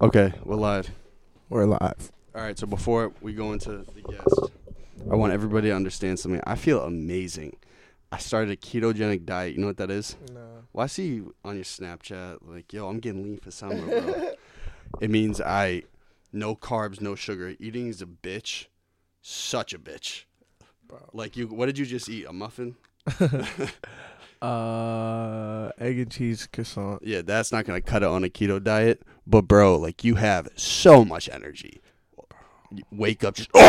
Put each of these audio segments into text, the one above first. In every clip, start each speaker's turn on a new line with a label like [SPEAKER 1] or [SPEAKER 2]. [SPEAKER 1] Okay, we're live.
[SPEAKER 2] We're live.
[SPEAKER 1] All right, so before we go into the guest, I want everybody to understand something. I feel amazing. I started a ketogenic diet. You know what that is?
[SPEAKER 2] No.
[SPEAKER 1] Well, I see you on your Snapchat, like, yo, I'm getting lean for summer, bro. it means I, no carbs, no sugar. Eating is a bitch. Such a bitch.
[SPEAKER 2] Bro.
[SPEAKER 1] Like, you, what did you just eat? A muffin?
[SPEAKER 2] Uh, egg and cheese croissant.
[SPEAKER 1] Yeah, that's not gonna cut it on a keto diet. But bro, like you have so much energy. You wake up just Well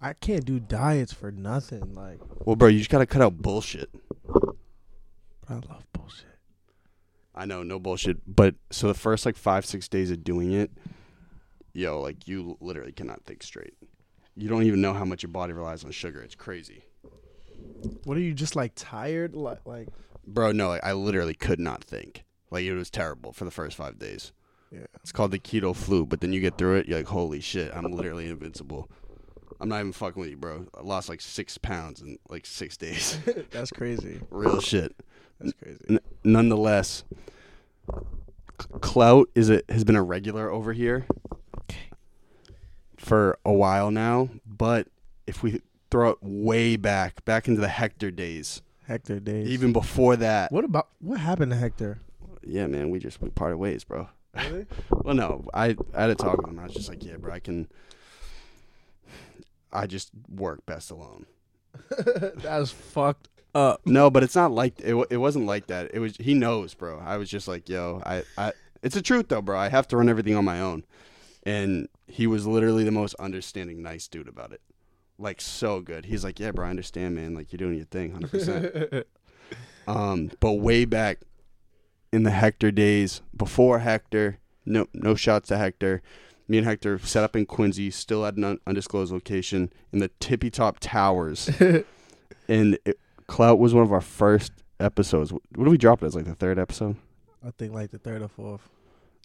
[SPEAKER 2] I can't do diets for nothing. Like,
[SPEAKER 1] bro, you just gotta cut out bullshit.
[SPEAKER 2] but I love bullshit.
[SPEAKER 1] I know, no bullshit. But so the first like five, six days of doing it, yo, like you literally cannot think straight. You don't even know how much your body relies on sugar. It's crazy.
[SPEAKER 2] What are you just like tired? Like, like
[SPEAKER 1] Bro, no, like, I literally could not think. Like it was terrible for the first five days.
[SPEAKER 2] yeah.
[SPEAKER 1] It's called the keto flu, but then you get through it, you're like, holy shit, I'm literally invincible. I'm not even fucking with you, bro. I lost like six pounds in like six days.
[SPEAKER 2] That's crazy.
[SPEAKER 1] Real shit.
[SPEAKER 2] That's crazy.
[SPEAKER 1] N- nonetheless, c- clout is a, has been a regular over here for a while now. But if we throw it way back, back into the Hector days,
[SPEAKER 2] Hector days.
[SPEAKER 1] even before that,
[SPEAKER 2] what about what happened to Hector?
[SPEAKER 1] yeah, man, we just we parted ways, bro.
[SPEAKER 2] Really?
[SPEAKER 1] Well, no, I, I had a talk with him. I was just like, yeah, bro, I can. I just work best alone.
[SPEAKER 2] That's fucked up.
[SPEAKER 1] No, but it's not like it. wa- It wasn't like that. It was he knows, bro. I was just like, yo, I, I. It's the truth though, bro. I have to run everything on my own, and he was literally the most understanding, nice dude about it. Like so good. He's like, yeah, bro, I understand, man. Like you're doing your thing, hundred percent. Um, but way back in the Hector days, before Hector, no no shots to Hector. Me and Hector set up in Quincy, still at an un- undisclosed location in the tippy top towers, and it, Clout was one of our first episodes. What did we drop it as? Like the third episode?
[SPEAKER 2] I think like the third or fourth.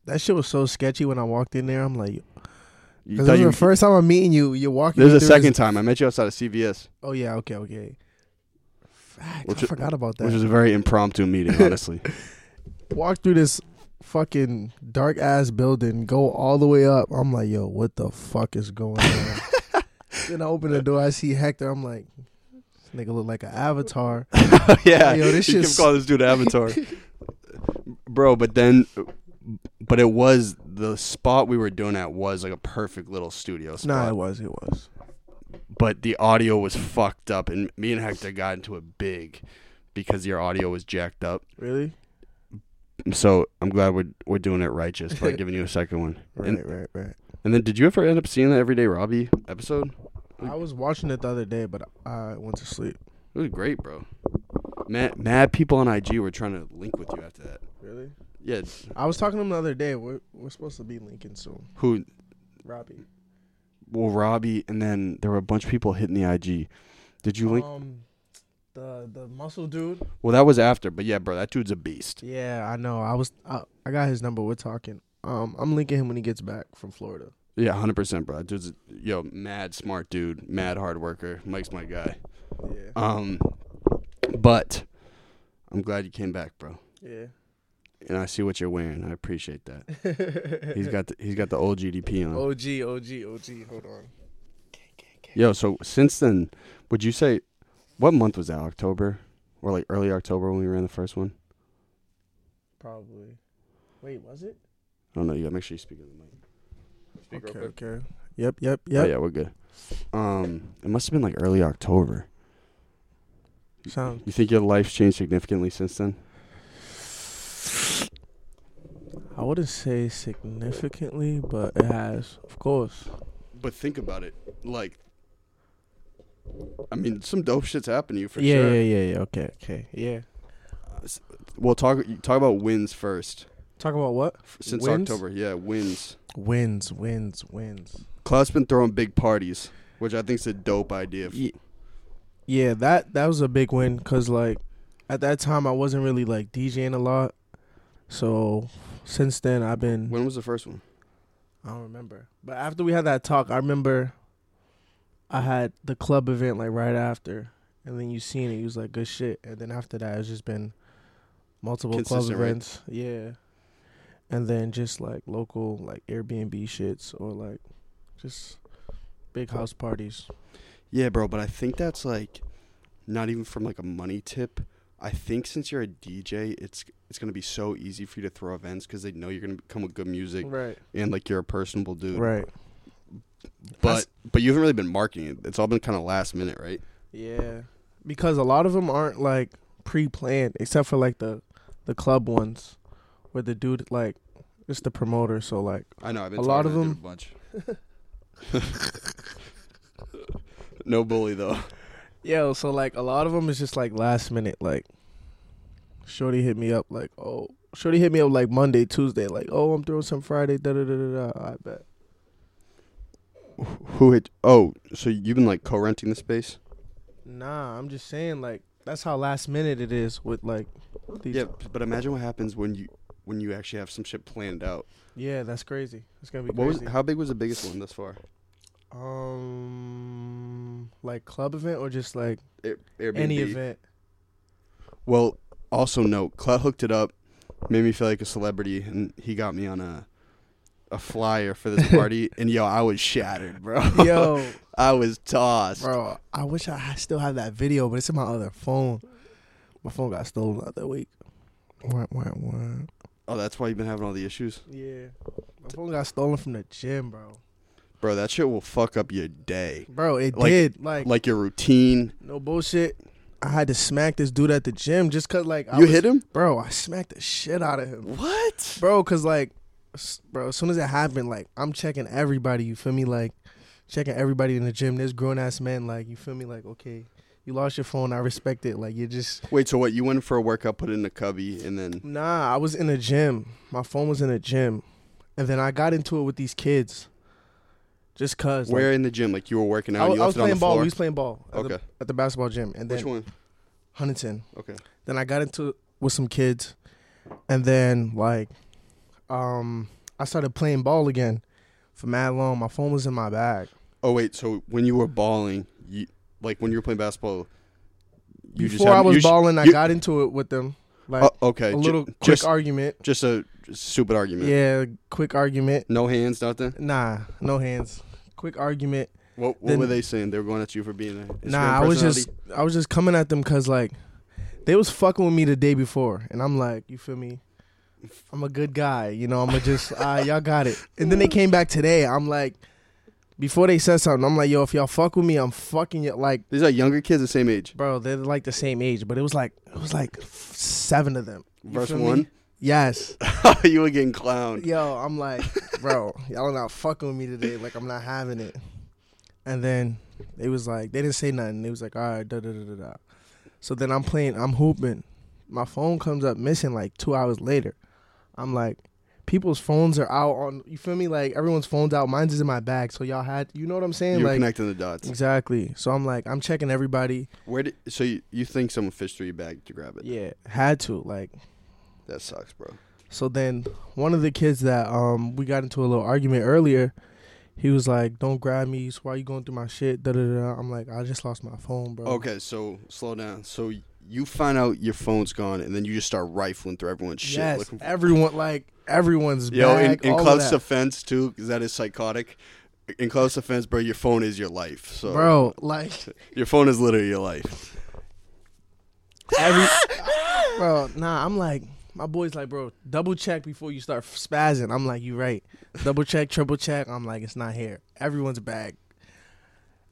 [SPEAKER 2] That shit was so sketchy when I walked in there. I'm like,
[SPEAKER 1] You
[SPEAKER 2] because
[SPEAKER 1] thought
[SPEAKER 2] this is
[SPEAKER 1] you-
[SPEAKER 2] the first time I'm meeting you. You're walking.
[SPEAKER 1] This is
[SPEAKER 2] me
[SPEAKER 1] the
[SPEAKER 2] through
[SPEAKER 1] second time I met you outside of CVS,
[SPEAKER 2] Oh yeah. Okay. Okay. Facts.
[SPEAKER 1] Which
[SPEAKER 2] I
[SPEAKER 1] is-
[SPEAKER 2] forgot about that.
[SPEAKER 1] which was a very impromptu meeting, honestly.
[SPEAKER 2] walk through this fucking dark ass building, go all the way up. I'm like, yo, what the fuck is going on? then I open the door, I see Hector. I'm like, this nigga look like an avatar.
[SPEAKER 1] yeah,
[SPEAKER 2] Yo, this
[SPEAKER 1] you kept
[SPEAKER 2] shit's-
[SPEAKER 1] calling this dude Avatar, bro. But then, but it was the spot we were doing at was like a perfect little studio spot.
[SPEAKER 2] nah, it was, it was.
[SPEAKER 1] But the audio was fucked up, and me and Hector got into it big because your audio was jacked up.
[SPEAKER 2] Really?
[SPEAKER 1] So I'm glad we're we're doing it righteous by giving you a second one.
[SPEAKER 2] Right,
[SPEAKER 1] And-
[SPEAKER 2] right, right.
[SPEAKER 1] And then, did you ever end up seeing the Everyday Robbie episode?
[SPEAKER 2] I was watching it the other day, but I went to sleep.
[SPEAKER 1] It was great, bro. Mad, mad people on IG were trying to link with you after that.
[SPEAKER 2] Really?
[SPEAKER 1] Yeah,
[SPEAKER 2] I was talking to him the other day. We're, we're supposed to be linking soon.
[SPEAKER 1] who?
[SPEAKER 2] Robbie.
[SPEAKER 1] Well, Robbie, and then there were a bunch of people hitting the IG. Did you link?
[SPEAKER 2] Um, the, the muscle dude.
[SPEAKER 1] well, that was after, but yeah, bro, that dude's a beast.
[SPEAKER 2] Yeah, I know. I was I, I got his number. We're talking. Um, I'm linking him when he gets back from Florida.
[SPEAKER 1] Yeah, hundred percent, bro. That dude's a- yo, mad smart dude, mad hard worker. Mike's my guy.
[SPEAKER 2] Yeah.
[SPEAKER 1] Um, but I'm glad you came back, bro.
[SPEAKER 2] Yeah.
[SPEAKER 1] And I see what you're wearing. I appreciate that. He's got the, he's got the old GDP on.
[SPEAKER 2] OG, OG, OG. Hold on.
[SPEAKER 1] Yo, so since then, would you say what month was that? October or like early October when we ran the first one?
[SPEAKER 2] Probably. Wait, was it?
[SPEAKER 1] I don't know. You gotta make sure you speak in the mic. Speak
[SPEAKER 2] Okay,
[SPEAKER 1] real quick.
[SPEAKER 2] okay. Yep, yep,
[SPEAKER 1] Yeah,
[SPEAKER 2] yep.
[SPEAKER 1] yeah, we're good. Um, it must have been like early October.
[SPEAKER 2] Sound.
[SPEAKER 1] You think your life's changed significantly since then?
[SPEAKER 2] I wouldn't say significantly, but it has, of course.
[SPEAKER 1] But think about it. Like, I mean, some dope shit's happened to you for
[SPEAKER 2] yeah,
[SPEAKER 1] sure.
[SPEAKER 2] yeah, yeah, yeah. Okay, okay. Yeah.
[SPEAKER 1] Well, talk talk about wins first.
[SPEAKER 2] Talk about what?
[SPEAKER 1] F- Since
[SPEAKER 2] Wins?
[SPEAKER 1] October, yeah, wins.
[SPEAKER 2] Wins, wins, wins.
[SPEAKER 1] Cloud's been throwing big parties, which I think's a dope idea.
[SPEAKER 2] Ye- Yeah, that that was a big win because like at that time I wasn't really like DJing a lot, so since then I've been
[SPEAKER 1] When was the first one?
[SPEAKER 2] I don't remember. But after we had that talk, I remember I had the club event like right after, and then you seen it. You was like, "Good shit." And then after that, it's just been multiple
[SPEAKER 1] Consistent,
[SPEAKER 2] club
[SPEAKER 1] right?
[SPEAKER 2] events. Yeah. and then just like local like Airbnb shits or like just big house parties.
[SPEAKER 1] Yeah, bro, but I think that's like not even from like a money tip. I think since you're a DJ, it's it's gonna be so easy for you to throw events because they know you're gonna come with good music
[SPEAKER 2] Right.
[SPEAKER 1] and like you're a personable dude.
[SPEAKER 2] Right.
[SPEAKER 1] But but you haven't really been marketing it. It's all been kind of last minute, right?
[SPEAKER 2] Yeah. Because a lot of them aren't like pre-planned except for like the the club ones where the dude like it's the promoter so like
[SPEAKER 1] I know. I've been
[SPEAKER 2] A
[SPEAKER 1] talking
[SPEAKER 2] lot
[SPEAKER 1] to
[SPEAKER 2] of
[SPEAKER 1] that dude
[SPEAKER 2] them-
[SPEAKER 1] A bunch. no bully though.
[SPEAKER 2] Yo, so like a lot of them is just like last minute. Like, Shorty hit me up like, oh, Shorty hit me up like Monday, Tuesday, like, oh, I'm throwing some Friday, da da da da da. I bet.
[SPEAKER 1] Who had? Oh, so you've been like co-renting the space?
[SPEAKER 2] Nah, I'm just saying like that's how last minute it is with like these.
[SPEAKER 1] Yeah, but imagine what happens when you when you actually have some shit planned out.
[SPEAKER 2] Yeah, that's crazy. It's gonna be
[SPEAKER 1] What was
[SPEAKER 2] crazy.
[SPEAKER 1] how big was the biggest one thus far?
[SPEAKER 2] um, like club event or just like
[SPEAKER 1] Air, Airbnb.
[SPEAKER 2] any event.
[SPEAKER 1] Well, also note, Clut hooked it up, made me feel like a celebrity, and he got me on a a flyer for this party. and yo, I was shattered, bro.
[SPEAKER 2] Yo,
[SPEAKER 1] I was tossed.
[SPEAKER 2] bro, I wish I had- still had that video, but it's in my other phone. My phone got stolen the other week. Wah, wah, wah.
[SPEAKER 1] Oh, that's why you've been having all the issues,
[SPEAKER 2] Yeah. My phone got stolen from the gym, bro.
[SPEAKER 1] bro. That shit will fuck up your day,
[SPEAKER 2] Bro, it
[SPEAKER 1] Like-
[SPEAKER 2] did. Like,
[SPEAKER 1] like your routine.
[SPEAKER 2] no bullshit. I had to smack this dude at the gym just cause like I
[SPEAKER 1] you
[SPEAKER 2] was-
[SPEAKER 1] hit him?
[SPEAKER 2] bro, I smacked the shit out of him.
[SPEAKER 1] What?
[SPEAKER 2] Bro, cause like s- bro, as soon as it happened, like I'm checking everybody, you feel me? Like checking everybody in the gym. This grown ass man, like, you feel me? Like, okay, you lost your phone, I respect it. Like you just
[SPEAKER 1] Wait, so what? You went for a workout, put it in the cubby, and then
[SPEAKER 2] Nah, I was in a gym. My phone was in a gym. And then I got into it with these kids. Just cause like,
[SPEAKER 1] where in the gym? Like you were working out.
[SPEAKER 2] I,
[SPEAKER 1] and
[SPEAKER 2] was-
[SPEAKER 1] you
[SPEAKER 2] I
[SPEAKER 1] left
[SPEAKER 2] was
[SPEAKER 1] it on
[SPEAKER 2] playing
[SPEAKER 1] the
[SPEAKER 2] ball.
[SPEAKER 1] floor?
[SPEAKER 2] We was playing ball at,
[SPEAKER 1] Okay.
[SPEAKER 2] the, at the basketball gym, and then
[SPEAKER 1] Which one?
[SPEAKER 2] Huntington.
[SPEAKER 1] Okay.
[SPEAKER 2] Then I got into it with some kids, and then like, um, I started playing ball again for mad long. My phone was in my bag.
[SPEAKER 1] Oh wait, so when you were balling, you like when you were playing basketball, you just
[SPEAKER 2] Before I
[SPEAKER 1] haven't-
[SPEAKER 2] was
[SPEAKER 1] you sh-
[SPEAKER 2] balling, I
[SPEAKER 1] you-
[SPEAKER 2] got into it with them, like
[SPEAKER 1] Oh, okay,
[SPEAKER 2] a
[SPEAKER 1] ju-
[SPEAKER 2] little quick
[SPEAKER 1] just
[SPEAKER 2] argument.
[SPEAKER 1] just a stupid argument.
[SPEAKER 2] Yeah, quick argument.
[SPEAKER 1] No hands, nothing.
[SPEAKER 2] Nah, no hands. Quick argument.
[SPEAKER 1] What what
[SPEAKER 2] Then-
[SPEAKER 1] were they saying? They were going at you for being a Instagram
[SPEAKER 2] Nah, I was just
[SPEAKER 1] personality?
[SPEAKER 2] I was just coming at them because like they was fucking with me the day before, and I'm like, you feel me? I'm a good guy, you know. I'm going to just ah, y'all got it. And then they came back today. I'm like, before they said something, I'm like, yo, if y'all fuck with me, I'm fucking you. Like,
[SPEAKER 1] These are younger kids the same age.
[SPEAKER 2] bro, they're like the same age, but it was like it was like seven of them. You
[SPEAKER 1] Verse
[SPEAKER 2] feel me?
[SPEAKER 1] one.
[SPEAKER 2] Yes,
[SPEAKER 1] you were getting clowned.
[SPEAKER 2] yo, I'm like, bro, y'all are not fucking with me today. Like, I'm not having it. And then it was like they didn't say nothing. They was like, all right, da da da da da. So then I'm playing, I'm hooping. My phone comes up missing like two hours later. I'm like, people's phones are out on. You feel me? Like everyone's phones out. Mine's is in my bag. So y'all had, you know what I'm saying?
[SPEAKER 1] You were
[SPEAKER 2] like
[SPEAKER 1] connecting the dots.
[SPEAKER 2] exactly. So I'm like, I'm checking everybody.
[SPEAKER 1] Where did so you, you think someone fished through your bag to grab it?
[SPEAKER 2] Yeah, Um, had to like.
[SPEAKER 1] That sucks, bro.
[SPEAKER 2] So then one of the kids that um we got into a little argument earlier, he was like, "Don't grab me. So why you going through my shit?" Da da da. I'm like, I just lost my phone, bro.
[SPEAKER 1] Okay, so slow down. So you find out your phone's gone, and then you just start rifling through everyone's shit.
[SPEAKER 2] Yes,
[SPEAKER 1] looking for-
[SPEAKER 2] everyone like everyone's
[SPEAKER 1] Yo, in,
[SPEAKER 2] bag.
[SPEAKER 1] in
[SPEAKER 2] all of
[SPEAKER 1] close
[SPEAKER 2] that.
[SPEAKER 1] defense too, because that is psychotic. In close defense, bro, your phone is your life. So
[SPEAKER 2] bro, like
[SPEAKER 1] your phone is literally your life.
[SPEAKER 2] every bro. Nah, I'm like. My boy's like, bro, double check before you start spazzing. I'm like, you right. Double check, triple check. I'm like, it's not here. Everyone's back.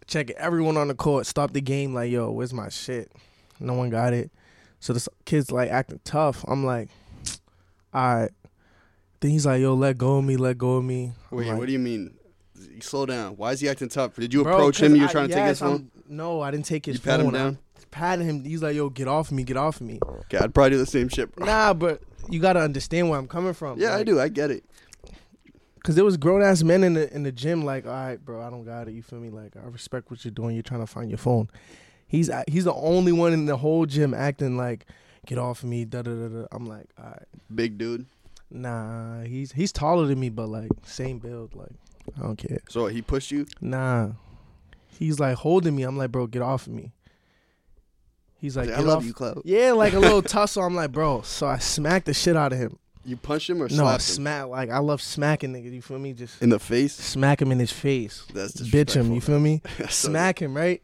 [SPEAKER 2] Check it. Everyone on the court. Stop the game. Like, yo, where's my shit? No one got it. So this kid's like acting tough. I'm like, all right. Then he's like, yo, let go of me, let go of me. I'm
[SPEAKER 1] Wait,
[SPEAKER 2] like,
[SPEAKER 1] what do you mean? Slow down. Why is he acting tough? Did you
[SPEAKER 2] Bro,
[SPEAKER 1] approach him?
[SPEAKER 2] 'cause
[SPEAKER 1] You're
[SPEAKER 2] I-
[SPEAKER 1] trying to take
[SPEAKER 2] yes,
[SPEAKER 1] his phone.
[SPEAKER 2] I'm- No, I didn't take his
[SPEAKER 1] You pat him
[SPEAKER 2] phone.
[SPEAKER 1] down.
[SPEAKER 2] I'm patting him. He's like, yo, get off of me, get off of me.
[SPEAKER 1] Okay, I'd probably do the same shit, bro.
[SPEAKER 2] Nah, but you gotta understand where I'm coming from.
[SPEAKER 1] yeah, I
[SPEAKER 2] Like,
[SPEAKER 1] do. I get it.
[SPEAKER 2] Cause there was grown ass men in the in the gym like, all right, bro, I don't got it. You feel me? Like, I respect what you're doing. You're trying to find your phone. He's uh, he's the only one in the whole gym acting like, get off of me. Da da da da. I'm like, all right,
[SPEAKER 1] Big dude.
[SPEAKER 2] nah. He's he's taller than me, but like same build. Like, I don't care.
[SPEAKER 1] So he pushed you.
[SPEAKER 2] Nah. He's like holding me. I'm like, bro, get off of me. He's like,
[SPEAKER 1] I
[SPEAKER 2] "Get
[SPEAKER 1] love
[SPEAKER 2] off."
[SPEAKER 1] you, Cloud.
[SPEAKER 2] Yeah, like a little tussle. I'm like, bro. So I smacked the shit out of him.
[SPEAKER 1] You punched him or
[SPEAKER 2] No,
[SPEAKER 1] slapped him
[SPEAKER 2] smack. Like I love smacking niggas. You feel me? Just
[SPEAKER 1] in the face?
[SPEAKER 2] smack him in his face.
[SPEAKER 1] That's
[SPEAKER 2] Bitch him.
[SPEAKER 1] disrespectful.
[SPEAKER 2] You feel me?
[SPEAKER 1] That's so-
[SPEAKER 2] Smack him right.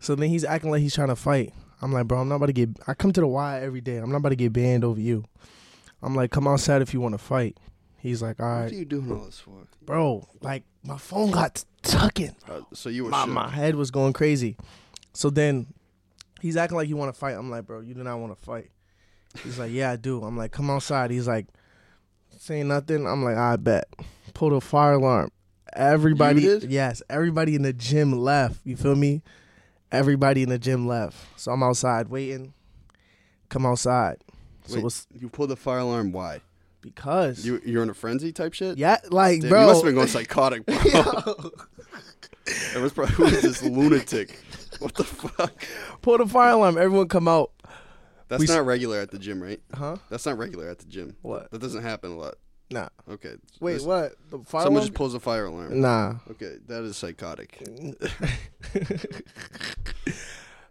[SPEAKER 2] So then he's acting like he's trying to fight. I'm like, bro, I'm not about to get. I come to the Y every day. I'm not about to get banned over you. I'm like, come outside if you want to fight. He's like, all
[SPEAKER 1] What are
[SPEAKER 2] right,
[SPEAKER 1] you doing all this for?
[SPEAKER 2] bro. Like my phone got tucking.
[SPEAKER 1] Uh, so you were
[SPEAKER 2] my,
[SPEAKER 1] shook.
[SPEAKER 2] my head was going crazy. So then he's acting like you want to fight. I'm like, bro, you do not want to fight. He's like, yeah, I do. I'm like, come outside. He's like, saying nothing. I'm like, I bet. Pulled a fire alarm. Everybody,
[SPEAKER 1] You did?
[SPEAKER 2] yes, everybody in the gym left. You feel me? Everybody in the gym left. So I'm outside waiting. Come outside. So
[SPEAKER 1] Wait,
[SPEAKER 2] it's
[SPEAKER 1] you pulled the fire alarm. Why?
[SPEAKER 2] because
[SPEAKER 1] You you're in a frenzy type shit.
[SPEAKER 2] yeah, like
[SPEAKER 1] Dude,
[SPEAKER 2] bro,
[SPEAKER 1] you must have been going psychotic, bro.
[SPEAKER 2] Yo.
[SPEAKER 1] It was probably who is this lunatic? What the fuck?
[SPEAKER 2] pulled a fire alarm. Everyone come out.
[SPEAKER 1] That's
[SPEAKER 2] We s-
[SPEAKER 1] not regular at the gym, right?
[SPEAKER 2] Huh?
[SPEAKER 1] That's not regular at the gym.
[SPEAKER 2] What?
[SPEAKER 1] That doesn't happen a lot.
[SPEAKER 2] Nah.
[SPEAKER 1] Okay.
[SPEAKER 2] Wait,
[SPEAKER 1] This-
[SPEAKER 2] what? The fire
[SPEAKER 1] Someone
[SPEAKER 2] alarm?
[SPEAKER 1] just pulls a fire alarm.
[SPEAKER 2] Nah.
[SPEAKER 1] Okay, that is psychotic.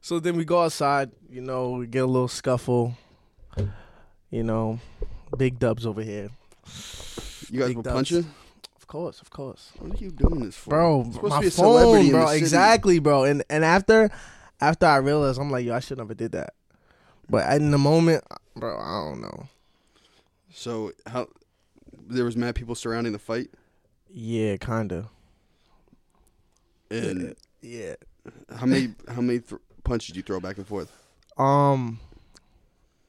[SPEAKER 2] so then we go outside, you know, we get a little scuffle. You know, big dubs over here.
[SPEAKER 1] You guys
[SPEAKER 2] Big
[SPEAKER 1] were
[SPEAKER 2] dubs.
[SPEAKER 1] punching.
[SPEAKER 2] Of course, of course.
[SPEAKER 1] What are you doing this for,
[SPEAKER 2] Bro,
[SPEAKER 1] You're supposed to
[SPEAKER 2] my
[SPEAKER 1] be a celebrity in
[SPEAKER 2] phone,
[SPEAKER 1] the
[SPEAKER 2] bro.
[SPEAKER 1] city.
[SPEAKER 2] Exactly, bro. And and after after I realized I'm like, yo, I should never did that. But in the moment, bro, I don't know.
[SPEAKER 1] So how? There was mad people surrounding the fight,
[SPEAKER 2] Yeah, kinda.
[SPEAKER 1] and
[SPEAKER 2] Yeah.
[SPEAKER 1] how many how many th- punches did you throw back and forth?
[SPEAKER 2] Um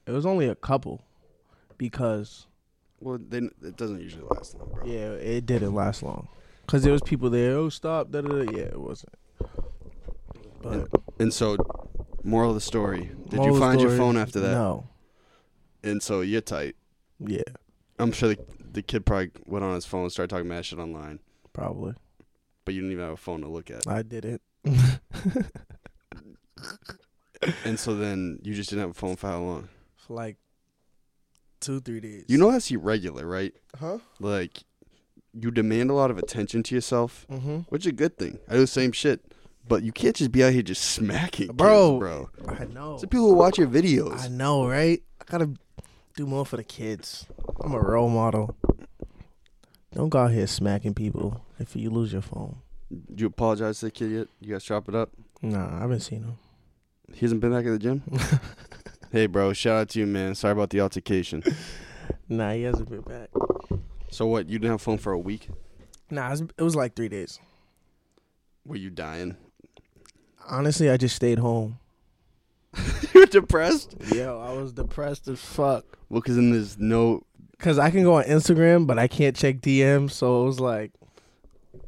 [SPEAKER 2] it was only a couple because
[SPEAKER 1] Well, then it doesn't usually last long, bro.
[SPEAKER 2] Yeah, it didn't last long. Cause there was people there. Oh, stop! Da da da. Yeah, it wasn't. But
[SPEAKER 1] And so, moral of the story: Did
[SPEAKER 2] moral of
[SPEAKER 1] you
[SPEAKER 2] the
[SPEAKER 1] find your
[SPEAKER 2] story,
[SPEAKER 1] phone after that?
[SPEAKER 2] No.
[SPEAKER 1] And so you're tight.
[SPEAKER 2] Yeah,
[SPEAKER 1] I'm sure the, the kid probably went on his phone and started talking mad shit online,
[SPEAKER 2] probably.
[SPEAKER 1] but you didn't even have a phone to look at.
[SPEAKER 2] I did it.
[SPEAKER 1] And so then you just didn't have a phone for how long?
[SPEAKER 2] For like two, three days.
[SPEAKER 1] You know that's irregular, right?
[SPEAKER 2] Huh?
[SPEAKER 1] Like, you demand a lot of attention to yourself,
[SPEAKER 2] Mm-hmm.
[SPEAKER 1] which is a good thing. I do the same shit, but you can't just be out here just smacking, kids,
[SPEAKER 2] Bro.
[SPEAKER 1] bro.
[SPEAKER 2] I know.
[SPEAKER 1] It's the people who watch your
[SPEAKER 2] I
[SPEAKER 1] videos.
[SPEAKER 2] know, right? I gotta do more for the kids. I'm a role model. Don't go out here smacking people if you lose your phone.
[SPEAKER 1] Did you apologize to the kid yet? You guys chop it up.
[SPEAKER 2] Nah, I haven't seen him.
[SPEAKER 1] He hasn't been back at the gym. hey, bro! Shout out to you, man. Sorry about the altercation.
[SPEAKER 2] Nah, he hasn't been back.
[SPEAKER 1] So what? You didn't have a phone for a week?
[SPEAKER 2] Nah, it was, it was like three days.
[SPEAKER 1] Were you dying?
[SPEAKER 2] Honestly, I just stayed home.
[SPEAKER 1] You're depressed?
[SPEAKER 2] Yo, I was depressed as fuck.
[SPEAKER 1] Well, because then there's no.
[SPEAKER 2] Cause I can go on Instagram, but I can't check DM. So it was like,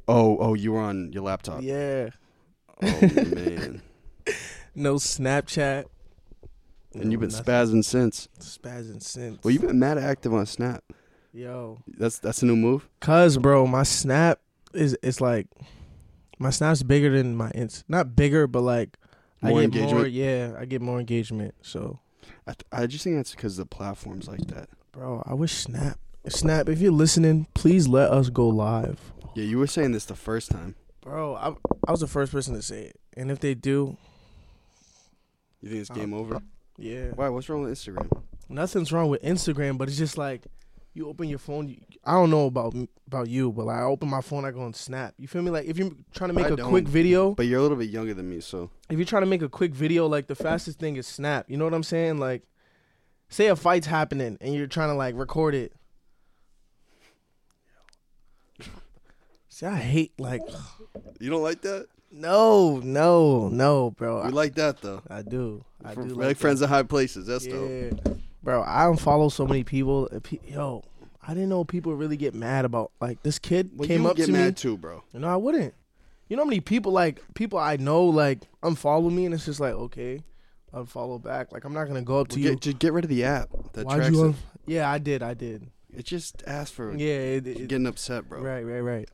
[SPEAKER 1] Oh, oh, you were on your laptop.
[SPEAKER 2] yeah,
[SPEAKER 1] Oh man,
[SPEAKER 2] no Snapchat.
[SPEAKER 1] and you've been
[SPEAKER 2] Nothing.
[SPEAKER 1] spazzing since.
[SPEAKER 2] spazzing since.
[SPEAKER 1] Well, you've been mad active on Snap.
[SPEAKER 2] yo,
[SPEAKER 1] That's that's a new move.
[SPEAKER 2] cause bro, my Snap is it's like, my Snap's bigger than my Inst. Not bigger, but like,
[SPEAKER 1] More
[SPEAKER 2] I get more.
[SPEAKER 1] engagement?
[SPEAKER 2] Yeah, I get more engagement. So,
[SPEAKER 1] I, th- I just think that's because the platforms like that.
[SPEAKER 2] bro, I wish Snap. Snap, if you're listening, please let us go live.
[SPEAKER 1] Yeah, you were saying this the first time.
[SPEAKER 2] Bro, I I was the first person to say it, and if they do,
[SPEAKER 1] You think it's
[SPEAKER 2] Uh,
[SPEAKER 1] game over?
[SPEAKER 2] yeah.
[SPEAKER 1] Why? What's wrong with Instagram?
[SPEAKER 2] nothing's wrong with Instagram, but it's just like you open your phone. You, I don't know about about you, but like I open my phone, I go and snap. You feel me? Like if you're trying to make
[SPEAKER 1] I
[SPEAKER 2] a
[SPEAKER 1] don't.
[SPEAKER 2] quick video,
[SPEAKER 1] But you're a little bit younger than me, so
[SPEAKER 2] if you're trying to make a quick video, like the fastest thing is snap. You know what I'm saying? Like, say a fight's happening and you're trying to like record it. See, I hate like
[SPEAKER 1] you don't like that.
[SPEAKER 2] no, no, no, bro.
[SPEAKER 1] We
[SPEAKER 2] I,
[SPEAKER 1] like that though.
[SPEAKER 2] I do, I do
[SPEAKER 1] we
[SPEAKER 2] like,
[SPEAKER 1] like,
[SPEAKER 2] that.
[SPEAKER 1] friends in high places. That's dope.
[SPEAKER 2] Yeah, bro, I don't follow so many people. Uh, pe- Yo, I didn't know people really get mad about like this kid
[SPEAKER 1] Well,
[SPEAKER 2] came
[SPEAKER 1] you
[SPEAKER 2] up
[SPEAKER 1] get
[SPEAKER 2] to
[SPEAKER 1] mad
[SPEAKER 2] me.
[SPEAKER 1] too, bro.
[SPEAKER 2] No, I wouldn't. You know how many people like people I know like unfollow me, and it's just like okay, unfollow back. Like I'm not gonna go up to
[SPEAKER 1] Well,
[SPEAKER 2] you.
[SPEAKER 1] get, just get rid of the app that
[SPEAKER 2] Why'd
[SPEAKER 1] tracks
[SPEAKER 2] you?
[SPEAKER 1] it.
[SPEAKER 2] Un- yeah, I did. I did.
[SPEAKER 1] It just asks for
[SPEAKER 2] Yeah, it, it,
[SPEAKER 1] getting upset, bro.
[SPEAKER 2] Right, right, right.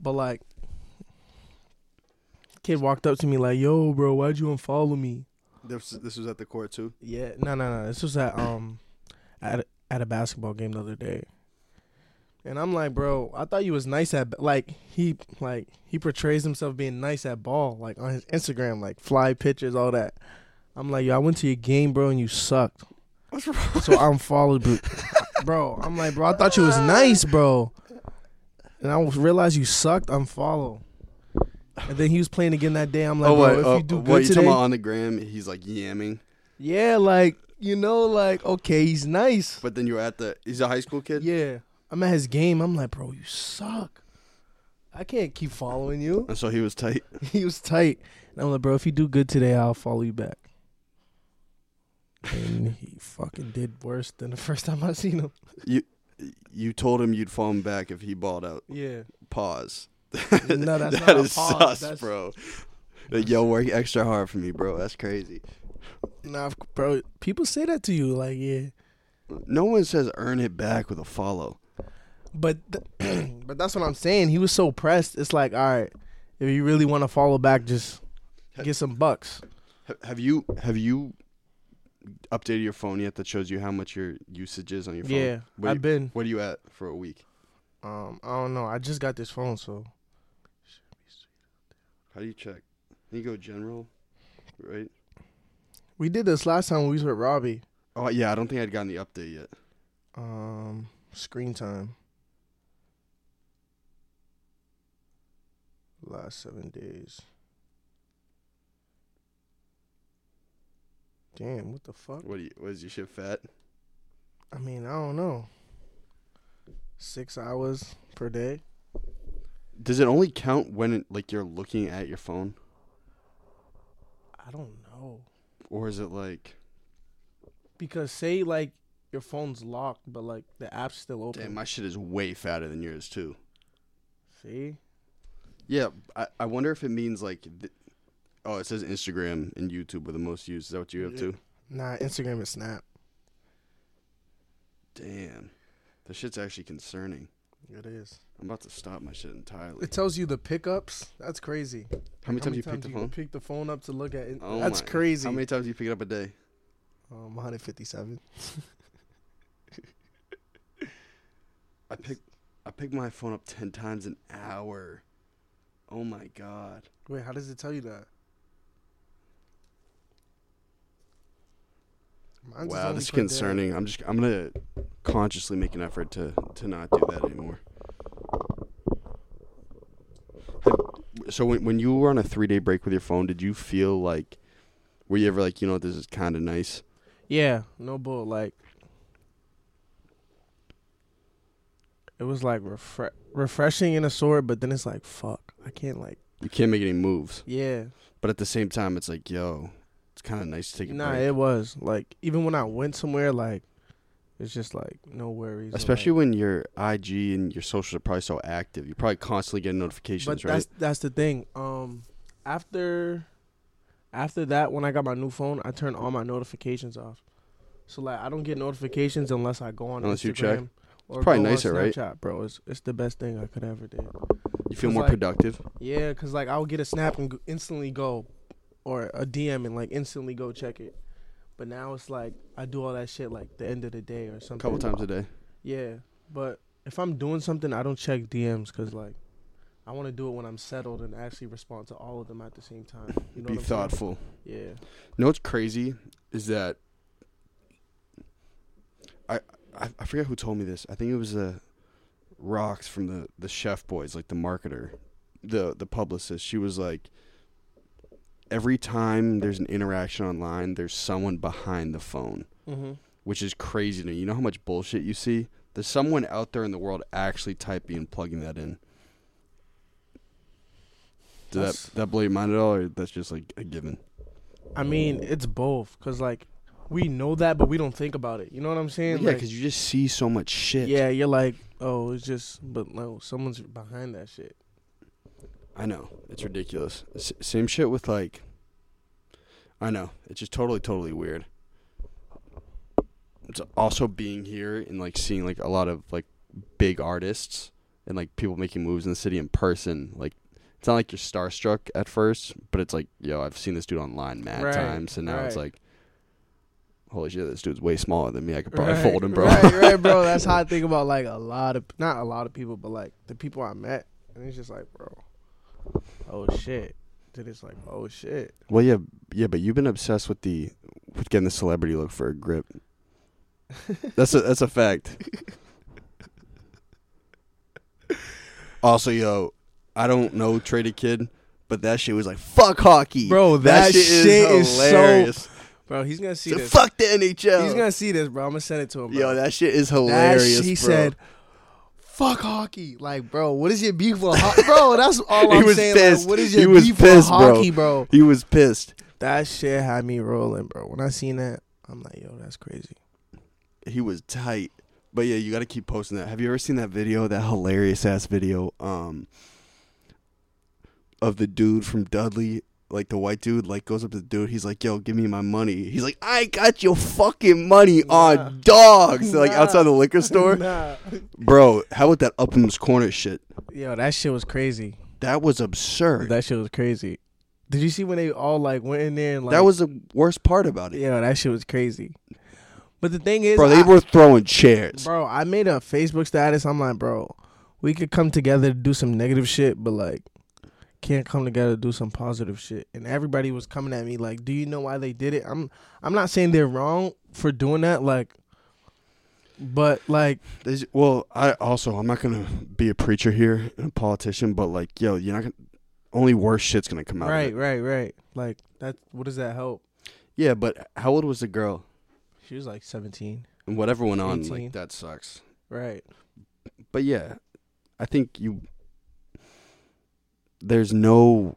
[SPEAKER 2] But like, kid walked up to me like, "Yo, bro, why'd you unfollow me?"
[SPEAKER 1] This, this was at the court too.
[SPEAKER 2] Yeah, no, no, no. This was at um at at a basketball game the other day, and I'm like, bro, I thought you was nice at like he like he portrays himself being nice at ball like on his Instagram like fly pictures all that. I'm like, yo, I went to your game, bro, and you sucked.
[SPEAKER 1] What's wrong?
[SPEAKER 2] So I'm followed, bro. bro. I'm like, bro, I thought you was nice, bro. And I realized you sucked. Unfollow. And then he was playing again that day. I'm like,
[SPEAKER 1] oh,
[SPEAKER 2] bro,
[SPEAKER 1] what?
[SPEAKER 2] if
[SPEAKER 1] oh,
[SPEAKER 2] uh, you do
[SPEAKER 1] what you
[SPEAKER 2] good today,
[SPEAKER 1] talking about on the gram? He's like yamming,
[SPEAKER 2] yeah, like you know, like okay, he's nice.
[SPEAKER 1] but then you were at the. He's a high school kid.
[SPEAKER 2] Yeah, I'm at his game. I'm like, bro, you suck. I can't keep following you.
[SPEAKER 1] And so he was tight.
[SPEAKER 2] he was tight. And I'm like, bro, if you do good today, I'll follow you back. And he fucking did worse than the first time I seen him.
[SPEAKER 1] You told him you'd phone back if he balled out.
[SPEAKER 2] Yeah.
[SPEAKER 1] Pause.
[SPEAKER 2] No, that's
[SPEAKER 1] That
[SPEAKER 2] not a
[SPEAKER 1] is
[SPEAKER 2] pause.
[SPEAKER 1] sus,
[SPEAKER 2] That's-
[SPEAKER 1] bro. Like, yo, work extra hard for me, bro. That's crazy.
[SPEAKER 2] Nah, of cou- bro, people say that to you, like, yeah.
[SPEAKER 1] No one says earn it back with a follow.
[SPEAKER 2] But th- but that's what I'm saying. He was so pressed. It's like, all right, if you really want to follow back, just get some bucks.
[SPEAKER 1] Ha- Have you have you updated your phone yet that shows you how much your usage is on your phone?
[SPEAKER 2] Yeah,
[SPEAKER 1] What
[SPEAKER 2] I've
[SPEAKER 1] you-
[SPEAKER 2] been.
[SPEAKER 1] What are you at for a week?
[SPEAKER 2] Um, I don't know. I just got this phone, so
[SPEAKER 1] How do you check? You go general, right?
[SPEAKER 2] we did this last time when we was with Robbie.
[SPEAKER 1] Oh yeah, I don't think I'd gotten the update yet.
[SPEAKER 2] Um, screen time. Last seven days. Damn, what the fuck?
[SPEAKER 1] What do you? Was your shit fat?
[SPEAKER 2] I mean, I don't know. Six hours per day.
[SPEAKER 1] Does it only count when it, like you're looking at your phone,
[SPEAKER 2] I don't know.
[SPEAKER 1] or is it like?
[SPEAKER 2] Because say like your phone's locked, but like the app's still open.
[SPEAKER 1] Damn, my shit is way fatter than yours too.
[SPEAKER 2] See?
[SPEAKER 1] Yeah, I, I wonder if it means like. Th- oh, it says Instagram and YouTube were the most used. Is that what you have
[SPEAKER 2] Yeah.
[SPEAKER 1] too?
[SPEAKER 2] Nah, Instagram and Snap.
[SPEAKER 1] Damn, the shit's actually concerning.
[SPEAKER 2] It is.
[SPEAKER 1] I'm about to stop my shit entirely.
[SPEAKER 2] It tells you the pickups. That's crazy.
[SPEAKER 1] How many times
[SPEAKER 2] How many
[SPEAKER 1] you picked the
[SPEAKER 2] you
[SPEAKER 1] phone?
[SPEAKER 2] pick the phone up to look at it?
[SPEAKER 1] Oh
[SPEAKER 2] That's
[SPEAKER 1] my-
[SPEAKER 2] crazy.
[SPEAKER 1] How many times do you pick it up a day?
[SPEAKER 2] Um, 157.
[SPEAKER 1] I pick I pick my phone up ten times an hour. Oh my god.
[SPEAKER 2] Wait, how does it tell you that? Mine's is
[SPEAKER 1] wow,
[SPEAKER 2] only
[SPEAKER 1] this is
[SPEAKER 2] per day.
[SPEAKER 1] concerning. I'm just I'm gonna consciously make an effort to to not do that anymore. So when when you were on a three day break with your phone, did you feel like were you ever like you know what, this is kind of nice?
[SPEAKER 2] Yeah, no bull. Like, it was like refre- refreshing in a sort, but then it's like, fuck, I can't like.
[SPEAKER 1] You can't make any moves,
[SPEAKER 2] Yeah,
[SPEAKER 1] but at the same time, it's like yo, it's kind of nice to take a
[SPEAKER 2] nah,
[SPEAKER 1] break.
[SPEAKER 2] it was like even when I went somewhere, like, it's just like no worries. or,
[SPEAKER 1] Especially
[SPEAKER 2] like-
[SPEAKER 1] when your IG and your socials are probably so active, you're probably constantly getting notifications,
[SPEAKER 2] but
[SPEAKER 1] right?
[SPEAKER 2] that's that's the thing. Um, after after that, when I got my new phone, I turned all my notifications off. So like, I don't get notifications unless I go on
[SPEAKER 1] Unless
[SPEAKER 2] Instagram
[SPEAKER 1] you check.
[SPEAKER 2] or
[SPEAKER 1] probably
[SPEAKER 2] go on
[SPEAKER 1] nicer, right?
[SPEAKER 2] Snapchat, bro. It's it's the best thing I could ever do.
[SPEAKER 1] you feel
[SPEAKER 2] it's
[SPEAKER 1] more
[SPEAKER 2] like-
[SPEAKER 1] productive.
[SPEAKER 2] Yeah, cause like I'll get a snap and g- instantly go, or a DM and like instantly go check it. But now it's like I do all that shit like the end of the day or something.
[SPEAKER 1] A couple times a day.
[SPEAKER 2] Yeah, but if I'm doing something, I don't check DMs because like I want to do it when I'm settled and actually respond to all of them at the same time. You know
[SPEAKER 1] Be
[SPEAKER 2] what I'm saying?
[SPEAKER 1] thoughtful.
[SPEAKER 2] Yeah,
[SPEAKER 1] You know what's crazy is that I, I I forget who told me this. I think it was the Rocks from the the Chef Boys, like the marketer, the the publicist. She was like, every time there's an interaction online, there's someone behind the phone,
[SPEAKER 2] mm-hmm.
[SPEAKER 1] which is crazy to me. You know how much bullshit you see. There's someone out there in the world actually typing and plugging that in. Did
[SPEAKER 2] That's-
[SPEAKER 1] that that blow your mind at all, or that's just like a given?
[SPEAKER 2] I mean it's both because like we know that, but we don't think about it. You know what I'm
[SPEAKER 1] Yeah,
[SPEAKER 2] saying?
[SPEAKER 1] 'cause yeah, because you just see so much shit.
[SPEAKER 2] like, yeah, you're like, oh, it's just, but no, someone's behind that shit.
[SPEAKER 1] I know. It's ridiculous. S- same shit with like. I know. It's just totally, totally weird. It's also being here and like seeing like a lot of like big artists and like people making moves in the city in person. Like, it's not like you're starstruck at first, but it's like, yo, I've seen this dude online mad
[SPEAKER 2] Right,
[SPEAKER 1] times, and now it's
[SPEAKER 2] right.
[SPEAKER 1] like, holy shit, this dude's way smaller than me. I could probably
[SPEAKER 2] Right,
[SPEAKER 1] fold him, bro.
[SPEAKER 2] Right, right, bro. That's how I think about like a lot of not a lot of people, but like the people I met, and it's just like, bro, oh shit. Then it's like, oh shit.
[SPEAKER 1] Well, yeah, yeah, but you've been obsessed with the with getting the celebrity look for a grip. That's a that's a fact. also, yo, I don't know traded kid, but that shit was like fuck hockey,
[SPEAKER 2] Bro, that shit is so-
[SPEAKER 1] hilarious.
[SPEAKER 2] bro. He's gonna see
[SPEAKER 1] So
[SPEAKER 2] this.
[SPEAKER 1] fuck the NHL.
[SPEAKER 2] He's gonna see this, bro. I'm gonna send it to him. Bro.
[SPEAKER 1] yo, that shit is
[SPEAKER 2] That
[SPEAKER 1] hilarious.
[SPEAKER 2] sh-
[SPEAKER 1] bro.
[SPEAKER 2] he said, "Fuck hockey." Like, bro, what is your beef with hockey, bro? That's all
[SPEAKER 1] He
[SPEAKER 2] I'm
[SPEAKER 1] was
[SPEAKER 2] saying.
[SPEAKER 1] pissed.
[SPEAKER 2] Like, what is
[SPEAKER 1] He
[SPEAKER 2] your
[SPEAKER 1] was
[SPEAKER 2] beef with
[SPEAKER 1] pissed, bro.
[SPEAKER 2] hockey, bro?
[SPEAKER 1] he was pissed.
[SPEAKER 2] That shit had me rolling, bro. When I seen that, I'm like, yo, that's crazy.
[SPEAKER 1] He was tight. But yeah, you got to keep posting that. Have you ever seen that video? That hilarious ass video um of the dude from Dudley, like the white dude, like goes up to the dude. He's like, "Yo, give me my money." He's like, "I got your fucking money
[SPEAKER 2] Nah.
[SPEAKER 1] on dogs." Like
[SPEAKER 2] Nah.
[SPEAKER 1] outside the liquor store,
[SPEAKER 2] nah.
[SPEAKER 1] bro. How about that Upham's Corner shit?
[SPEAKER 2] Yo, that shit was crazy.
[SPEAKER 1] That was absurd. That,
[SPEAKER 2] That shit was crazy. Did you see when they all like went in there and like
[SPEAKER 1] was the worst part about it,
[SPEAKER 2] yo, that shit was crazy. But the thing is,
[SPEAKER 1] bro. They
[SPEAKER 2] I-
[SPEAKER 1] were throwing chairs.
[SPEAKER 2] Bro, I made a Facebook status. I'm like, bro, we could come together to do some negative shit, but like, can't come together to do some positive shit. And everybody was coming at me like, do you know why they did it? I'm I'm not saying they're wrong for doing that, like, but like,
[SPEAKER 1] They ju- well, I also I'm not gonna be a preacher here and a politician, but like, yo, you're not gonna only worse shit's gonna come out. of
[SPEAKER 2] right,
[SPEAKER 1] it.
[SPEAKER 2] right, right. Like that. What does that help?
[SPEAKER 1] Yeah, but how old was the girl?
[SPEAKER 2] She was like 17,
[SPEAKER 1] And whatever went on,
[SPEAKER 2] Eighteen.
[SPEAKER 1] like that sucks.
[SPEAKER 2] right?
[SPEAKER 1] But yeah, I think you. There's no.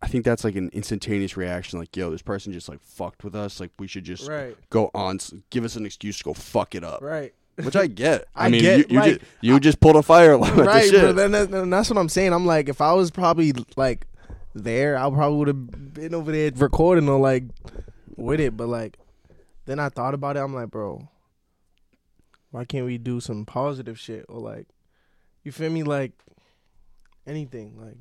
[SPEAKER 1] I think that's like an instantaneous reaction. Like, yo, this person just like fucked with us. Like, we should just
[SPEAKER 2] Right,
[SPEAKER 1] go on, s- give us an excuse to go fuck it up.
[SPEAKER 2] right.
[SPEAKER 1] Which I get. I,
[SPEAKER 2] I
[SPEAKER 1] mean,
[SPEAKER 2] get,
[SPEAKER 1] you, you,
[SPEAKER 2] like,
[SPEAKER 1] just, you just pulled a fire alarm at the
[SPEAKER 2] right,
[SPEAKER 1] shit.
[SPEAKER 2] but then that, then that's what I'm saying. I'm like, if I was probably like there, I probably would have been over there recording or like with it. But like, then I thought about it. I'm like, bro, why can't we do some positive shit or like, you feel me? Like anything. Like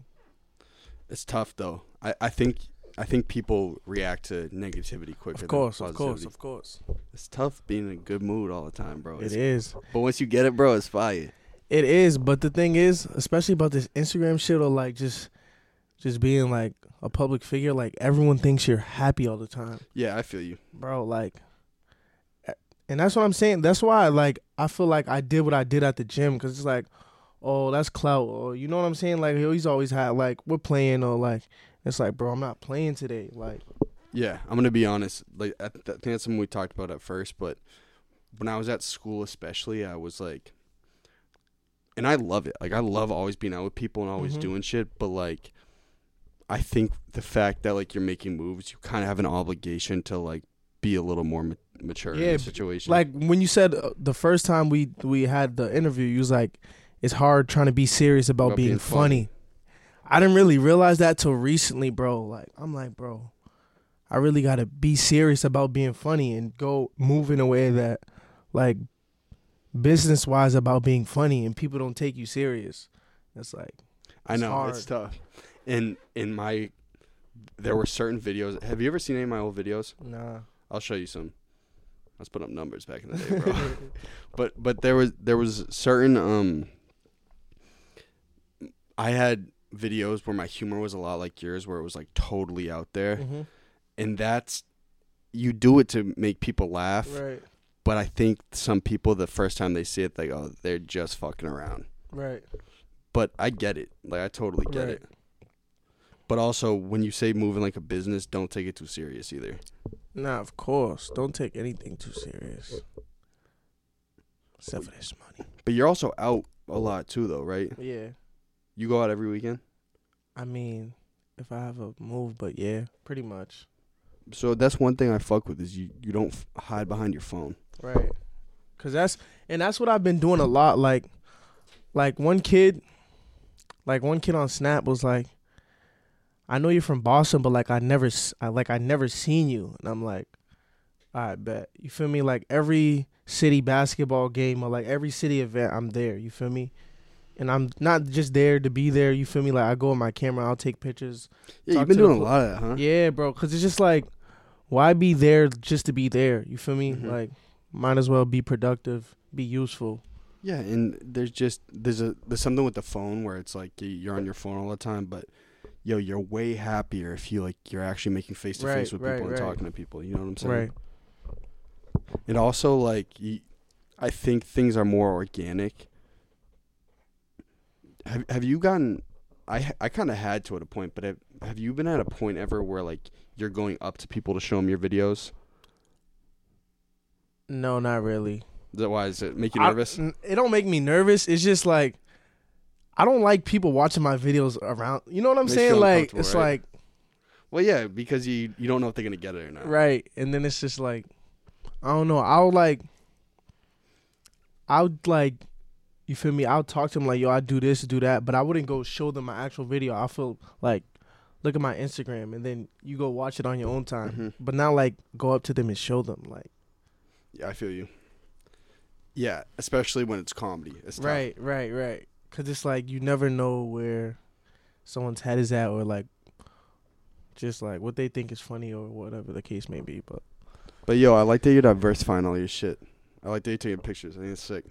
[SPEAKER 1] It's tough though. I, I think I think people react to negativity quicker.
[SPEAKER 2] of course,
[SPEAKER 1] than
[SPEAKER 2] of course,
[SPEAKER 1] positivity.
[SPEAKER 2] of course.
[SPEAKER 1] It's tough being in a good mood all the time, bro.
[SPEAKER 2] It
[SPEAKER 1] It's-
[SPEAKER 2] is.
[SPEAKER 1] But once you get it, bro, it's fire.
[SPEAKER 2] It is, but the thing is, especially about this Instagram shit or like just just being like a public figure, like everyone thinks you're happy all the time.
[SPEAKER 1] Yeah, I feel you.
[SPEAKER 2] bro like and that's what i'm saying that's why like i feel like i did what i did at the gym because it's like oh that's clout or you know what i'm saying like yo, he's always had like we're playing or like it's like bro i'm not playing today like
[SPEAKER 1] Yeah, I'm gonna be honest. Like I, th- I think that's something we talked about at first, but when I was at school, especially, I was like, and I love it. Like I love always being out with people and always
[SPEAKER 2] Mhm.
[SPEAKER 1] doing shit. But like, I think the fact that like you're making moves, you kind of have an obligation to like be a little more ma- mature in
[SPEAKER 2] Yeah,
[SPEAKER 1] the
[SPEAKER 2] b-
[SPEAKER 1] situation.
[SPEAKER 2] like when you said uh, the first time we we had the interview you was like it's hard trying to be serious about,
[SPEAKER 1] About
[SPEAKER 2] being,
[SPEAKER 1] being funny.
[SPEAKER 2] funny. i didn't really realize that till recently bro like i'm like bro i really gotta be serious about being funny and go move in a way that like business wise about being funny and people don't take you serious it's like
[SPEAKER 1] I
[SPEAKER 2] It's
[SPEAKER 1] know
[SPEAKER 2] hard.
[SPEAKER 1] it's tough. And in my, there were certain videos. Have you ever seen any of my old videos?
[SPEAKER 2] nah
[SPEAKER 1] I'll show you some. I was putting up numbers back in the day, bro. but but there was there was certain um. I had videos where my humor was a lot like yours, where it was like totally out there,
[SPEAKER 2] Mhm.
[SPEAKER 1] and that's you do it to make people laugh.
[SPEAKER 2] right
[SPEAKER 1] But I think some people the first time they see it, they go, they're just fucking around
[SPEAKER 2] right
[SPEAKER 1] but I get it. Like I totally get
[SPEAKER 2] Right.
[SPEAKER 1] it. But also, when you say moving like a business, don't take it too serious either.
[SPEAKER 2] nah of course don't take anything too serious except for this money
[SPEAKER 1] But you're also out a lot too, though, right?
[SPEAKER 2] Yeah.
[SPEAKER 1] You go out every weekend,
[SPEAKER 2] I mean, if I have a move, but yeah, pretty much.
[SPEAKER 1] so that's one thing I fuck with is you you don't f- hide behind your phone.
[SPEAKER 2] Right. Cause that's and that's what I've been doing a lot. Like like one kid like one kid on Snap was like, I know you're from Boston, but like I never s- I like I never seen you. And I'm like, I bet. You feel me? Like every city basketball game or like every city event, I'm there. You feel me? And I'm not just there to be there. You feel me? Like I go with my camera, I'll take pictures.
[SPEAKER 1] Yeah,
[SPEAKER 2] Talk
[SPEAKER 1] you've been
[SPEAKER 2] to the
[SPEAKER 1] doing a
[SPEAKER 2] pl-
[SPEAKER 1] lot of that, huh?
[SPEAKER 2] Yeah, bro. Cause it's just like, why be there just to be there? You feel me?
[SPEAKER 1] Mhm.
[SPEAKER 2] Like, might as well be productive, be useful.
[SPEAKER 1] Yeah, and there's just there's a there's something with the phone where it's like y- you're on your phone all the time, but yo, you're way happier if you like you're actually making face to face
[SPEAKER 2] Right,
[SPEAKER 1] with
[SPEAKER 2] right,
[SPEAKER 1] people and
[SPEAKER 2] right.
[SPEAKER 1] talking to people. You know what I'm saying?
[SPEAKER 2] Right.
[SPEAKER 1] It also like y I I think things are more organic. Have Have you gotten? I I kind of had to at a point, but have Have you been at a point ever where like you're going up to people to show them your videos?
[SPEAKER 2] No, not really.
[SPEAKER 1] Is that why does it make you nervous?
[SPEAKER 2] I- n- it don't make me nervous. It's just like I don't like people watching my videos around. You know what I'm
[SPEAKER 1] Makes you
[SPEAKER 2] saying? Like
[SPEAKER 1] uncomfortable,
[SPEAKER 2] it's
[SPEAKER 1] right?
[SPEAKER 2] like
[SPEAKER 1] well, yeah, because you you don't know if they're gonna get it or not.
[SPEAKER 2] Right. And then it's just like I don't know. I'll like I would like you feel me? I'll talk to them like, yo, I do this, do that, but I wouldn't go show them my actual video. I feel like look at my Instagram and then you go watch it on your own time.
[SPEAKER 1] Mhm.
[SPEAKER 2] But not like go up to them and show them like
[SPEAKER 1] Yeah, I feel you. Yeah, especially when it's comedy. It's tough.
[SPEAKER 2] Right, right, right. Cause it's like you never know where someone's head is at or like just like what they think is funny or whatever the case may be, but
[SPEAKER 1] But yo, I like that you're diversifying all your shit. I like that you're taking pictures. I think it's sick.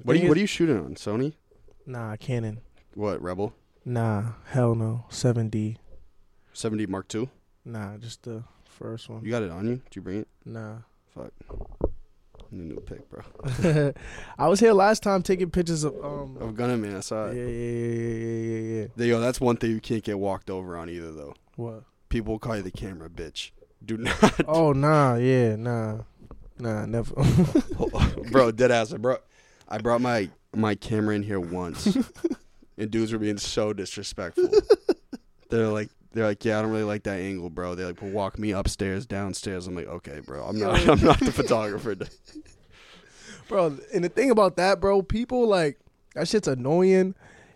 [SPEAKER 1] What are
[SPEAKER 2] thing
[SPEAKER 1] you What
[SPEAKER 2] is-
[SPEAKER 1] are you shooting on? Sony?
[SPEAKER 2] Nah, Canon.
[SPEAKER 1] What Rebel?
[SPEAKER 2] Nah, hell no. 7D.
[SPEAKER 1] 70 Mark II?
[SPEAKER 2] Nah, just the first one.
[SPEAKER 1] You got it on you? Did you bring it?
[SPEAKER 2] Nah.
[SPEAKER 1] Fuck. I need a new pick, bro.
[SPEAKER 2] I was here last time taking pictures of um
[SPEAKER 1] I'm gonna man. I saw
[SPEAKER 2] yeah,
[SPEAKER 1] it.
[SPEAKER 2] yeah, yeah, yeah, yeah, yeah, yeah.
[SPEAKER 1] Yo, that's one thing you can't get walked over on either, though.
[SPEAKER 2] What?
[SPEAKER 1] People call you the camera bitch. Do not,
[SPEAKER 2] Oh nah, yeah, nah. Nah, never.
[SPEAKER 1] bro. Dead ass. I brought I brought my my camera in here once, and dudes were being so disrespectful. They're like. They're like, yeah, I don't really like that angle, bro. They like well, walk me upstairs, downstairs. I'm like, okay, bro, I'm not, I'm not the photographer.
[SPEAKER 2] bro. And the thing about that, bro, people like that shit's annoying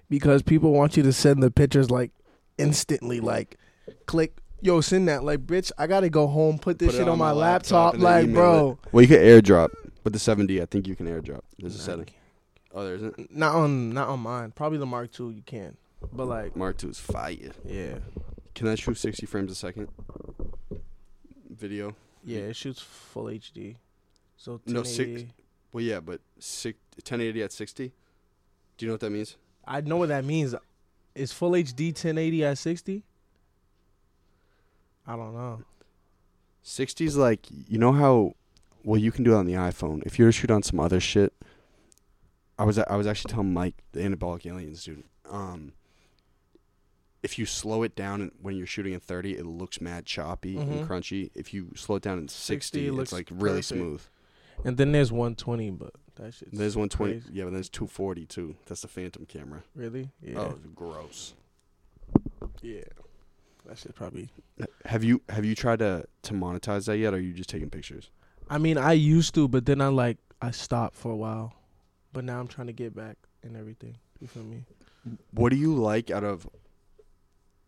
[SPEAKER 2] because people want you to send the pictures like instantly, like click. Yo, send that, like, bitch. I gotta go home, put this
[SPEAKER 1] Put it
[SPEAKER 2] shit on,
[SPEAKER 1] on
[SPEAKER 2] my
[SPEAKER 1] my
[SPEAKER 2] laptop,
[SPEAKER 1] laptop and then
[SPEAKER 2] like,
[SPEAKER 1] email
[SPEAKER 2] bro.
[SPEAKER 1] Well, you can airdrop, but the 7D, I think you can airdrop. There's a setting. Oh, there isn't.
[SPEAKER 2] Not on, not on mine. Probably the Mark II, you can. But like,
[SPEAKER 1] Mark II is fire.
[SPEAKER 2] yeah,
[SPEAKER 1] Can I shoot 60 frames a second? Video.
[SPEAKER 2] yeah, it shoots full HD. So
[SPEAKER 1] No,
[SPEAKER 2] 1080.
[SPEAKER 1] Well, yeah, but six, 1080 at 60. Do you know what that means?
[SPEAKER 2] I know what that means. Is full HD 1080 at 60? I don't know.
[SPEAKER 1] 60 is like you know how well you can do it on the iPhone. If you were to shoot on some other shit, I was I was actually telling Mike, the anabolic aliens dude. Um, if you slow it down when you're shooting in 30, it looks mad choppy
[SPEAKER 2] Mhm.
[SPEAKER 1] and crunchy. If you slow it down in 60,
[SPEAKER 2] 60
[SPEAKER 1] it's
[SPEAKER 2] looks
[SPEAKER 1] like really
[SPEAKER 2] perfect.
[SPEAKER 1] smooth.
[SPEAKER 2] And then there's 120, but that shit's
[SPEAKER 1] There's 120.
[SPEAKER 2] crazy.
[SPEAKER 1] Yeah, but there's 240 too. That's the Phantom camera.
[SPEAKER 2] Really? Yeah.
[SPEAKER 1] Oh, gross.
[SPEAKER 2] Yeah. That shit probably.
[SPEAKER 1] Have you have you tried to to monetize that yet? Or are you just taking pictures?
[SPEAKER 2] I mean, I used to, but then I like I stopped for a while, but now I'm trying to get back and everything. You feel me?
[SPEAKER 1] What do you like out of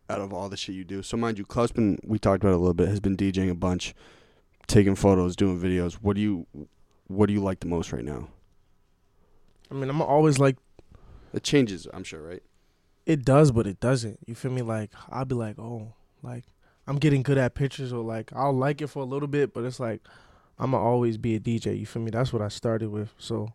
[SPEAKER 1] out of all the shit you do? So mind you, Klaus been we talked about it a little bit has been DJing a bunch, taking photos, doing videos. What do you what do you like the most right now?
[SPEAKER 2] I mean, I'm always like
[SPEAKER 1] It changes, I'm sure, right?
[SPEAKER 2] it does, but it doesn't. You feel me? Like I'll be like, oh, like I'm getting good at pictures, or like I'll like it for a little bit, but it's like I'ma always be a DJ. You feel me? That's what I started with, so.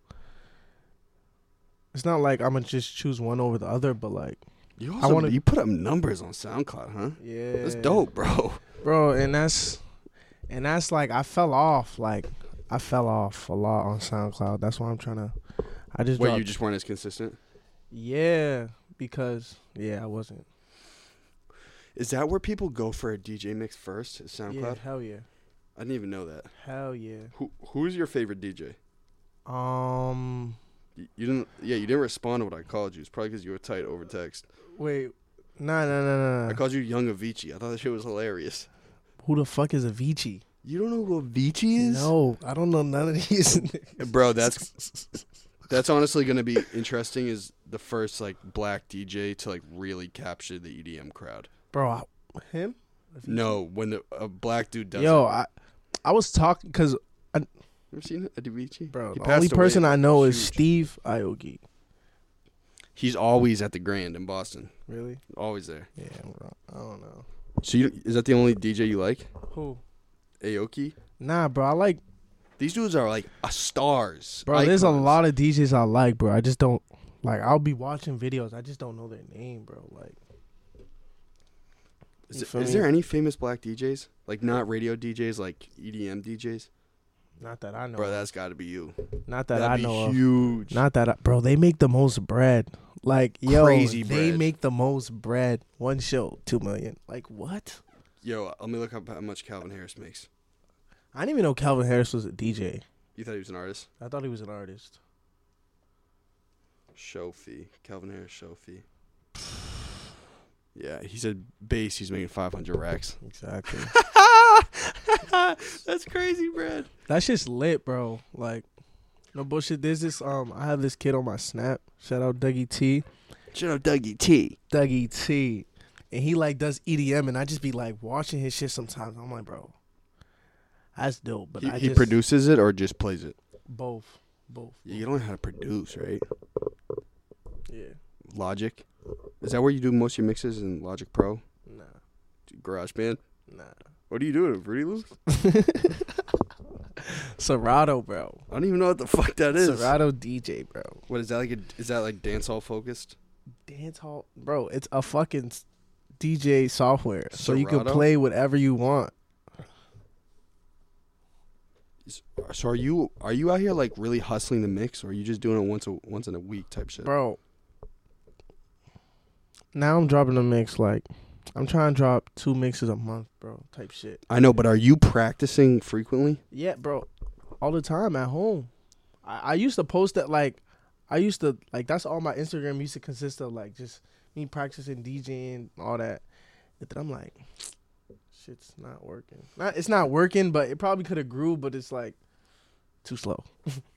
[SPEAKER 2] It's not like I'm gonna just choose one over the other, but like,
[SPEAKER 1] You
[SPEAKER 2] I
[SPEAKER 1] also,
[SPEAKER 2] wanna-
[SPEAKER 1] you put up numbers on SoundCloud, huh?
[SPEAKER 2] yeah,
[SPEAKER 1] That's dope, bro.
[SPEAKER 2] bro and that's and that's like i fell off like i fell off a lot on soundcloud that's why i'm trying to i just
[SPEAKER 1] Wait,
[SPEAKER 2] dropped-
[SPEAKER 1] you just weren't as consistent.
[SPEAKER 2] yeah because yeah i wasn't
[SPEAKER 1] Is that where people go for a DJ mix first? Is SoundCloud?
[SPEAKER 2] yeah hell yeah
[SPEAKER 1] I didn't even know that.
[SPEAKER 2] hell yeah
[SPEAKER 1] Who who's your favorite DJ?
[SPEAKER 2] um
[SPEAKER 1] You, you didn't yeah, you didn't respond to what I called you. It's probably because you were tight over text.
[SPEAKER 2] wait nah nah nah nah,
[SPEAKER 1] I
[SPEAKER 2] nah.
[SPEAKER 1] called you Young Avicii. I thought that shit was hilarious.
[SPEAKER 2] who the fuck is avicii
[SPEAKER 1] You don't know who Avicii is?
[SPEAKER 2] no i don't know none of these
[SPEAKER 1] Bro, that's that's honestly gonna be interesting is the first like black DJ to like really capture the EDM crowd.
[SPEAKER 2] bro I, him
[SPEAKER 1] No, when the a black dude does
[SPEAKER 2] yo
[SPEAKER 1] it.
[SPEAKER 2] i i was talking because
[SPEAKER 1] You ever seen Avicii?
[SPEAKER 2] bro
[SPEAKER 1] He
[SPEAKER 2] the only
[SPEAKER 1] passed away.
[SPEAKER 2] person i know is
[SPEAKER 1] Huge.
[SPEAKER 2] steve iogi
[SPEAKER 1] He's always at the Grand in Boston.
[SPEAKER 2] really
[SPEAKER 1] Always there.
[SPEAKER 2] yeah i'm wrong i don't know
[SPEAKER 1] So you, is that the only DJ you like?
[SPEAKER 2] who
[SPEAKER 1] Aoki?
[SPEAKER 2] Nah, bro. I like,
[SPEAKER 1] These dudes are like uh, stars.
[SPEAKER 2] bro. There's a
[SPEAKER 1] icons.
[SPEAKER 2] lot of DJs I like, bro. I just don't like. I'll be watching videos. I just don't know their name, bro. Like,
[SPEAKER 1] Is,
[SPEAKER 2] You
[SPEAKER 1] th-
[SPEAKER 2] feel
[SPEAKER 1] is
[SPEAKER 2] me?
[SPEAKER 1] E there any famous black DJs? Like not radio DJs, like EDM DJs?
[SPEAKER 2] Not that I know.
[SPEAKER 1] bro.
[SPEAKER 2] of.
[SPEAKER 1] That's got to be you.
[SPEAKER 2] Not that
[SPEAKER 1] That'd
[SPEAKER 2] I
[SPEAKER 1] be
[SPEAKER 2] know. Of.
[SPEAKER 1] huge.
[SPEAKER 2] Not that, I, bro. They make the most bread. Like yo,
[SPEAKER 1] Crazy
[SPEAKER 2] they
[SPEAKER 1] bread.
[SPEAKER 2] make the most bread. One show, two million. Like what?
[SPEAKER 1] Yo, let me look up how much Calvin Harris makes.
[SPEAKER 2] I didn't even know Calvin Harris was a DJ.
[SPEAKER 1] You thought he was an artist?
[SPEAKER 2] I thought he was an artist.
[SPEAKER 1] Show fee. Calvin Harris show fee. Yeah, he said base. He's making five hundred racks.
[SPEAKER 2] Exactly.
[SPEAKER 1] That's crazy, Brad.
[SPEAKER 2] That's just lit, bro. Like, no bullshit. There's this um, I have this kid on my snap. Shout out Dougie T.
[SPEAKER 1] Shout out Dougie T.
[SPEAKER 2] Dougie T. And he like does EDM, and I just be like watching his shit sometimes. I'm like, bro, that's dope. But
[SPEAKER 1] He,
[SPEAKER 2] I
[SPEAKER 1] he
[SPEAKER 2] just
[SPEAKER 1] produces it or just plays it.
[SPEAKER 2] both, both.
[SPEAKER 1] You don't know how to produce, right?
[SPEAKER 2] Yeah,
[SPEAKER 1] Logic. Is that where you do most of your mixes in Logic Pro,
[SPEAKER 2] nah,
[SPEAKER 1] GarageBand?
[SPEAKER 2] nah.
[SPEAKER 1] What do you do in Fruity Loops?
[SPEAKER 2] Serato, bro.
[SPEAKER 1] I don't even know what the fuck that is.
[SPEAKER 2] Serato DJ, bro.
[SPEAKER 1] What is that like? A, is that like dancehall focused?
[SPEAKER 2] Dance hall, bro. It's a fucking s- DJ software, so you can
[SPEAKER 1] Serato?
[SPEAKER 2] play whatever you want.
[SPEAKER 1] Is- So are you are you out here like really hustling the mix, or are you just doing it once a once in a week type shit?
[SPEAKER 2] bro. Now I'm dropping a mix like I'm trying to drop two mixes a month, bro. Type shit.
[SPEAKER 1] I know, but are you practicing frequently?
[SPEAKER 2] Yeah, bro. All the time at home. I, I used to post that like I used to like that's all my Instagram used to consist of like just me practicing DJing all that. But then I'm like, shit's not working. Not it's not working, but it probably could have grew, but it's like too slow.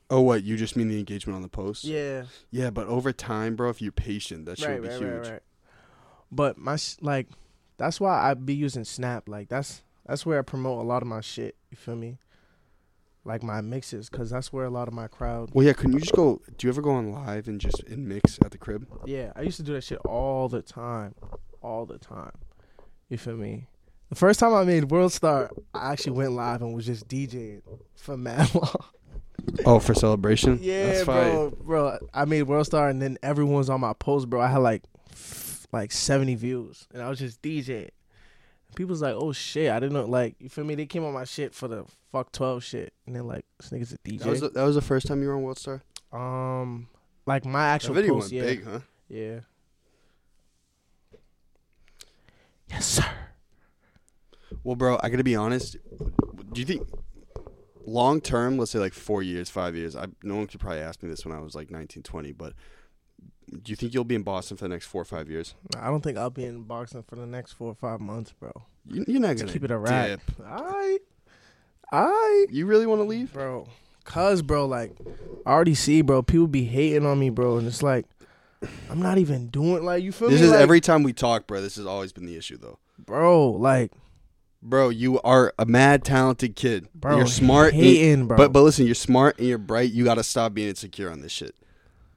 [SPEAKER 1] Oh, what you just mean the engagement on the post?
[SPEAKER 2] Yeah.
[SPEAKER 1] yeah, but over time, bro, if you're patient, that shit
[SPEAKER 2] right,
[SPEAKER 1] would be
[SPEAKER 2] right,
[SPEAKER 1] huge.
[SPEAKER 2] right, right. But my sh- like, that's why I be using Snap. Like that's that's where I promote a lot of my shit. You feel me? Like my mixes, cause that's where a lot of my crowd.
[SPEAKER 1] Well, yeah. Can you just go? Do you ever go on live and just and mix at the crib?
[SPEAKER 2] Yeah, I used to do that shit all the time, all the time. You feel me? The first time I made World Star, I actually went live and was just DJing for mad long.
[SPEAKER 1] Oh, for celebration?
[SPEAKER 2] Yeah,
[SPEAKER 1] That's
[SPEAKER 2] bro, bro. I made World Star, and then everyone's on my post, bro. I had like, f- like seventy views, and I was just DJing. People's like, "Oh shit, I didn't know." Like, you feel me? They came on my shit for the fuck twelve shit, and they're like, "This nigga's a
[SPEAKER 1] That was
[SPEAKER 2] DJ."
[SPEAKER 1] the, that was the first time you were on World Star.
[SPEAKER 2] um, like my actual post, yeah,
[SPEAKER 1] huh?
[SPEAKER 2] yeah. Yes, sir.
[SPEAKER 1] Well, bro, I gotta be honest. Do you think long term, let's say like four years, five years? I no one could probably ask me this when I was like 19, 20, but do you think you'll be in Boston for the next four or five years?
[SPEAKER 2] Nah, I don't think I'll be in boxing for the next four or five months, bro.
[SPEAKER 1] You, you're not
[SPEAKER 2] To
[SPEAKER 1] gonna
[SPEAKER 2] keep it a rack.
[SPEAKER 1] dip.
[SPEAKER 2] All right, all right.
[SPEAKER 1] You really want to leave?
[SPEAKER 2] bro. Cause, bro, like, I already see, bro. People be hating on me, bro, and it's like, I'm not even doing like you feel
[SPEAKER 1] This
[SPEAKER 2] me.
[SPEAKER 1] is
[SPEAKER 2] Like,
[SPEAKER 1] every time we talk, bro. This has always been the issue, though.
[SPEAKER 2] bro, like,
[SPEAKER 1] Bro, you are a mad talented kid.
[SPEAKER 2] Bro,
[SPEAKER 1] you're smart, and-
[SPEAKER 2] hating, bro.
[SPEAKER 1] But but listen, you're smart and you're bright. You gotta stop being insecure on this shit.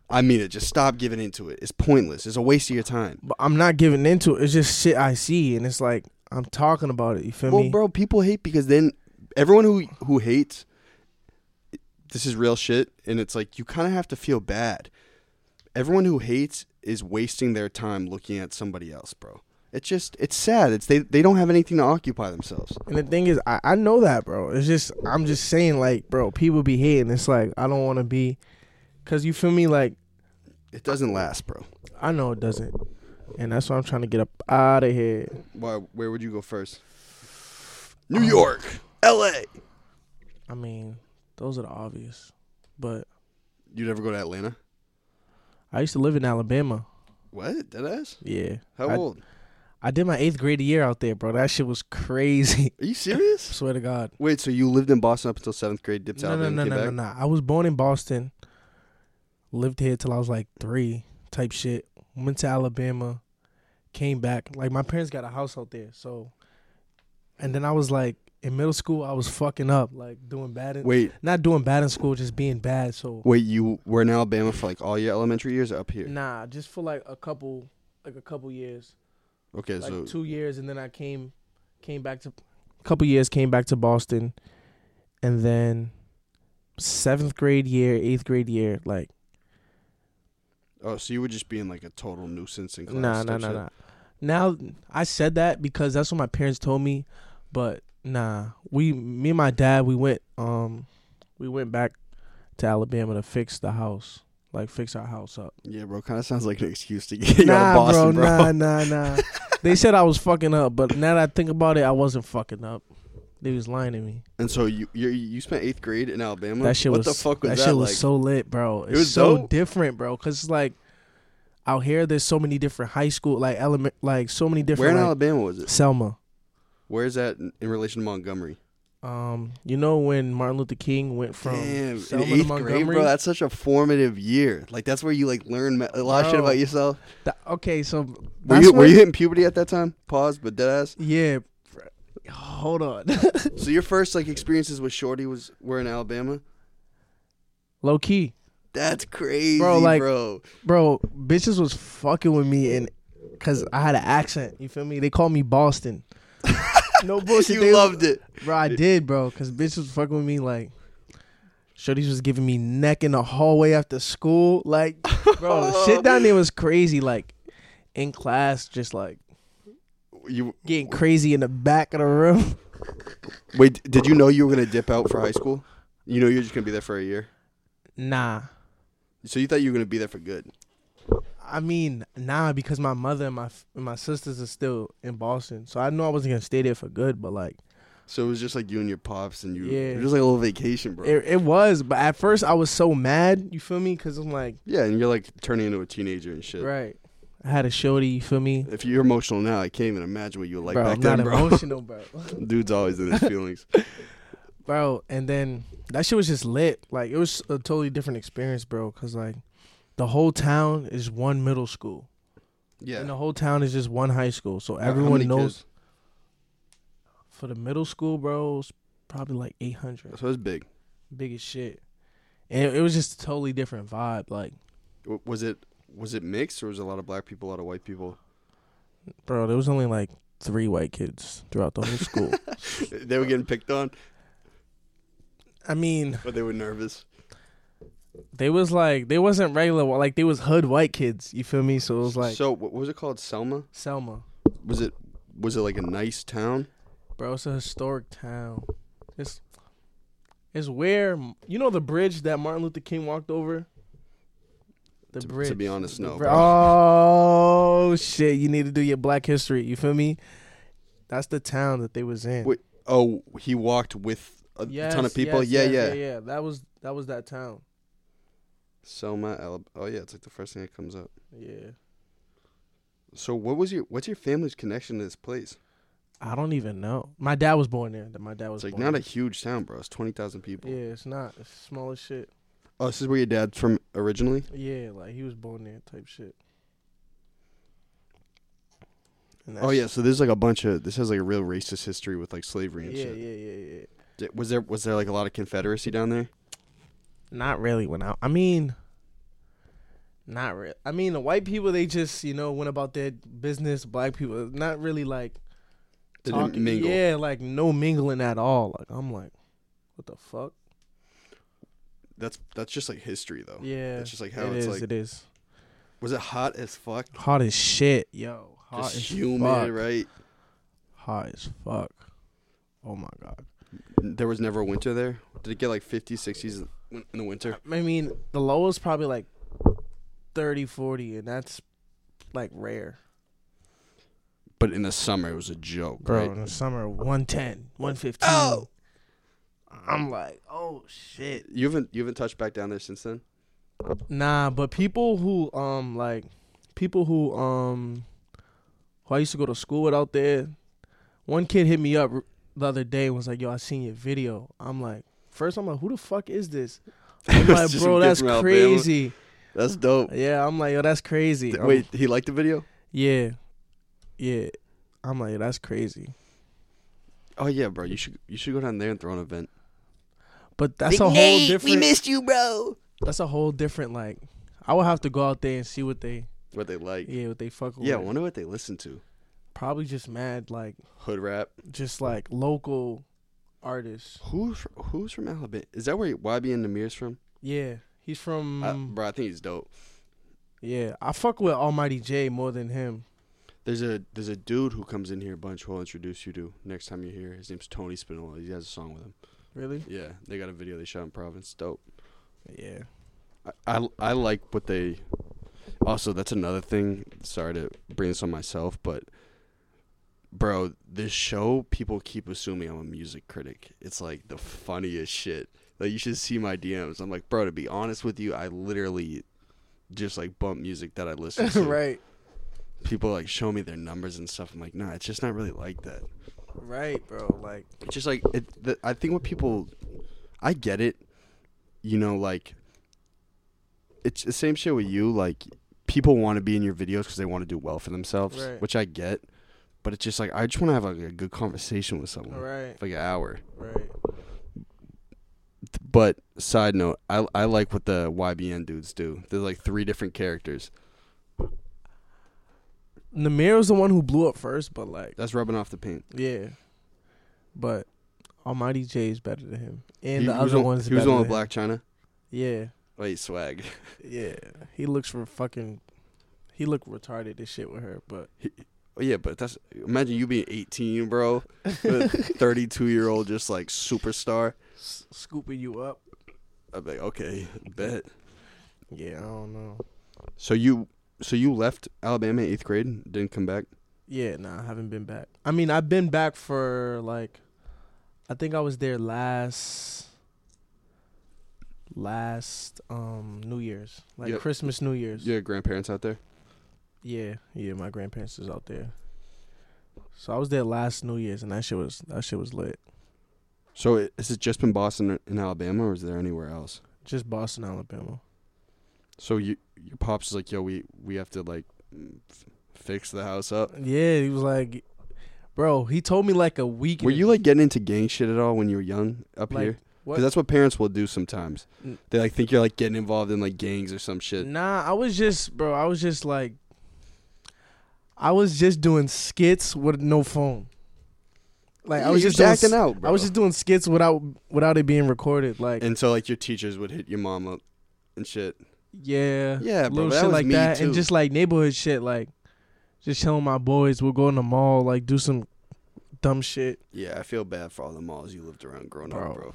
[SPEAKER 1] I mean it. Just stop giving into it. It's pointless. It's a waste of your time.
[SPEAKER 2] but I'm not giving into it. It's just shit I see, and it's like I'm talking about it. You feel
[SPEAKER 1] Well,
[SPEAKER 2] me,
[SPEAKER 1] bro, people hate because then everyone who who hates, this is real shit, and it's like you kind of have to feel bad. Everyone who hates is wasting their time looking at somebody else, bro. It's just it's sad. It's they they don't have anything to occupy themselves.
[SPEAKER 2] And the thing is, I, I know that, bro. It's just I'm just saying, like, bro, people be hating. It's like I don't want to be, cause you feel me, like
[SPEAKER 1] It doesn't last, bro.
[SPEAKER 2] I know it doesn't, and that's why I'm trying to get up out of here.
[SPEAKER 1] Why? Where would you go first? New York, L.A.
[SPEAKER 2] I mean, those are the obvious, but
[SPEAKER 1] You'd ever go to Atlanta?
[SPEAKER 2] I used to live in Alabama.
[SPEAKER 1] What? Dead ass?
[SPEAKER 2] Yeah.
[SPEAKER 1] How
[SPEAKER 2] I,
[SPEAKER 1] old?
[SPEAKER 2] I did my eighth grade year out there, bro. That shit was crazy.
[SPEAKER 1] Are you serious?
[SPEAKER 2] Swear to God.
[SPEAKER 1] Wait, so you lived in Boston up until seventh grade? Dipped
[SPEAKER 2] No,
[SPEAKER 1] out
[SPEAKER 2] no,
[SPEAKER 1] and
[SPEAKER 2] no,
[SPEAKER 1] came
[SPEAKER 2] no,
[SPEAKER 1] back?
[SPEAKER 2] no, no. I was born in Boston. Lived here till I was like three, type shit. Went to Alabama, came back. Like my parents got a house out there, so. And then I was like in middle school, I was fucking up, like doing bad. In,
[SPEAKER 1] Wait,
[SPEAKER 2] not doing bad in school, just being bad. So
[SPEAKER 1] Wait, you were in Alabama for like all your elementary years or up here?
[SPEAKER 2] nah, just for like a couple, like a couple years.
[SPEAKER 1] Okay,
[SPEAKER 2] like
[SPEAKER 1] so
[SPEAKER 2] two years, and then I came, came back to, couple years, came back to Boston, and then seventh grade year, eighth grade year, like
[SPEAKER 1] oh, so you were just being like a total nuisance in class.
[SPEAKER 2] nah,
[SPEAKER 1] type
[SPEAKER 2] nah, nah,
[SPEAKER 1] shit?
[SPEAKER 2] nah. Now I said that because that's what my parents told me, but nah, we, me and my dad, we went um we went back to Alabama to fix the house, like fix our house up.
[SPEAKER 1] Yeah, bro. Kind of sounds like an excuse to get you out of Boston, bro.
[SPEAKER 2] nah, nah, nah. they said I was fucking up, but now that I think about it, I wasn't fucking up. They was lying to me.
[SPEAKER 1] And so you you you spent eighth grade in Alabama.
[SPEAKER 2] That shit
[SPEAKER 1] what
[SPEAKER 2] was
[SPEAKER 1] the fuck was
[SPEAKER 2] that,
[SPEAKER 1] that,
[SPEAKER 2] shit
[SPEAKER 1] like?
[SPEAKER 2] was so lit, bro. It's
[SPEAKER 1] was
[SPEAKER 2] so
[SPEAKER 1] dope.
[SPEAKER 2] different, bro. Cause it's like out here, there's so many different high school, like element, like so many
[SPEAKER 1] Where
[SPEAKER 2] different.
[SPEAKER 1] in
[SPEAKER 2] like,
[SPEAKER 1] Alabama was it?
[SPEAKER 2] Selma.
[SPEAKER 1] Where is that in, in relation to Montgomery?
[SPEAKER 2] Um, you know when Martin Luther King went from
[SPEAKER 1] Damn,
[SPEAKER 2] Selma
[SPEAKER 1] in
[SPEAKER 2] to
[SPEAKER 1] eighth
[SPEAKER 2] Montgomery?
[SPEAKER 1] grade, bro. That's such a formative year. Like that's where you like learn ma- a lot of shit
[SPEAKER 2] Bro.
[SPEAKER 1] about yourself.
[SPEAKER 2] Th- okay, so
[SPEAKER 1] Were
[SPEAKER 2] that's
[SPEAKER 1] you were
[SPEAKER 2] when-
[SPEAKER 1] you hitting puberty at that time? Pause, but dead ass.
[SPEAKER 2] Yeah. br- Hold on.
[SPEAKER 1] So your first like experiences with Shorty was were in Alabama.
[SPEAKER 2] Low key,
[SPEAKER 1] That's crazy,
[SPEAKER 2] Bro,
[SPEAKER 1] bro.
[SPEAKER 2] like-
[SPEAKER 1] bro.
[SPEAKER 2] bro. Bitches was fucking with me and cause I had an accent. You feel me? They called me Boston. no bullshit.
[SPEAKER 1] You
[SPEAKER 2] they-
[SPEAKER 1] loved it.
[SPEAKER 2] Bro, I did, bro, because bitch was fucking with me like. Shorties was giving me neck in the hallway after school. Like, bro, shit down there was crazy. Like, in class, just like
[SPEAKER 1] You
[SPEAKER 2] getting crazy in the back of the room.
[SPEAKER 1] wait. Did you know you were gonna dip out for high school? You know you're just gonna be there for a year.
[SPEAKER 2] Nah.
[SPEAKER 1] So you thought you were gonna be there for good.
[SPEAKER 2] I mean, nah, because my mother and my f- and my sisters are still in Boston. So I know I wasn't going to stay there for good, but like,
[SPEAKER 1] So it was just like you and your pops, and you.
[SPEAKER 2] Yeah.
[SPEAKER 1] It was just like a little vacation, bro.
[SPEAKER 2] it, it was. But at first, I was so mad. You feel me? Because I'm like,
[SPEAKER 1] yeah, and you're like turning into a teenager and shit.
[SPEAKER 2] right. I had a shorty, you feel me?
[SPEAKER 1] If you're emotional now, I can't even imagine what you were like
[SPEAKER 2] bro,
[SPEAKER 1] back
[SPEAKER 2] I'm
[SPEAKER 1] then,
[SPEAKER 2] not
[SPEAKER 1] bro.
[SPEAKER 2] emotional, bro.
[SPEAKER 1] Dude's always in his feelings.
[SPEAKER 2] bro. And then that shit was just lit. Like it was a totally different experience, bro. Cause like the whole town is one middle school,
[SPEAKER 1] yeah.
[SPEAKER 2] and the whole town is just one high school. So
[SPEAKER 1] How- how
[SPEAKER 2] everyone
[SPEAKER 1] many
[SPEAKER 2] knows.
[SPEAKER 1] kids?
[SPEAKER 2] For the middle school, bro, it's probably like eight hundred,
[SPEAKER 1] So it's big.
[SPEAKER 2] big as shit. And it was just a totally different vibe. Like,
[SPEAKER 1] W- Was it was it mixed or was it a lot of black people, a lot of white people?
[SPEAKER 2] bro, there was only like three white kids throughout the whole school.
[SPEAKER 1] They were getting picked on,
[SPEAKER 2] I mean,
[SPEAKER 1] but they were nervous.
[SPEAKER 2] they was like they wasn't regular, like they was hood white kids. You feel me? So it was like
[SPEAKER 1] so what was it called? Selma?
[SPEAKER 2] Selma,
[SPEAKER 1] Was it was it like a nice town?
[SPEAKER 2] Bro, it's a historic town. It's it's where you know the bridge that Martin Luther King walked over. The
[SPEAKER 1] To- to
[SPEAKER 2] bridge.
[SPEAKER 1] be honest,
[SPEAKER 2] The
[SPEAKER 1] no,
[SPEAKER 2] bri-
[SPEAKER 1] bro.
[SPEAKER 2] Oh shit! You need to do your Black History. You feel me? That's the town that they was in.
[SPEAKER 1] Wait, oh, he walked with a ton
[SPEAKER 2] Yes,
[SPEAKER 1] of people.
[SPEAKER 2] yes,
[SPEAKER 1] yeah,
[SPEAKER 2] yes,
[SPEAKER 1] yeah,
[SPEAKER 2] yeah, yeah. That was that was that town.
[SPEAKER 1] Selma, Alabama. Oh yeah, it's like the first thing that comes up.
[SPEAKER 2] Yeah.
[SPEAKER 1] So what was your what's your family's connection to this place?
[SPEAKER 2] I don't even know. My dad was born there. My dad was
[SPEAKER 1] It's like
[SPEAKER 2] born
[SPEAKER 1] not a
[SPEAKER 2] there.
[SPEAKER 1] huge town, bro. It's twenty thousand people.
[SPEAKER 2] Yeah, it's not. It's small as shit.
[SPEAKER 1] Oh, this is where your dad's from originally.
[SPEAKER 2] Yeah, like he was born there type shit. And
[SPEAKER 1] Oh
[SPEAKER 2] that's-
[SPEAKER 1] yeah, so there's like a bunch of this has like a real racist history with like slavery and
[SPEAKER 2] yeah,
[SPEAKER 1] shit.
[SPEAKER 2] Yeah, yeah, yeah.
[SPEAKER 1] Di- Was there was there like a lot of Confederacy down there?
[SPEAKER 2] Not really went out. I mean, not real. I mean, the white people they just you know went about their business. Black people not really like
[SPEAKER 1] They didn't
[SPEAKER 2] talking-
[SPEAKER 1] mingle.
[SPEAKER 2] Yeah, like no mingling at all. Like I'm like, what the fuck?
[SPEAKER 1] That's that's just like history though.
[SPEAKER 2] Yeah,
[SPEAKER 1] That's just like how
[SPEAKER 2] it
[SPEAKER 1] it's
[SPEAKER 2] is,
[SPEAKER 1] like.
[SPEAKER 2] It is
[SPEAKER 1] Was it hot as fuck?
[SPEAKER 2] hot as shit, yo. Hot
[SPEAKER 1] Just
[SPEAKER 2] as
[SPEAKER 1] humid,
[SPEAKER 2] fuck.
[SPEAKER 1] right?
[SPEAKER 2] Hot as fuck. Oh my god.
[SPEAKER 1] There was never a winter there. Did it get like 50s, 60s in the winter?
[SPEAKER 2] I mean, the lowest probably like 30, 40, and that's like rare.
[SPEAKER 1] But in the summer, it was a joke,
[SPEAKER 2] Bro,
[SPEAKER 1] right?
[SPEAKER 2] in the summer, 110, 115.
[SPEAKER 1] Oh!
[SPEAKER 2] I'm like, oh shit.
[SPEAKER 1] You haven't you haven't touched back down there since then.
[SPEAKER 2] Nah, but people who um like people who um who I used to go to school with out there, one kid hit me up the other day and was like, Yo, I seen your video. I'm like, first I'm like, who the fuck is this? I'm
[SPEAKER 1] It was
[SPEAKER 2] like,
[SPEAKER 1] just
[SPEAKER 2] bro,
[SPEAKER 1] a kid
[SPEAKER 2] that's
[SPEAKER 1] from Alabama.
[SPEAKER 2] crazy.
[SPEAKER 1] That's dope.
[SPEAKER 2] Yeah, I'm like, yo, that's crazy.
[SPEAKER 1] Th-
[SPEAKER 2] I'm-
[SPEAKER 1] Wait, he liked the video?
[SPEAKER 2] Yeah. Yeah. I'm like, that's crazy.
[SPEAKER 1] Oh yeah, bro. You should you should go down there and throw an event.
[SPEAKER 2] But that's a whole different
[SPEAKER 1] you, bro.
[SPEAKER 2] that's a whole different like I would have to go out there and see what they
[SPEAKER 1] What they like? Yeah,
[SPEAKER 2] yeah, what they fuck with.
[SPEAKER 1] I wonder what they listen to.
[SPEAKER 2] Probably just mad like
[SPEAKER 1] Hood rap.
[SPEAKER 2] just like local artists.
[SPEAKER 1] Who fr- who's from Alabama? Is that where YB and Namir's from?
[SPEAKER 2] Yeah. He's from
[SPEAKER 1] I- bro, I think he's dope.
[SPEAKER 2] Yeah. I fuck with Almighty J more than him.
[SPEAKER 1] There's a there's a dude who comes in here a bunch. Who I'll introduce you to next time you're here. His name's Tony Spinola. He has a song with him.
[SPEAKER 2] Really?
[SPEAKER 1] Yeah, they got a video they shot in Providence. Dope.
[SPEAKER 2] Yeah.
[SPEAKER 1] I, I, I like what they. Also, that's another thing. Sorry to bring this on myself, but bro, this show people keep assuming I'm a music critic. It's like the funniest shit. Like you should see my DMs. I'm like, bro, to be honest with you, I literally just like bump music that I listen to.
[SPEAKER 2] right.
[SPEAKER 1] People like show me their numbers and stuff. I'm like, nah, it's just not really like that.
[SPEAKER 2] Right, bro. Like
[SPEAKER 1] It's just like it, the, I think what people, I get it, you know, like it's the same shit with you. Like people want to be in your videos because they want to do well for themselves,
[SPEAKER 2] Right.
[SPEAKER 1] which I get. But it's just like I just want to have like, a good conversation with someone,
[SPEAKER 2] right,
[SPEAKER 1] like an hour.
[SPEAKER 2] right.
[SPEAKER 1] But side note, I I like what the YBN dudes do. There's like three different characters.
[SPEAKER 2] Namir was the one who blew up first, but like
[SPEAKER 1] That's rubbing off the paint.
[SPEAKER 2] yeah. But Almighty J is better than him. And
[SPEAKER 1] He-
[SPEAKER 2] the
[SPEAKER 1] he was
[SPEAKER 2] other
[SPEAKER 1] on-
[SPEAKER 2] one's
[SPEAKER 1] he was
[SPEAKER 2] better
[SPEAKER 1] on
[SPEAKER 2] than
[SPEAKER 1] Black China.
[SPEAKER 2] him.
[SPEAKER 1] Wait, swag.
[SPEAKER 2] Yeah. Yeah. He looks for fucking he looked retarded as shit with her, but
[SPEAKER 1] Oh, yeah, but that's imagine you being 18, bro, 32 year old, just like superstar.
[SPEAKER 2] s- scooping you up.
[SPEAKER 1] I'm like, okay, bet.
[SPEAKER 2] Yeah, I don't know.
[SPEAKER 1] So you, so you left Alabama eighth grade, didn't come back.
[SPEAKER 2] Yeah, nah, I haven't been back. I mean, I've been back for like, I think I was there last, last um New Year's, like
[SPEAKER 1] Yep.
[SPEAKER 2] Christmas, New Year's.
[SPEAKER 1] Your grandparents out there.
[SPEAKER 2] Yeah, yeah, my grandparents is out there. So I was there last New Year's, and that shit was that shit was lit.
[SPEAKER 1] So i- has it just been Boston and Alabama, or is there anywhere else?
[SPEAKER 2] Just Boston, Alabama.
[SPEAKER 1] So you, your pops is like, yo, we we have to like f- fix the house up.
[SPEAKER 2] Yeah, he was like, bro. He told me like a week.
[SPEAKER 1] Were
[SPEAKER 2] in-
[SPEAKER 1] you like getting into gang shit at all when you were young up
[SPEAKER 2] Like,
[SPEAKER 1] here?
[SPEAKER 2] what? Mm.
[SPEAKER 1] Because that's what parents will do sometimes.
[SPEAKER 2] N-
[SPEAKER 1] They like think you're like getting involved in like gangs or some shit.
[SPEAKER 2] Nah, I was just, bro. I was just like, I was just doing skits with no phone. Like I was just doing,
[SPEAKER 1] acting out. Bro.
[SPEAKER 2] I was just doing skits without without it being recorded. Like
[SPEAKER 1] and so like your teachers would hit your mom up and shit.
[SPEAKER 2] yeah,
[SPEAKER 1] Yeah, bro,
[SPEAKER 2] little
[SPEAKER 1] that
[SPEAKER 2] shit
[SPEAKER 1] was
[SPEAKER 2] like
[SPEAKER 1] me
[SPEAKER 2] that,
[SPEAKER 1] too.
[SPEAKER 2] and just like neighborhood shit. Like just telling my boys we'll go in the mall, like do some dumb shit.
[SPEAKER 1] Yeah, I feel bad for all the malls you lived around growing
[SPEAKER 2] Bro,
[SPEAKER 1] up, bro.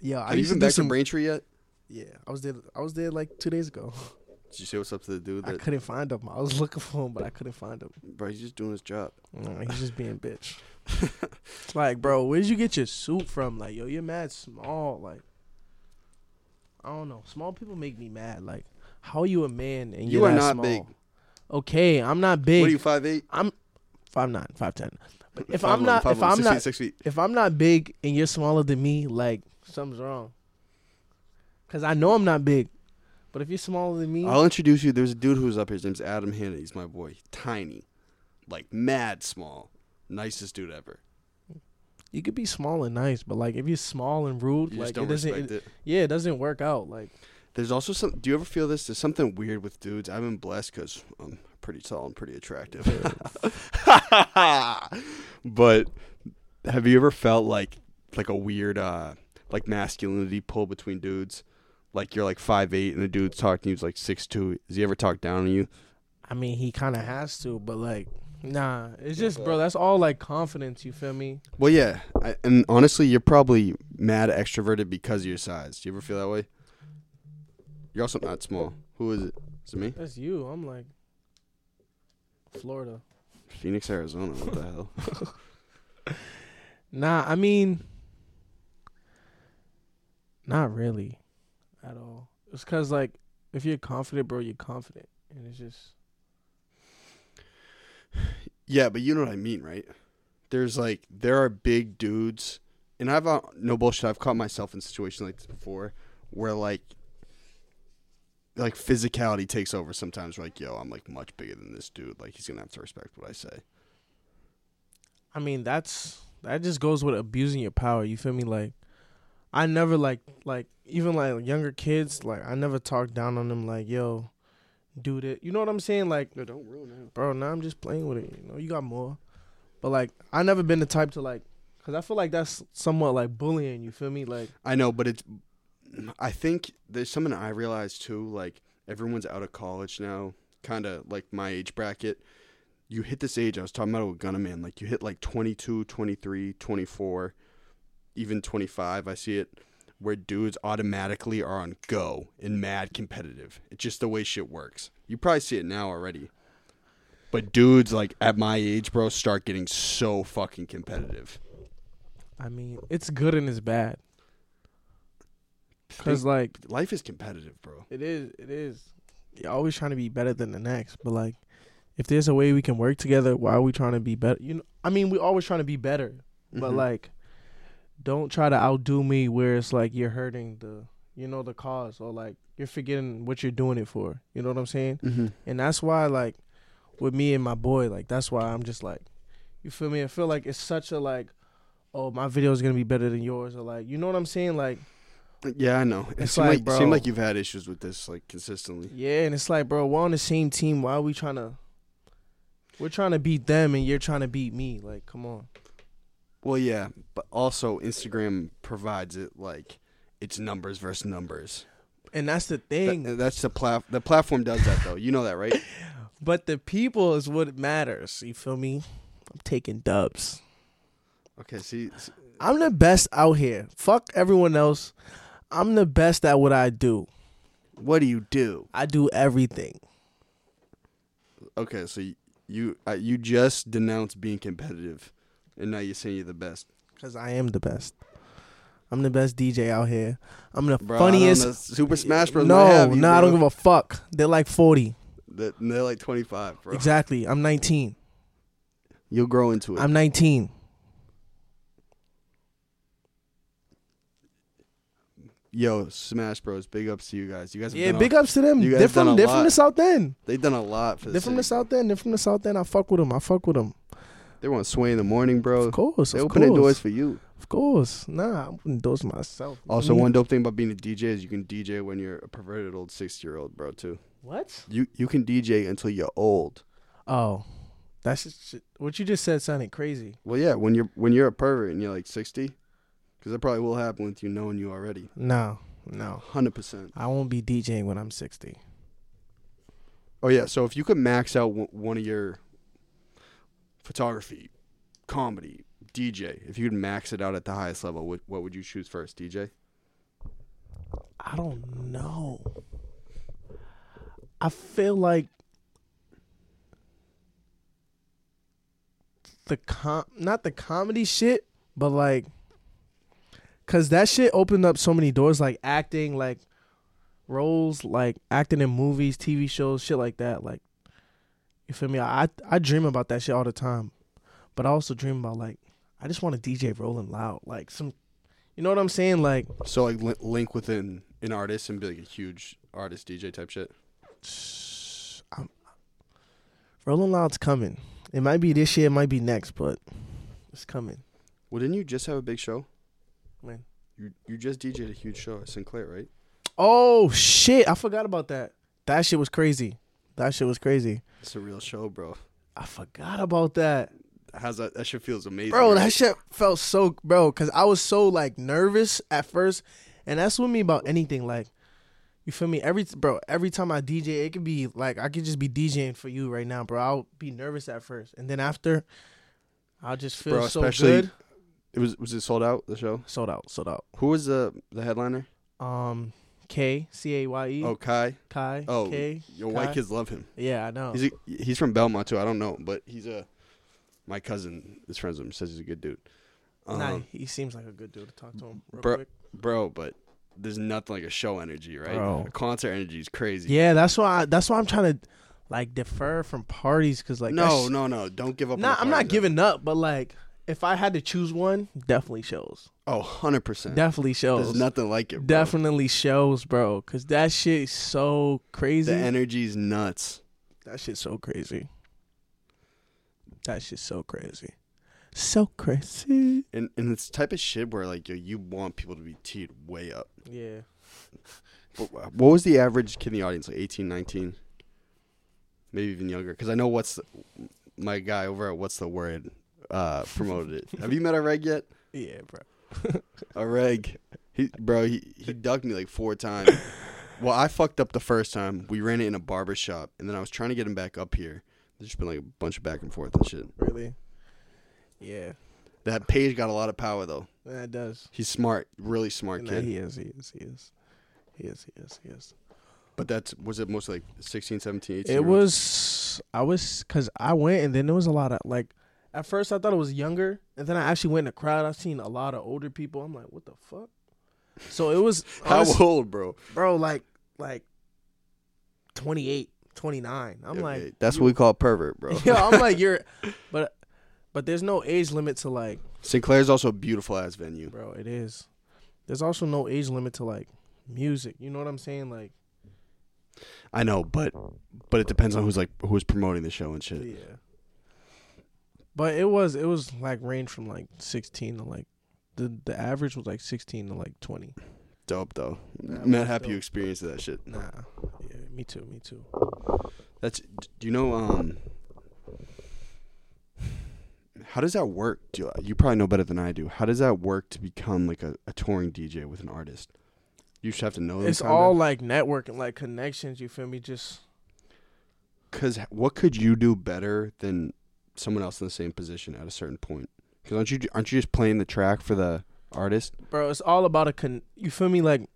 [SPEAKER 2] Yeah, I
[SPEAKER 1] Have you
[SPEAKER 2] used to
[SPEAKER 1] been
[SPEAKER 2] do
[SPEAKER 1] back to
[SPEAKER 2] some.
[SPEAKER 1] Braintree yet?
[SPEAKER 2] yeah, I was there. I was there like two days ago.
[SPEAKER 1] Did you say what's up to the dude?
[SPEAKER 2] I
[SPEAKER 1] That,
[SPEAKER 2] couldn't find him. I was looking for him, but I couldn't find him.
[SPEAKER 1] bro, he's just doing his job.
[SPEAKER 2] No, he's just being bitch. like, bro, where'd you get your suit from? Like, yo, you're mad small. Like, I don't know. Small people make me mad. Like, how are you a man and
[SPEAKER 1] You
[SPEAKER 2] you're
[SPEAKER 1] are
[SPEAKER 2] that
[SPEAKER 1] not
[SPEAKER 2] small?
[SPEAKER 1] big.
[SPEAKER 2] Okay, I'm not
[SPEAKER 1] What are
[SPEAKER 2] big.
[SPEAKER 1] you five eight?
[SPEAKER 2] I'm five nine, five ten. But if I'm not, if I'm not,
[SPEAKER 1] six feet.
[SPEAKER 2] if I'm not big and you're smaller than me, like something's wrong. Cause I know I'm not big, but if you're smaller than me,
[SPEAKER 1] I'll introduce you. There's a dude who's up here. His name's Adam Hanna. He's my boy. Tiny, like mad small. Nicest dude ever.
[SPEAKER 2] you could be small and nice, but like if you're small and rude,
[SPEAKER 1] You
[SPEAKER 2] like
[SPEAKER 1] just don't
[SPEAKER 2] it doesn't,
[SPEAKER 1] respect
[SPEAKER 2] it-
[SPEAKER 1] it.
[SPEAKER 2] yeah, it doesn't work out. Like.
[SPEAKER 1] There's also some. Do you ever feel this? There's something weird with dudes. I've been blessed because I'm pretty tall and pretty attractive. but have you ever felt like like a weird uh like masculinity pull between dudes? Like you're like five eight and the dude's talking to you's like six two. Has he ever talked down on you?
[SPEAKER 2] I mean, he kind of has to, but like, nah, it's just, bro, that's all like confidence. You feel me?
[SPEAKER 1] Well, yeah, I, and honestly, you're probably mad extroverted because of your size. Do you ever feel that way? You're also not small. Who is it? Is it me?
[SPEAKER 2] That's you. I'm like, Florida.
[SPEAKER 1] Phoenix, Arizona. What the hell?
[SPEAKER 2] Nah, I mean, not really, at all. It's cause like, if you're confident, bro, you're confident, and it's just
[SPEAKER 1] Yeah, but you know what I mean, right? There's like there are big dudes, and I've uh, no bullshit. I've caught myself in situations like this before, where like like physicality takes over sometimes. Like, yo, I'm like much bigger than this dude. Like, he's gonna have to respect what I say.
[SPEAKER 2] I mean, that's that just goes with abusing your power. You feel me? Like, I never like like even like younger kids. Like, I never talked down on them. Like, yo, do that. You know what I'm saying? Like,
[SPEAKER 1] No, don't ruin it.
[SPEAKER 2] bro, now I'm just playing with it. You know, you got more. But like, I never been the type to like, cause I feel like that's somewhat like bullying. You feel me? Like,
[SPEAKER 1] I know, but it's. I think there's something I realized too. Like everyone's out of college now, kind of like my age bracket. You hit this age, I was talking about it with Gunnaman, like you hit like 22, 23, 24. even 25, I see it where dudes automatically are on go and mad competitive. It's just the way shit works. You probably see it now already. But dudes like at my age, bro, start getting so fucking competitive.
[SPEAKER 2] I mean, it's good and it's bad. Cause
[SPEAKER 1] Think-
[SPEAKER 2] like
[SPEAKER 1] Life is competitive, bro.
[SPEAKER 2] it is, it is. You're always trying to be better than the next, but like, if there's a way we can work together, why are we trying to be better? You know, I mean, we always trying to be better, but
[SPEAKER 1] Mhm.
[SPEAKER 2] like, don't try to outdo me where it's like you're hurting the, you know, the cause or like you're forgetting what you're doing it for. You know what I'm saying?
[SPEAKER 1] Mhm.
[SPEAKER 2] And that's why, like, with me and my boy, like, that's why I'm just like, you feel me? I feel like it's such a, like, oh, my video is going to be better than yours. Or, like, you know what I'm saying? Like,
[SPEAKER 1] Yeah, I know. It
[SPEAKER 2] It's
[SPEAKER 1] seemed
[SPEAKER 2] like,
[SPEAKER 1] like,
[SPEAKER 2] bro-
[SPEAKER 1] seemed like you've had issues with this like consistently.
[SPEAKER 2] yeah. And it's like, bro, we're on the same team. Why are we trying to, we're trying to beat them and you're trying to beat me. Like, come on.
[SPEAKER 1] Well, yeah, but also Instagram provides it like it's numbers versus numbers.
[SPEAKER 2] And that's the
[SPEAKER 1] Th-
[SPEAKER 2] thing.
[SPEAKER 1] that's the plat- the platform does that though. You know that, right?
[SPEAKER 2] but the people is what matters. You feel me? I'm taking dubs.
[SPEAKER 1] Okay, see, s-
[SPEAKER 2] I'm the best out here. Fuck everyone else. I'm the best at what I do.
[SPEAKER 1] what do you do?
[SPEAKER 2] I do everything.
[SPEAKER 1] Okay, so y- you uh, you just denounced being competitive, and now you're saying you're the best.
[SPEAKER 2] Cause I am the best. I'm the best DJ out here. I'm the
[SPEAKER 1] Bro, I don't know,
[SPEAKER 2] funniest.
[SPEAKER 1] Super Smash Bros.
[SPEAKER 2] No,
[SPEAKER 1] might have you,
[SPEAKER 2] no, I don't
[SPEAKER 1] bro.
[SPEAKER 2] give a fuck. They're like 40.
[SPEAKER 1] Th- They're like 25, bro.
[SPEAKER 2] Exactly. I'm 19.
[SPEAKER 1] You'll grow into it.
[SPEAKER 2] I'm 19.
[SPEAKER 1] Yo, Smash Bros. Big ups to you guys. You guys have
[SPEAKER 2] Yeah,
[SPEAKER 1] done
[SPEAKER 2] big
[SPEAKER 1] a,
[SPEAKER 2] ups to them.
[SPEAKER 1] you guys
[SPEAKER 2] They're
[SPEAKER 1] have done
[SPEAKER 2] from
[SPEAKER 1] a
[SPEAKER 2] they're from
[SPEAKER 1] lot.
[SPEAKER 2] the South End.
[SPEAKER 1] They've done a lot for the
[SPEAKER 2] They're from the
[SPEAKER 1] city.
[SPEAKER 2] South End. They're from the South End. I fuck with them. I fuck with them.
[SPEAKER 1] They want Sway in the morning, bro.
[SPEAKER 2] Of course.
[SPEAKER 1] They
[SPEAKER 2] Of
[SPEAKER 1] opening doors
[SPEAKER 2] course.
[SPEAKER 1] for you.
[SPEAKER 2] Of course. Nah, I'm putting doors myself.
[SPEAKER 1] Also,
[SPEAKER 2] Mm.
[SPEAKER 1] one dope thing about being a DJ is you can DJ when you're a perverted old sixty year old, bro. Too.
[SPEAKER 2] What?
[SPEAKER 1] You you can DJ until you're old.
[SPEAKER 2] Oh, that's just shit. what you just said sounded crazy.
[SPEAKER 1] Well, yeah, when you're when you're a pervert and you're like sixty, because that probably will happen with you knowing you already.
[SPEAKER 2] No, no.
[SPEAKER 1] Hundred percent.
[SPEAKER 2] I won't be DJing when I'm 60.
[SPEAKER 1] Oh yeah. So if you could max out w- one of your photography, comedy, DJ, if you could max it out at the highest level, what, what would you choose first, DJ?
[SPEAKER 2] I don't know. I feel like the com not the comedy shit, but like cuz that shit opened up so many doors like acting, like roles, like acting in movies, TV shows, shit like that, like you feel me? I I dream about that shit all the time. But I also dream about like I just want a DJ rolling loud, like some you know what I'm saying? Like
[SPEAKER 1] So like li- link within an artist and be like a huge artist DJ type shit.
[SPEAKER 2] I'm, Rolling Loud's coming. It might be this year, it might be next, but it's coming.
[SPEAKER 1] Well, didn't you just have a big show?
[SPEAKER 2] When?
[SPEAKER 1] You you just DJ'd a huge show at Sinclair, right?
[SPEAKER 2] Oh shit! I forgot about that. That shit was crazy. That shit was crazy.
[SPEAKER 1] It's a real show, bro.
[SPEAKER 2] I forgot about that,
[SPEAKER 1] How's that? That shit feels amazing,
[SPEAKER 2] bro.
[SPEAKER 1] right?
[SPEAKER 2] That shit felt so, bro, because I was so like nervous at first, and that's with me about anything. Like, you feel me? Every bro, every time I DJ, it could be like I could just be DJing for you right now, bro. I'll be nervous at first, and then after, I'll just feel
[SPEAKER 1] Bro,
[SPEAKER 2] so
[SPEAKER 1] especially-
[SPEAKER 2] good.
[SPEAKER 1] it was was it sold out the show?
[SPEAKER 2] Sold out, sold out.
[SPEAKER 1] Who was the the headliner?
[SPEAKER 2] Um, K C A Y E.
[SPEAKER 1] Oh, Kai.
[SPEAKER 2] Kai.
[SPEAKER 1] Oh,
[SPEAKER 2] K.
[SPEAKER 1] your white
[SPEAKER 2] Kai?
[SPEAKER 1] kids love him.
[SPEAKER 2] Yeah, I know.
[SPEAKER 1] He's a, he's from Belmont too. I don't know, but he's a my cousin is friends with him. Says he's a good dude. Um,
[SPEAKER 2] nah, he seems like a good dude to talk to him. Real
[SPEAKER 1] bro-
[SPEAKER 2] quick.
[SPEAKER 1] bro, but there's nothing like a show energy, right?
[SPEAKER 2] Bro.
[SPEAKER 1] A concert energy is crazy.
[SPEAKER 2] Yeah, that's why. I, that's why I'm trying to like defer from parties because like
[SPEAKER 1] no,
[SPEAKER 2] that's-
[SPEAKER 1] no, no. Don't give up. on
[SPEAKER 2] nah,
[SPEAKER 1] the
[SPEAKER 2] I'm
[SPEAKER 1] party,
[SPEAKER 2] not
[SPEAKER 1] though.
[SPEAKER 2] giving up. But like, if I had to choose one, definitely shows.
[SPEAKER 1] Oh, 100%.
[SPEAKER 2] Definitely shows.
[SPEAKER 1] There's nothing like it, bro.
[SPEAKER 2] definitely shows, bro. Cause that shit is so crazy.
[SPEAKER 1] The energy's nuts.
[SPEAKER 2] that shit's so crazy. That shit's so crazy. So crazy.
[SPEAKER 1] And and it's the type of shit where like yo, you want people to be teed way up.
[SPEAKER 2] Yeah.
[SPEAKER 1] What, what was the average kid in the audience? Like 18, 19? Maybe even younger. Because I know what's the, my guy over at What's the Word uh, promoted it. Have you met a reg yet?
[SPEAKER 2] Yeah, bro.
[SPEAKER 1] A reg. He, bro, he, he ducked me like four times. Well, I fucked up the first time. We ran it in a barber shop, and then I was trying to get him back up here. There's just been like a bunch of back and forth and shit.
[SPEAKER 2] Really? Yeah.
[SPEAKER 1] That Page got a lot of power though.
[SPEAKER 2] That does.
[SPEAKER 1] He's smart, really smart
[SPEAKER 2] Nah,
[SPEAKER 1] kid.
[SPEAKER 2] he is. He is. He is. He is. He is. He is.
[SPEAKER 1] but that's was it mostly like 16, 17, 18?
[SPEAKER 2] It was. I was because I went and then there was a lot of like. At first, I thought it was younger, and then I actually went in a crowd. I've seen a lot of older people. I'm like, what the fuck? So it was.
[SPEAKER 1] how
[SPEAKER 2] honest-
[SPEAKER 1] old, bro?
[SPEAKER 2] bro? Like, like. 28, 29. I'm
[SPEAKER 1] Yeah,
[SPEAKER 2] like,
[SPEAKER 1] yeah, that's what we call pervert, bro.
[SPEAKER 2] yeah, I'm like you're, but, but there's no age limit to like,
[SPEAKER 1] Sinclair's also a beautiful ass venue.
[SPEAKER 2] bro. It is. There's also no age limit to like music. You know what I'm saying? Like,
[SPEAKER 1] I know, but but it depends on who's like who's promoting the show and shit.
[SPEAKER 2] Yeah. But it was it was like range from like sixteen to like the the average was like sixteen to like twenty.
[SPEAKER 1] Dope though.
[SPEAKER 2] Nah,
[SPEAKER 1] I'm not
[SPEAKER 2] that's
[SPEAKER 1] happy you
[SPEAKER 2] dope.
[SPEAKER 1] experienced that shit.
[SPEAKER 2] Nah. Yeah, me too, me too.
[SPEAKER 1] That's do you know um how does that work? Do you, you probably know better than I do. How does that work to become like a, a touring DJ with an artist? You just have to know them.
[SPEAKER 2] It's
[SPEAKER 1] kinda?
[SPEAKER 2] all like networking, like connections, you feel me? Just
[SPEAKER 1] Because what could you do better than someone else in the same position at a certain point? Because aren't you aren't you just playing the track for the artist?
[SPEAKER 2] bro, it's all about a con you feel me like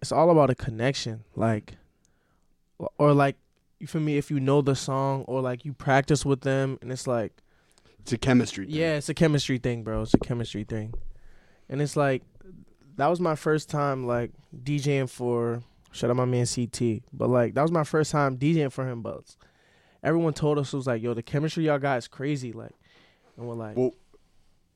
[SPEAKER 2] it's all about a connection. Like or like you feel me if you know the song or like you practice with them and it's like
[SPEAKER 1] It's a chemistry. Thing.
[SPEAKER 2] Yeah, it's a chemistry thing, bro. It's a chemistry thing. And it's like that was my first time like DJing for shout out my man CT. But like that was my first time DJing for him, but everyone told us it was like, yo, the chemistry y'all got is crazy, like and we're like
[SPEAKER 1] Well-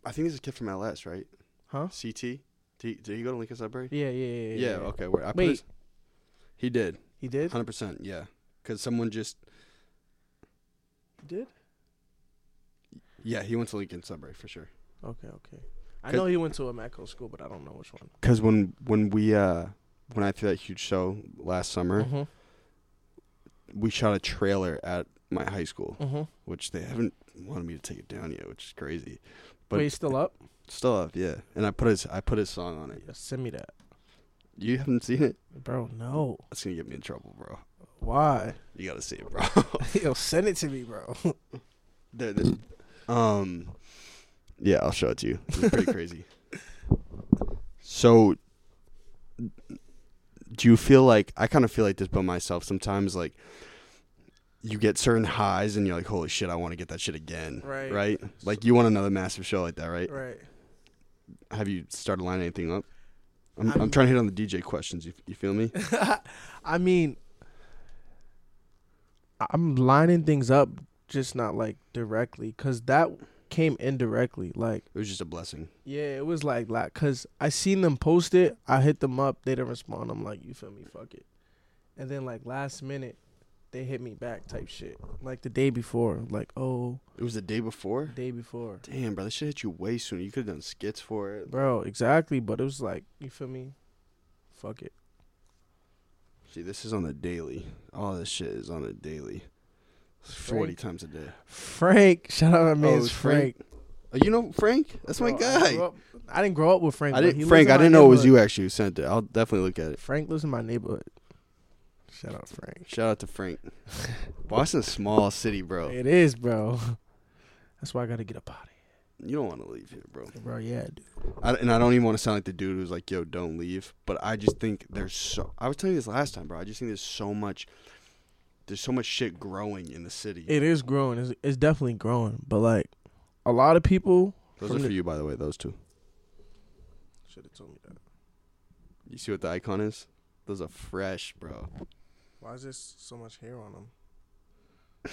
[SPEAKER 1] I think there's a kid from LS, right?
[SPEAKER 2] Huh?
[SPEAKER 1] CT. Did he, did he go to Lincoln Sudbury?
[SPEAKER 2] Yeah, yeah, yeah.
[SPEAKER 1] Yeah. Okay. Where I put
[SPEAKER 2] Wait.
[SPEAKER 1] his- he did.
[SPEAKER 2] He did?
[SPEAKER 1] Hundred percent. Yeah. Because someone just.
[SPEAKER 2] He did?
[SPEAKER 1] Yeah, he went to Lincoln Sudbury for sure.
[SPEAKER 2] Okay, okay. I
[SPEAKER 1] Could-
[SPEAKER 2] know he went to a Macco school, but I don't know which one.
[SPEAKER 1] Because when when we uh when I threw that huge show last summer,
[SPEAKER 2] Mm-hmm,
[SPEAKER 1] we shot a trailer at my high school,
[SPEAKER 2] Mm-hmm. Mm-hmm.
[SPEAKER 1] which they haven't wanted me to take it down yet, which is crazy.
[SPEAKER 2] But
[SPEAKER 1] But-
[SPEAKER 2] he's still up?
[SPEAKER 1] Still up, yeah. And I put his I put his song on it.
[SPEAKER 2] Yeah, send me that.
[SPEAKER 1] You haven't seen it?
[SPEAKER 2] Bro, no.
[SPEAKER 1] That's gonna get me in trouble, bro.
[SPEAKER 2] Why?
[SPEAKER 1] You gotta see it, bro.
[SPEAKER 2] yo, send it to me, bro.
[SPEAKER 1] They're- they're- um, yeah, I'll show it to you. It's pretty crazy. So, do you feel like I kind of feel like this by myself sometimes? Like, you get certain highs and you're like, "Holy shit, I want to get that shit again."
[SPEAKER 2] Right.
[SPEAKER 1] Right. Like you want another massive show like that, right?
[SPEAKER 2] right.
[SPEAKER 1] Have you started lining anything up? I'm,
[SPEAKER 2] I'm-
[SPEAKER 1] I'm trying to hit on the DJ questions. You, you feel me?
[SPEAKER 2] I mean, I'm lining things up, just not like directly, cause that came indirectly. Like,
[SPEAKER 1] It was just a blessing.
[SPEAKER 2] yeah, it was like, like, cause I seen them post it. I hit them up. They didn't respond. I'm like, you feel me? Fuck it. And then like last minute, they hit me back type shit. Like the day before. Like oh,
[SPEAKER 1] It was the day before.
[SPEAKER 2] day before.
[SPEAKER 1] Damn, bro, this shit hit you way sooner. You could have done skits for it.
[SPEAKER 2] Bro, exactly. But it was like, you feel me? Fuck it.
[SPEAKER 1] See, this is on the daily. All this shit is on the daily. Forty times a day.
[SPEAKER 2] Frank, shout out my man,
[SPEAKER 1] it's Frank.
[SPEAKER 2] Frank.
[SPEAKER 1] Oh, you know Frank? That's my
[SPEAKER 2] Bro, I, grew
[SPEAKER 1] guy.
[SPEAKER 2] up- I didn't grow up with Frank.
[SPEAKER 1] I
[SPEAKER 2] but he
[SPEAKER 1] didn't.
[SPEAKER 2] lives
[SPEAKER 1] Frank,
[SPEAKER 2] in
[SPEAKER 1] I
[SPEAKER 2] my
[SPEAKER 1] didn't know it was
[SPEAKER 2] neighborhood.
[SPEAKER 1] you actually who sent it. I'll definitely look at it.
[SPEAKER 2] Frank lives in my neighborhood. Shout out Frank.
[SPEAKER 1] Shout out to Frank. Boston's a small city, bro.
[SPEAKER 2] It is, bro. That's why I gotta get up out of
[SPEAKER 1] You don't want to leave here, bro.
[SPEAKER 2] here, bro. Yeah, dude.
[SPEAKER 1] I, and I don't even want to sound like the dude who's like, "Yo, don't leave." But I just think there's so. I was telling you this last time, bro. I just think there's so much. There's so much shit growing in the city.
[SPEAKER 2] It is growing. It's, it's definitely growing. But like, a lot of people.
[SPEAKER 1] those
[SPEAKER 2] from
[SPEAKER 1] are for
[SPEAKER 2] the-
[SPEAKER 1] you, by the way. Those two.
[SPEAKER 2] Should have told me that.
[SPEAKER 1] You see what the icon is? Those are fresh, bro.
[SPEAKER 2] Why is there so much hair on them?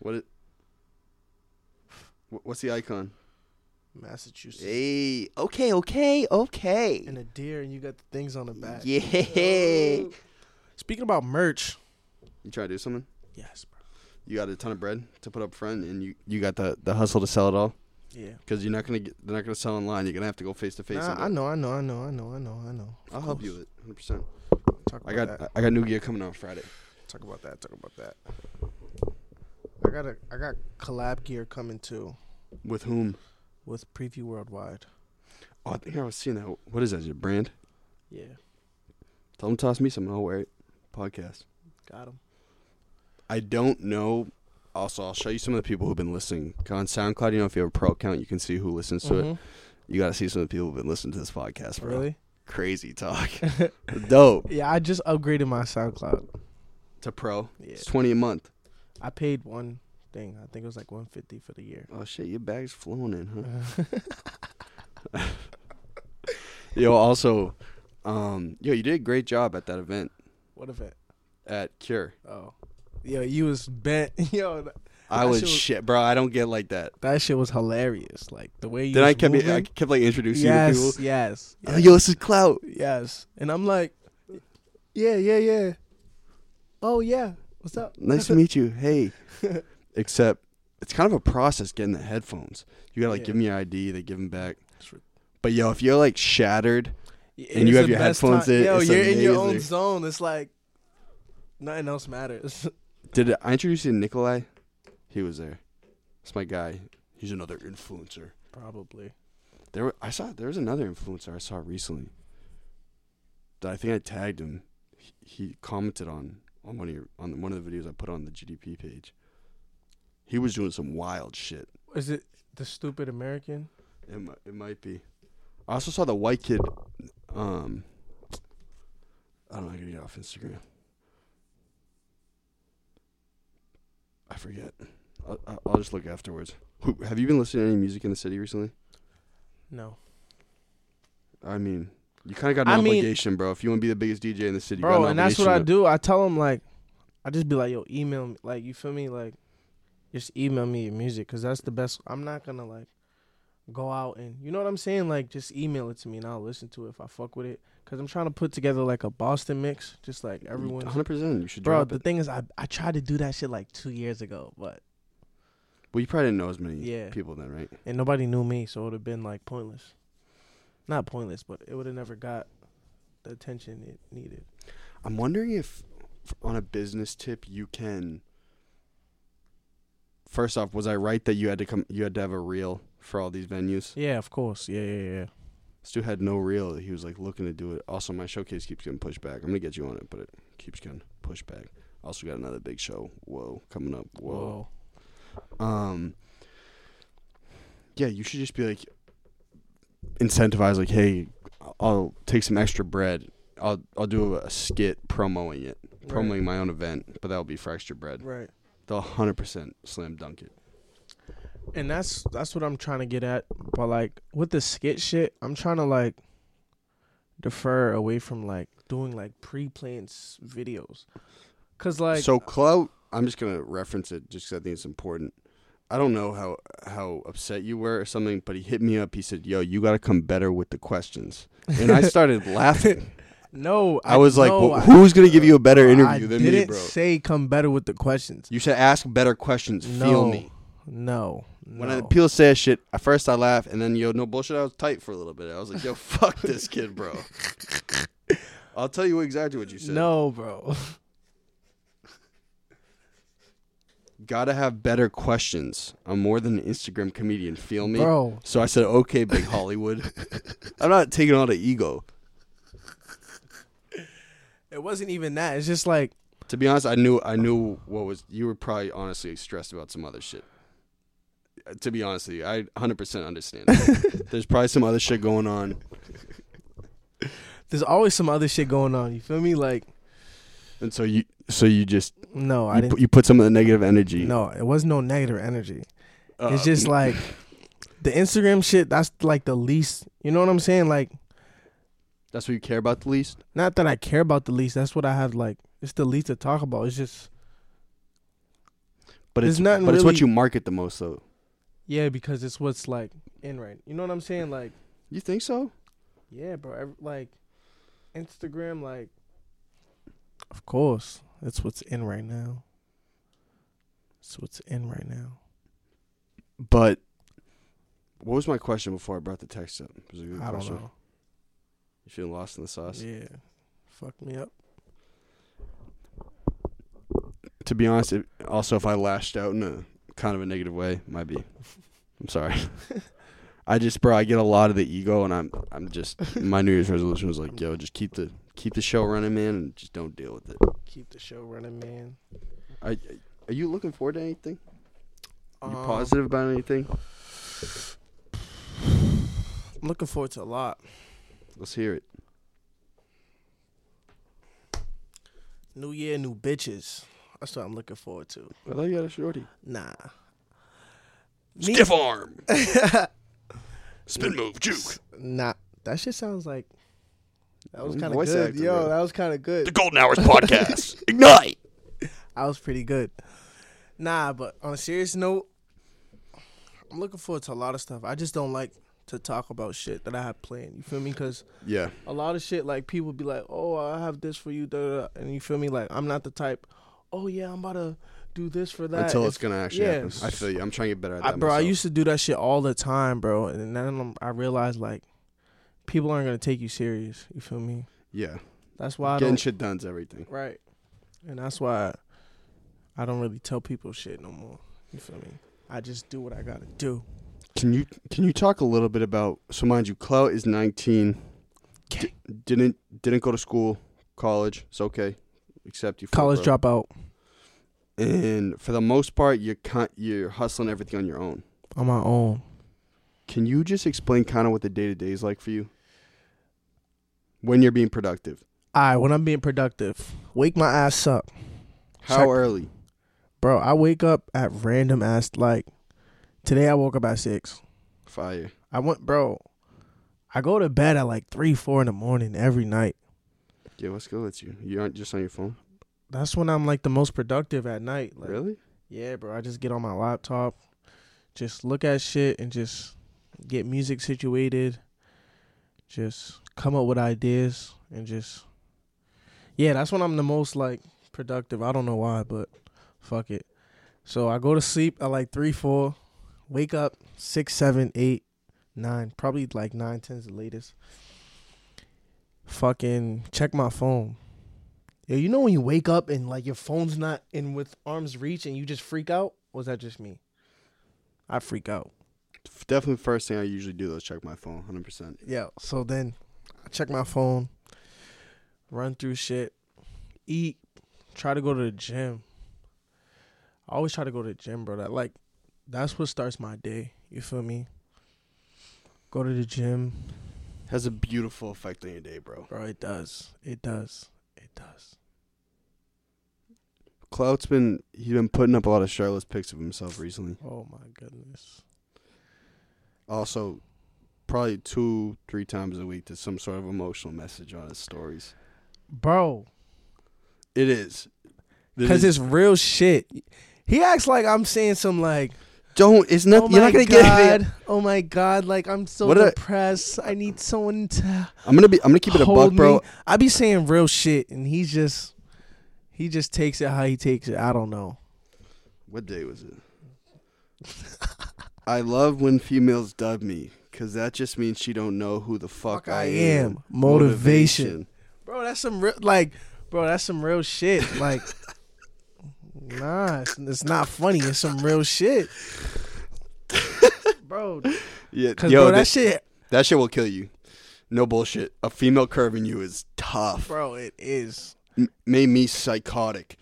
[SPEAKER 1] What it? wh- What's the icon?
[SPEAKER 2] Massachusetts
[SPEAKER 1] Hey, okay, okay, okay.
[SPEAKER 2] and a deer, and you got the things on the back. Oh.
[SPEAKER 1] Yeah.
[SPEAKER 2] Ooh. Speaking about merch.
[SPEAKER 1] You try to do something?
[SPEAKER 2] Yes, bro.
[SPEAKER 1] You got a ton of bread to put up front, and you, you got the, the hustle to sell it all
[SPEAKER 2] Yeah.
[SPEAKER 1] because you're not gonna get, they're not gonna sell online. You're gonna have to go face to face.
[SPEAKER 2] Nah, I know, I know, I know, I know, I know, I know. Of
[SPEAKER 1] I'll help you
[SPEAKER 2] course.
[SPEAKER 1] with it, 100. percent
[SPEAKER 2] Talk
[SPEAKER 1] I
[SPEAKER 2] about
[SPEAKER 1] got
[SPEAKER 2] that.
[SPEAKER 1] I got new gear coming out Friday.
[SPEAKER 2] Talk about that. Talk about that. I got a I got collab gear coming too
[SPEAKER 1] With whom?
[SPEAKER 2] with Preview Worldwide.
[SPEAKER 1] Oh, I think I was seeing that. What is that? Your brand?
[SPEAKER 2] Yeah,
[SPEAKER 1] Tell oh, them to toss me some. and I'll wear it. Podcast.
[SPEAKER 2] got him.
[SPEAKER 1] I don't know. also I'll show you some of the people who've been listening. Go on SoundCloud, you know, if you have a pro account, you can see who listens to it.
[SPEAKER 2] Mhm.
[SPEAKER 1] You got to see some of the people who've been listening to this podcast, bro.
[SPEAKER 2] Really?
[SPEAKER 1] Crazy talk. Dope.
[SPEAKER 2] Yeah, I just upgraded my SoundCloud.
[SPEAKER 1] To pro.
[SPEAKER 2] Yeah,
[SPEAKER 1] It's 20 a month.
[SPEAKER 2] I paid one thing. I think it was like one fifty for the year.
[SPEAKER 1] Oh shit, your bag's flowing in, huh? Yo, also um yo, you did a great job at that event
[SPEAKER 2] what if it?
[SPEAKER 1] at Cure.
[SPEAKER 2] Oh, yo, you was bent. Yo, th-
[SPEAKER 1] I
[SPEAKER 2] That
[SPEAKER 1] was
[SPEAKER 2] shit was-
[SPEAKER 1] shit, bro. I don't get like that.
[SPEAKER 2] that shit was hilarious. Like the way you.
[SPEAKER 1] Then
[SPEAKER 2] was
[SPEAKER 1] I kept
[SPEAKER 2] moving.
[SPEAKER 1] I kept like introducing you to people.
[SPEAKER 2] yes, yes,
[SPEAKER 1] Oh,
[SPEAKER 2] yes,
[SPEAKER 1] yo, this is clout.
[SPEAKER 2] yes, and I'm like, yeah, yeah, yeah. Oh yeah, what's up?
[SPEAKER 1] Nice to meet you. Hey. Except it's kind of a process getting the headphones. You gotta like
[SPEAKER 2] Yeah.
[SPEAKER 1] give them your ID, they give them back.
[SPEAKER 2] It's ri-
[SPEAKER 1] But yo, if you're like shattered,
[SPEAKER 2] Y-
[SPEAKER 1] And you
[SPEAKER 2] it's
[SPEAKER 1] have
[SPEAKER 2] the
[SPEAKER 1] your
[SPEAKER 2] best
[SPEAKER 1] headphones in,
[SPEAKER 2] Yo,
[SPEAKER 1] it's
[SPEAKER 2] you're in your own
[SPEAKER 1] amazing.
[SPEAKER 2] zone. It's like nothing else matters.
[SPEAKER 1] did I introduce you to Nikolai? He was there. That's my guy. He's another influencer.
[SPEAKER 2] Probably.
[SPEAKER 1] There, were, I saw there was another influencer I saw recently that I think I tagged him. He, he commented on on one of your, on one of the videos I put on the GDP page. He was doing some wild shit.
[SPEAKER 2] Is it the stupid American?
[SPEAKER 1] It mi- it might be. I also saw the white kid. Um, I don't know. I gotta get off Instagram. I forget. I'll, I'll- I'll just look afterwards. Who, have you been listening to any music in the city recently?
[SPEAKER 2] No.
[SPEAKER 1] I mean, you kind of got an
[SPEAKER 2] I mean-
[SPEAKER 1] obligation, bro. If you want to be the biggest DJ in the city, you got
[SPEAKER 2] Bro,
[SPEAKER 1] an
[SPEAKER 2] and that's what I
[SPEAKER 1] obligation
[SPEAKER 2] do. I tell them like, I just be like, yo, email me. Like, you feel me? Like, just email me your music because that's the best. I'm not gonna like go out and you know what I'm saying. Like, just email it to me and I'll listen to it if I fuck with it. Cause I'm trying to put together like a Boston mix, just like
[SPEAKER 1] to-
[SPEAKER 2] everyone's.
[SPEAKER 1] 100%. You should
[SPEAKER 2] Bro,
[SPEAKER 1] drop
[SPEAKER 2] the
[SPEAKER 1] it.
[SPEAKER 2] thing is, I I tried to do that shit like two years ago, but
[SPEAKER 1] Well, you probably didn't know as many
[SPEAKER 2] Yeah.
[SPEAKER 1] people then, right?
[SPEAKER 2] and nobody knew me, so it would have been like pointless. Not pointless, but it would have never got the attention it needed.
[SPEAKER 1] I'm wondering if, f- on a business tip, you can. First off, was I right that you had to come? You had to have a reel for all these venues.
[SPEAKER 2] Yeah, of course. Yeah, yeah, yeah.
[SPEAKER 1] Stu had no reel. He was like looking to do it. Also, my showcase keeps getting pushed back. I'm gonna get you on it, but it keeps getting pushed back. Also, got another big show. Whoa, coming up. Whoa.
[SPEAKER 2] Whoa.
[SPEAKER 1] Um. Yeah, you should just be like incentivize. Like, hey, I'll take some extra bread. I'll I'll do a skit promoing it, promoting my own event, but that'll be for extra bread.
[SPEAKER 2] Right.
[SPEAKER 1] They'll hundred percent slam dunk it.
[SPEAKER 2] And that's that's what I'm trying to get at. But like with the skit shit, I'm trying to like defer away from like doing like pre-planned s- videos. Cuz like uh,
[SPEAKER 1] so clout. I'm just gonna reference it just 'cause I think it's important. I don't know how how upset you were or something, but he hit me up. He said, "Yo, you got to come better with the questions," and I started laughing.
[SPEAKER 2] no,
[SPEAKER 1] I was like,
[SPEAKER 2] no,
[SPEAKER 1] well,
[SPEAKER 2] I-
[SPEAKER 1] "Who's gonna give you a better
[SPEAKER 2] I
[SPEAKER 1] interview than
[SPEAKER 2] didn't
[SPEAKER 1] me, bro?"
[SPEAKER 2] say come better with the questions.
[SPEAKER 1] You should ask better questions. Feel
[SPEAKER 2] No,
[SPEAKER 1] me.
[SPEAKER 2] No.
[SPEAKER 1] When
[SPEAKER 2] no.
[SPEAKER 1] I, people say that shit, at first I laugh, and then yo, no bullshit. I was tight for a little bit. I was like, "Yo, fuck this kid, bro." I'll tell you exactly what you said.
[SPEAKER 2] No, bro.
[SPEAKER 1] gotta have better questions. I'm more than an Instagram comedian. Feel me,
[SPEAKER 2] Bro,
[SPEAKER 1] So I said, okay, big Hollywood. I'm not taking on an ego.
[SPEAKER 2] it wasn't even that. It's just like
[SPEAKER 1] To be honest, I knew I knew what was you were probably honestly stressed about some other shit. Uh, To be honest with you, I 100% understand. There's probably some other shit going on.
[SPEAKER 2] there's always some other shit going on. You feel me? Like
[SPEAKER 1] And so you so you just
[SPEAKER 2] no, I
[SPEAKER 1] you,
[SPEAKER 2] didn't.
[SPEAKER 1] put, you put some of the negative energy.
[SPEAKER 2] No, it was no negative energy.
[SPEAKER 1] uh,
[SPEAKER 2] it's just like the Instagram shit. That's like the least. You know what I'm saying? Like
[SPEAKER 1] that's what you care about the least.
[SPEAKER 2] not that I care about the least. That's what I have. Like it's the least to talk about. It's just
[SPEAKER 1] But
[SPEAKER 2] There's
[SPEAKER 1] it's
[SPEAKER 2] nothing
[SPEAKER 1] but it's what
[SPEAKER 2] really-
[SPEAKER 1] you market the most though.
[SPEAKER 2] yeah, because it's what's like in right. You know what I'm saying? Like
[SPEAKER 1] You think so?
[SPEAKER 2] yeah, bro. ev- like Instagram. Like of course, that's what's in right now. That's what's in right now.
[SPEAKER 1] But what was my question before I brought the text up? It was a good
[SPEAKER 2] I don't
[SPEAKER 1] question.
[SPEAKER 2] know.
[SPEAKER 1] You feeling lost in the sauce?
[SPEAKER 2] Yeah, fuck me up.
[SPEAKER 1] to be honest, it, also if I lashed out in a kind of a negative way, might be. I'm sorry. I just, bro, I get a lot of the ego, and I'm, I'm just. My New Year's resolution was like, yo, just keep the, keep the show running, man, and just don't deal with it.
[SPEAKER 2] Keep the show running, man.
[SPEAKER 1] I, Are you looking forward to anything? You
[SPEAKER 2] Um,
[SPEAKER 1] positive about anything?
[SPEAKER 2] I'm looking forward to a lot.
[SPEAKER 1] Let's hear it.
[SPEAKER 2] New year, new bitches. That's what I'm looking forward to.
[SPEAKER 1] I thought you had a shorty.
[SPEAKER 2] Nah. Me-
[SPEAKER 1] Stiff arm. Spin move, juke.
[SPEAKER 2] Nah. That shit sounds like. That was
[SPEAKER 1] Mm,
[SPEAKER 2] kind of
[SPEAKER 1] voice
[SPEAKER 2] good.
[SPEAKER 1] actor,
[SPEAKER 2] Yo,
[SPEAKER 1] bro.
[SPEAKER 2] that was kind of good.
[SPEAKER 1] Golden Hours podcast. Ignite.
[SPEAKER 2] I was pretty good. Nah, but on a serious note, I'm looking forward to a lot of stuff. I just don't like to talk about shit that I have planned. You feel me? Because
[SPEAKER 1] Yeah.
[SPEAKER 2] a lot of shit like people be like, "Oh, I have this for you," da, da, da," and you feel me? Like I'm not the type. Oh yeah, I'm about to do this for that.
[SPEAKER 1] Until
[SPEAKER 2] If-
[SPEAKER 1] it's gonna actually
[SPEAKER 2] yeah.
[SPEAKER 1] happen. I feel you. I'm trying to get better at that.
[SPEAKER 2] I, bro, I
[SPEAKER 1] myself.
[SPEAKER 2] used to do that shit all the time, bro, and then I'm- I realized like people aren't gonna take you serious. You feel me?
[SPEAKER 1] Yeah.
[SPEAKER 2] That's why I
[SPEAKER 1] Getting
[SPEAKER 2] don't,
[SPEAKER 1] shit done's everything.
[SPEAKER 2] right, and that's why I don't really tell people shit no more. You feel me? I just do what I gotta do.
[SPEAKER 1] Can you can you talk a little bit about so mind you, Clout is nineteen. D- didn't didn't go to school, college. It's okay. Except you
[SPEAKER 2] College dropout.
[SPEAKER 1] And for the most part, you're con- you're hustling everything on your own.
[SPEAKER 2] on my own.
[SPEAKER 1] Can you just explain kind of what the day to day is like for you when you're being productive?
[SPEAKER 2] All right, when I'm being productive, wake my ass up.
[SPEAKER 1] How
[SPEAKER 2] Check-
[SPEAKER 1] early?
[SPEAKER 2] Bro, I wake up at random ass like today I woke up at six.
[SPEAKER 1] Fire.
[SPEAKER 2] I went bro, I go to bed at like three, four in the morning every night.
[SPEAKER 1] Yeah, what's good with you? You aren't just on your phone.
[SPEAKER 2] That's when I'm like the most productive at night. Like
[SPEAKER 1] really?
[SPEAKER 2] yeah, bro. I just get on my laptop, just look at shit and just get music situated. Just come up with ideas and just Yeah, that's when I'm the most like productive. I don't know why, but fuck it. So I go to sleep at like three, four, wake up six, seven, eight, nine, probably like nine, ten's the latest. Fucking check my phone. Yo, you know when you wake up and like your phone's not in with arm's reach and you just freak out? Or is that just me? I freak out.
[SPEAKER 1] F- Definitely, first thing I usually do though is check my phone. Hundred percent.
[SPEAKER 2] Yeah. So then I check my phone, run through shit, eat, try to go to the gym. I always try to go to the gym, bro. That like that's what starts my day. You feel me? Go to the gym.
[SPEAKER 1] Has a beautiful effect on your day, bro.
[SPEAKER 2] Bro, it does. It does. It does.
[SPEAKER 1] Clout's been he's been putting up a lot of shirtless pics of himself recently.
[SPEAKER 2] Oh my goodness.
[SPEAKER 1] Also, probably two, three times a week, there's some sort of emotional message on his stories.
[SPEAKER 2] Bro.
[SPEAKER 1] It is. It
[SPEAKER 2] Cause
[SPEAKER 1] is-
[SPEAKER 2] it's real shit. He acts like I'm saying some like
[SPEAKER 1] don't. It's not.
[SPEAKER 2] oh
[SPEAKER 1] you're
[SPEAKER 2] my
[SPEAKER 1] not gonna
[SPEAKER 2] god,
[SPEAKER 1] get anything.
[SPEAKER 2] oh my god, like I'm so
[SPEAKER 1] What a-
[SPEAKER 2] depressed. I need someone to
[SPEAKER 1] I'm gonna be. I'm gonna keep it a buck,
[SPEAKER 2] hold
[SPEAKER 1] bro.
[SPEAKER 2] me. I be saying real shit, and he's just he just takes it how he takes it. I don't know.
[SPEAKER 1] What day was it? I love when females dub me because that just means she don't know who the fuck,
[SPEAKER 2] Fuck I am. Motivation. Bro, that's some real like, bro, that's some real shit. Like, nah, it's, it's not funny. It's some real shit, bro.
[SPEAKER 1] Yeah,
[SPEAKER 2] Cause
[SPEAKER 1] yo,
[SPEAKER 2] bro, that,
[SPEAKER 1] that,
[SPEAKER 2] shit,
[SPEAKER 1] that shit will kill you. No bullshit. A female curving you is tough.
[SPEAKER 2] bro, it is.
[SPEAKER 1] M- made me psychotic.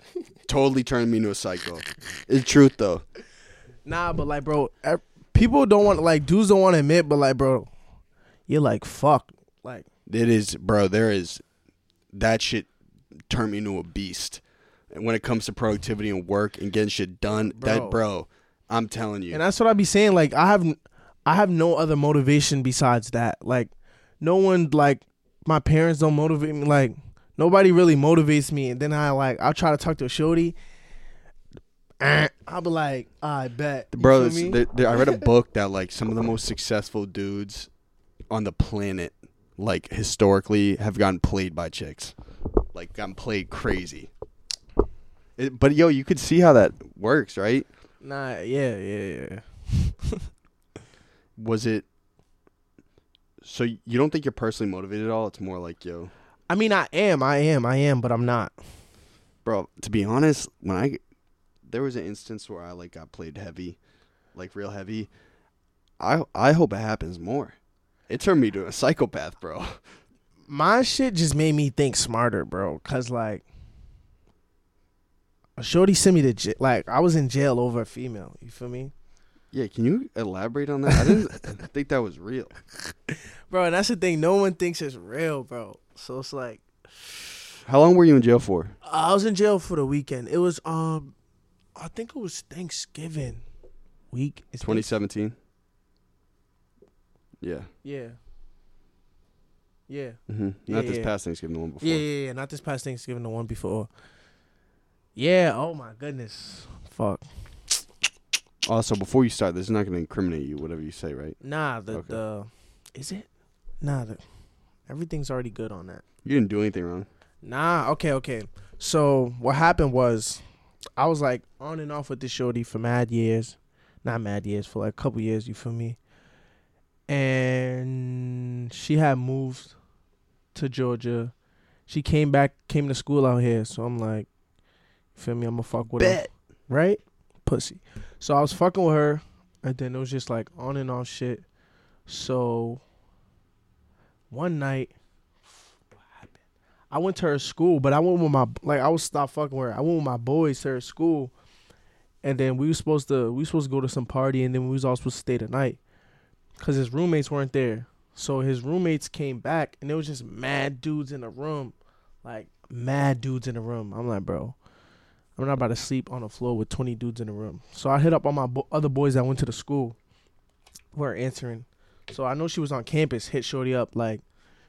[SPEAKER 1] totally turned me into a psycho. It's truth though.
[SPEAKER 2] Nah, but like, bro, ev- E, people don't want like dudes don't want to admit, but like, bro, you're like fuck, like.
[SPEAKER 1] It is, bro. There is that shit turned me into a beast. And when it comes to productivity and work and getting shit done,
[SPEAKER 2] Bro.
[SPEAKER 1] that bro, I'm telling you.
[SPEAKER 2] And that's what I be saying. Like I have, I have no other motivation besides that. Like no one, like my parents don't motivate me. Like nobody really motivates me. And then I like I'll try to talk to a shorty. eh, I'll be like, I bet, You
[SPEAKER 1] bro
[SPEAKER 2] feel
[SPEAKER 1] it's-
[SPEAKER 2] me?
[SPEAKER 1] there- there- i read a book that like some of the most successful dudes on the planet like historically have gotten played by chicks like gotten played crazy It- but yo you could see how that works right
[SPEAKER 2] Nah, yeah, yeah, yeah.
[SPEAKER 1] was it so you don't think you're personally motivated at all it's more like yo
[SPEAKER 2] I mean, I am, I am, I am, but I'm not.
[SPEAKER 1] bro to be honest when i there was an instance where i like got played heavy like real heavy i i hope it happens more it turned me to a psychopath bro
[SPEAKER 2] my shit just made me think smarter, bro. Cause like, Shorty sent me to jail. Like I was in jail over a female. You feel me,
[SPEAKER 1] Yeah, can you elaborate on that? I didn't think that was real.
[SPEAKER 2] bro? And that's the thing. No one thinks it's real, bro. So it's like
[SPEAKER 1] How long were you in jail for?
[SPEAKER 2] I was in jail for the weekend. It was um, I think it was Thanksgiving week. It's
[SPEAKER 1] 2017. Yeah.
[SPEAKER 2] Yeah. Yeah.
[SPEAKER 1] Mm-hmm.
[SPEAKER 2] Yeah,
[SPEAKER 1] Not this
[SPEAKER 2] yeah.
[SPEAKER 1] past Thanksgiving, the one before.
[SPEAKER 2] Yeah, yeah, yeah. Not this past Thanksgiving, the one before. Yeah. Oh my goodness. Fuck.
[SPEAKER 1] Also, before you start, this is not going to incriminate you, whatever you say, right?
[SPEAKER 2] Nah. The
[SPEAKER 1] Okay.
[SPEAKER 2] the. Is it? Nah. The, everything's already good on that.
[SPEAKER 1] You didn't do anything wrong.
[SPEAKER 2] Nah. Okay. Okay. So what happened was, I was like on and off with this shorty for mad years, not mad years for like a couple years. You feel me? And she had moved to Georgia. She came back, came to school out here. So I'm like, you feel me? I'm gonna fuck with her, right? Pussy. So I was fucking with her, and then it was just like on and off shit. So one night, what happened? I went to her school, but I went with my like I would stop fucking with her. I went with my boys to her school, and then we were supposed to we were supposed to go to some party, and then we was all supposed to stay the night, cause his roommates weren't there. So his roommates came back, and there was just mad dudes in the room, like mad dudes in the room. I'm like, bro, I'm not about to sleep on the floor with 20 dudes in the room. So I hit up all my bo- other boys that went to the school, were answering. So I know she was on campus. Hit shorty up like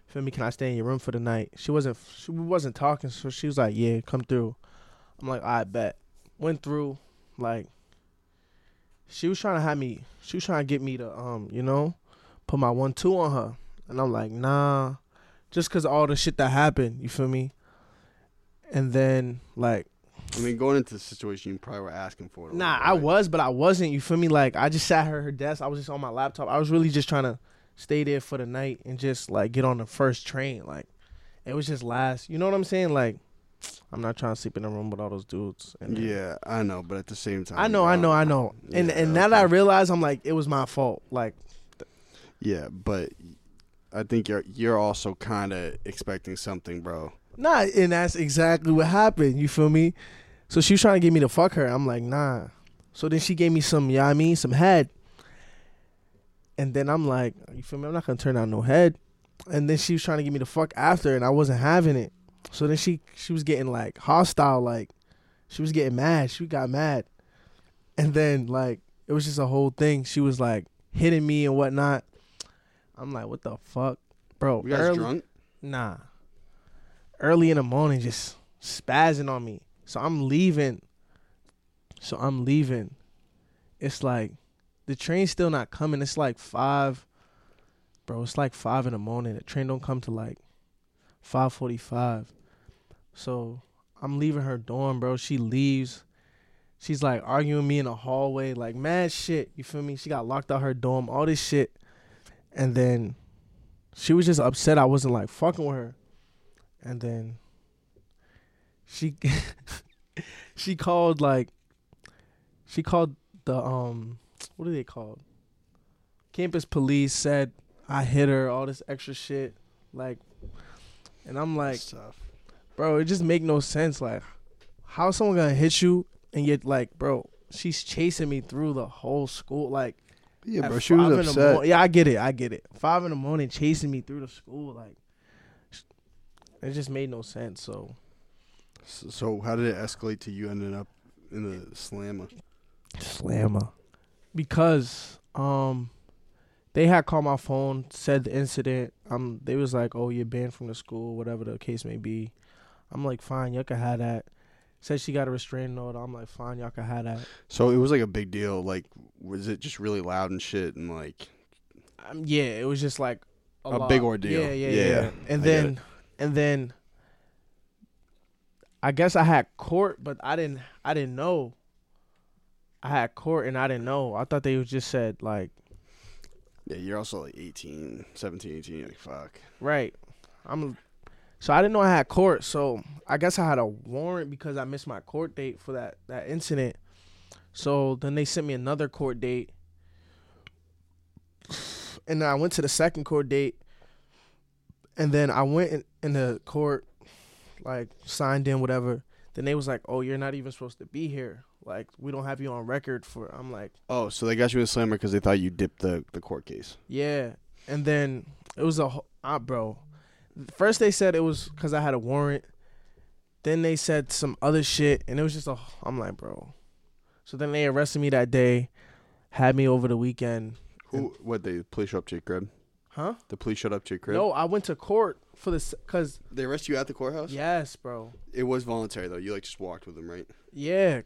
[SPEAKER 2] feel me, can I stay in your room for the night? She wasn't she wasn't talking, so she was like, Yeah, come through. I'm like, I bet. Went through, like she was trying to have me she was trying to get me to um, you know, put my one two on her. And I'm like, nah. Just cause of all the shit that happened, you feel me? And then like
[SPEAKER 1] I mean, going into the situation, you probably were asking for it. a
[SPEAKER 2] Nah,
[SPEAKER 1] little bit,
[SPEAKER 2] I
[SPEAKER 1] right?
[SPEAKER 2] was, but I wasn't. You feel me? Like I just sat her at her desk. I was just on my laptop. I was really just trying to stay there for the night and just like get on the first train. Like it was just last. You know what I'm saying? Like I'm not trying to sleep in the room with all those dudes. And then-
[SPEAKER 1] Yeah, I know, but at the same time,
[SPEAKER 2] I know, I know, I know. And
[SPEAKER 1] Yeah,
[SPEAKER 2] and now that I
[SPEAKER 1] okay.
[SPEAKER 2] realize, I'm like it was my fault. Like
[SPEAKER 1] Yeah, but I think you're you're also kind of expecting something, bro.
[SPEAKER 2] Nah, and that's exactly what happened. You feel me? So she was trying to get me to fuck her. I'm like, nah. So then she gave me some, yeah, I mean, some head. And then I'm like, you feel me? I'm not gonna turn down no head. And then she was trying to get me to fuck after, and I wasn't having it. So then she she was getting like hostile, like she was getting mad. She got mad. And then like it was just a whole thing. She was like hitting me and whatnot. I'm like, what the fuck, bro?
[SPEAKER 1] You guys
[SPEAKER 2] early-
[SPEAKER 1] drunk?
[SPEAKER 2] Nah. Early in the morning, just spazzing on me. So I'm leaving. So I'm leaving. It's like the train's still not coming. It's like five, bro. It's like five in the morning. The train don't come to like five forty-five. So I'm leaving her dorm, bro. She leaves. She's like arguing with me in the hallway, like mad shit. You feel me? She got locked out her dorm, all this shit, and then she was just upset I wasn't like fucking with her. And then she she called like she called the um what are they called? Campus police said I hit her, all this extra shit. Like and I'm like
[SPEAKER 1] Stuff.
[SPEAKER 2] bro, it just make no sense. Like, how is someone gonna hit you and yet, like, bro, she's chasing me through the whole school. Like,
[SPEAKER 1] Yeah,
[SPEAKER 2] at
[SPEAKER 1] bro. She was
[SPEAKER 2] five in the mor-
[SPEAKER 1] upset.
[SPEAKER 2] yeah, I get it. I get it. Five in the morning, chasing me through the school, like, sh- it just made no sense. So,
[SPEAKER 1] S- So how did it escalate to you ending up in the slammer?
[SPEAKER 2] slammer. Because um, they had called my phone, said the incident. Um, they was like, "Oh, you're banned from the school, whatever the case may be." I'm like, "Fine, y'all can have that." Said she got a restraining order. I'm like, "Fine, y'all can have that."
[SPEAKER 1] So it was like a big deal. Like, was it just really loud and shit? And like,
[SPEAKER 2] um, yeah, it was just like
[SPEAKER 1] A
[SPEAKER 2] lot.
[SPEAKER 1] big ordeal.
[SPEAKER 2] Yeah, yeah,
[SPEAKER 1] Yeah,
[SPEAKER 2] yeah. And
[SPEAKER 1] I get
[SPEAKER 2] then, and then, I guess I had court, but I didn't. I didn't know. I had court, and I didn't know. I thought they was just said like,
[SPEAKER 1] yeah, you're also like 18, 17, 18. You're like, fuck.
[SPEAKER 2] right. I'm. So I didn't know I had court. So I guess I had a warrant because I missed my court date for that that incident. So then they sent me another court date. And then I went to the second court date. And then I went in, in the court, like signed in, whatever. Then they was like, "Oh, you're not even supposed to be here. Like, we don't have you on record for." I'm like,
[SPEAKER 1] Oh, so they got you in slammer because they thought you dipped the, the court case.
[SPEAKER 2] "Yeah." And then it was a wh- ah, bro. First they said it was because I had a warrant. Then they said some other shit, and it was just a. wh- I'm like, bro. So then they arrested me that day, had me over the weekend,
[SPEAKER 1] Who? What? They police showed up to your crib.
[SPEAKER 2] huh?
[SPEAKER 1] The police showed up to your crib.
[SPEAKER 2] No, I went to court for this because
[SPEAKER 1] They arrest you at the courthouse.
[SPEAKER 2] yes, bro.
[SPEAKER 1] It was voluntary though. You like just walked with them, right?
[SPEAKER 2] Yeah,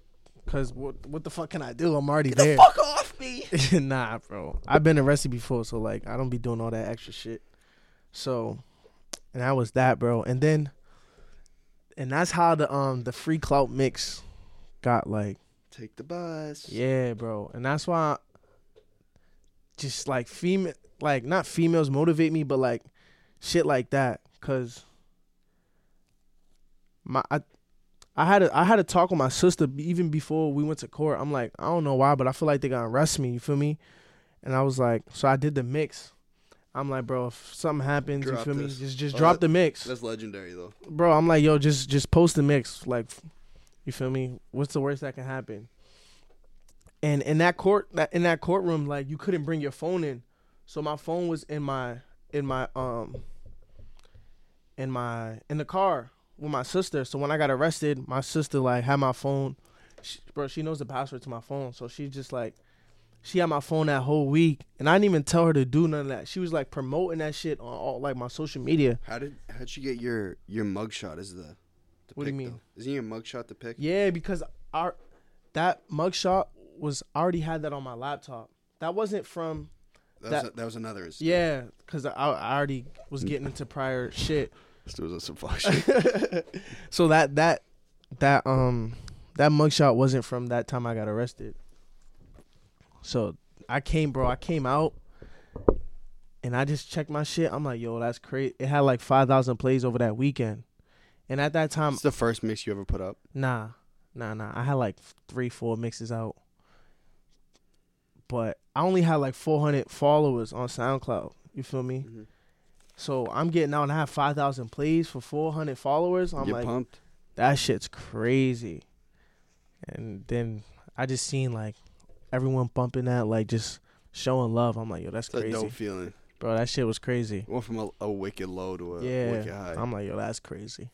[SPEAKER 2] cause what what the fuck can I do? I'm already there.
[SPEAKER 1] Fuck off me.
[SPEAKER 2] nah, bro. I've been arrested before, so like I don't be doing all that extra shit. So, and that was that, bro. And then, and that's how the um the free clout mix got like
[SPEAKER 1] Take the bus.
[SPEAKER 2] yeah, bro. And that's why, just like female, like not females motivate me, but like shit like that, cause my I, I had a I had a talk with my sister b- even before we went to court. I'm like, I don't know why, but I feel like they gonna arrest me. You feel me? And I was like, so I did the mix. I'm like, bro, if something happens,
[SPEAKER 1] Drop
[SPEAKER 2] you feel
[SPEAKER 1] this.
[SPEAKER 2] me? Just just
[SPEAKER 1] Oh,
[SPEAKER 2] drop
[SPEAKER 1] that-
[SPEAKER 2] the mix
[SPEAKER 1] That's legendary though.
[SPEAKER 2] bro, I'm like, yo, just just post the mix. Like, you feel me? What's the worst that can happen? And in that court, that in that courtroom, like you couldn't bring your phone in, so my phone was in my in my um in my in the car with my sister. So when I got arrested, my sister like had my phone. She, bro, she knows the password to my phone, so she just like she had my phone that whole week, and I didn't even tell her to do none of that. She was like promoting that shit on all like my social media.
[SPEAKER 1] How did how'd you get your your mugshot as the, the
[SPEAKER 2] What do you
[SPEAKER 1] pick,
[SPEAKER 2] mean?
[SPEAKER 1] though? Isn't your mugshot the pick?
[SPEAKER 2] Yeah, because our that mugshot was I already had that on my laptop. That wasn't from
[SPEAKER 1] That, was,
[SPEAKER 2] that-
[SPEAKER 1] that was another instance.
[SPEAKER 2] yeah, because I, I already was getting into prior shit.
[SPEAKER 1] This was a supply
[SPEAKER 2] So that that that um that mugshot wasn't from that time I got arrested. So I came, bro. I came out. And I just checked my shit. I'm like, yo, that's crazy. It had like five thousand plays over that weekend, and at that time,
[SPEAKER 1] It's the first mix you ever put up.
[SPEAKER 2] Nah, nah, nah. I had like three, four mixes out, but I only had like 400 followers on SoundCloud. You feel me?
[SPEAKER 1] Mhm.
[SPEAKER 2] So I'm getting out and I have 5,000 plays for 400 followers. I'm
[SPEAKER 1] You're
[SPEAKER 2] like,
[SPEAKER 1] pumped.
[SPEAKER 2] that shit's crazy. And then I just seen like everyone bumping that, like just showing love. I'm like, yo, that's
[SPEAKER 1] It's a
[SPEAKER 2] crazy,
[SPEAKER 1] dope feeling.
[SPEAKER 2] bro. That shit was crazy.
[SPEAKER 1] It went from a, a wicked low to a
[SPEAKER 2] Yeah,
[SPEAKER 1] wicked high.
[SPEAKER 2] I'm like, yo, that's crazy.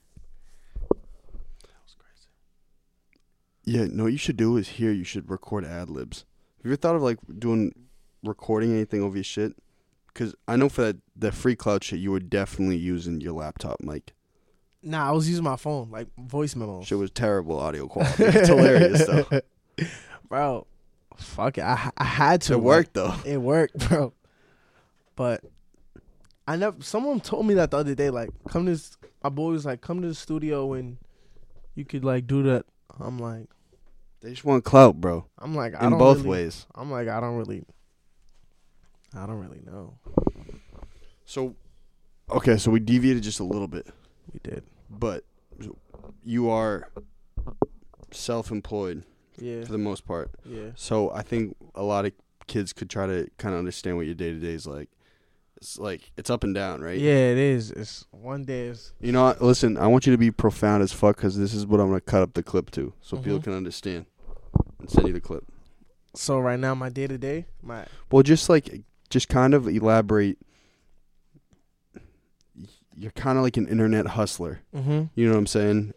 [SPEAKER 2] That was crazy.
[SPEAKER 1] yeah, no, you should do is here. You should record ad libs. Have you ever thought of like doing recording anything over your shit? Because I know for that the free cloud shit, you were definitely using your laptop mic.
[SPEAKER 2] Nah, I was using my phone, like voice memo.
[SPEAKER 1] Shit was terrible audio quality. It's hilarious though.
[SPEAKER 2] bro. Fuck it, I I had to.
[SPEAKER 1] It worked though.
[SPEAKER 2] It worked, bro. But I never. Someone told me that the other day. Like, come to this, my boy was like, come to the studio and you could like do that. I'm like,
[SPEAKER 1] They just want clout, bro.
[SPEAKER 2] I'm like, I
[SPEAKER 1] In
[SPEAKER 2] don't
[SPEAKER 1] both
[SPEAKER 2] really-
[SPEAKER 1] ways.
[SPEAKER 2] I'm like, I don't really, I don't really know.
[SPEAKER 1] So, okay, so we deviated just a little bit,
[SPEAKER 2] We did,
[SPEAKER 1] but you are self-employed
[SPEAKER 2] yeah,
[SPEAKER 1] for the most part.
[SPEAKER 2] yeah,
[SPEAKER 1] So I think a lot of kids could try to kind of understand what your day to day is like. It's like it's up and down, right?
[SPEAKER 2] yeah. It is. It's one day. Is
[SPEAKER 1] You know, what? listen, I want you to be profound as fuck because this is what I'm gonna cut up the clip to, so people
[SPEAKER 2] Mhm.
[SPEAKER 1] can understand and send you the clip.
[SPEAKER 2] so right now my day to day, my
[SPEAKER 1] Well, just like just kind of elaborate. You're kind of like an internet hustler.
[SPEAKER 2] mm-hmm.
[SPEAKER 1] You know what I'm saying?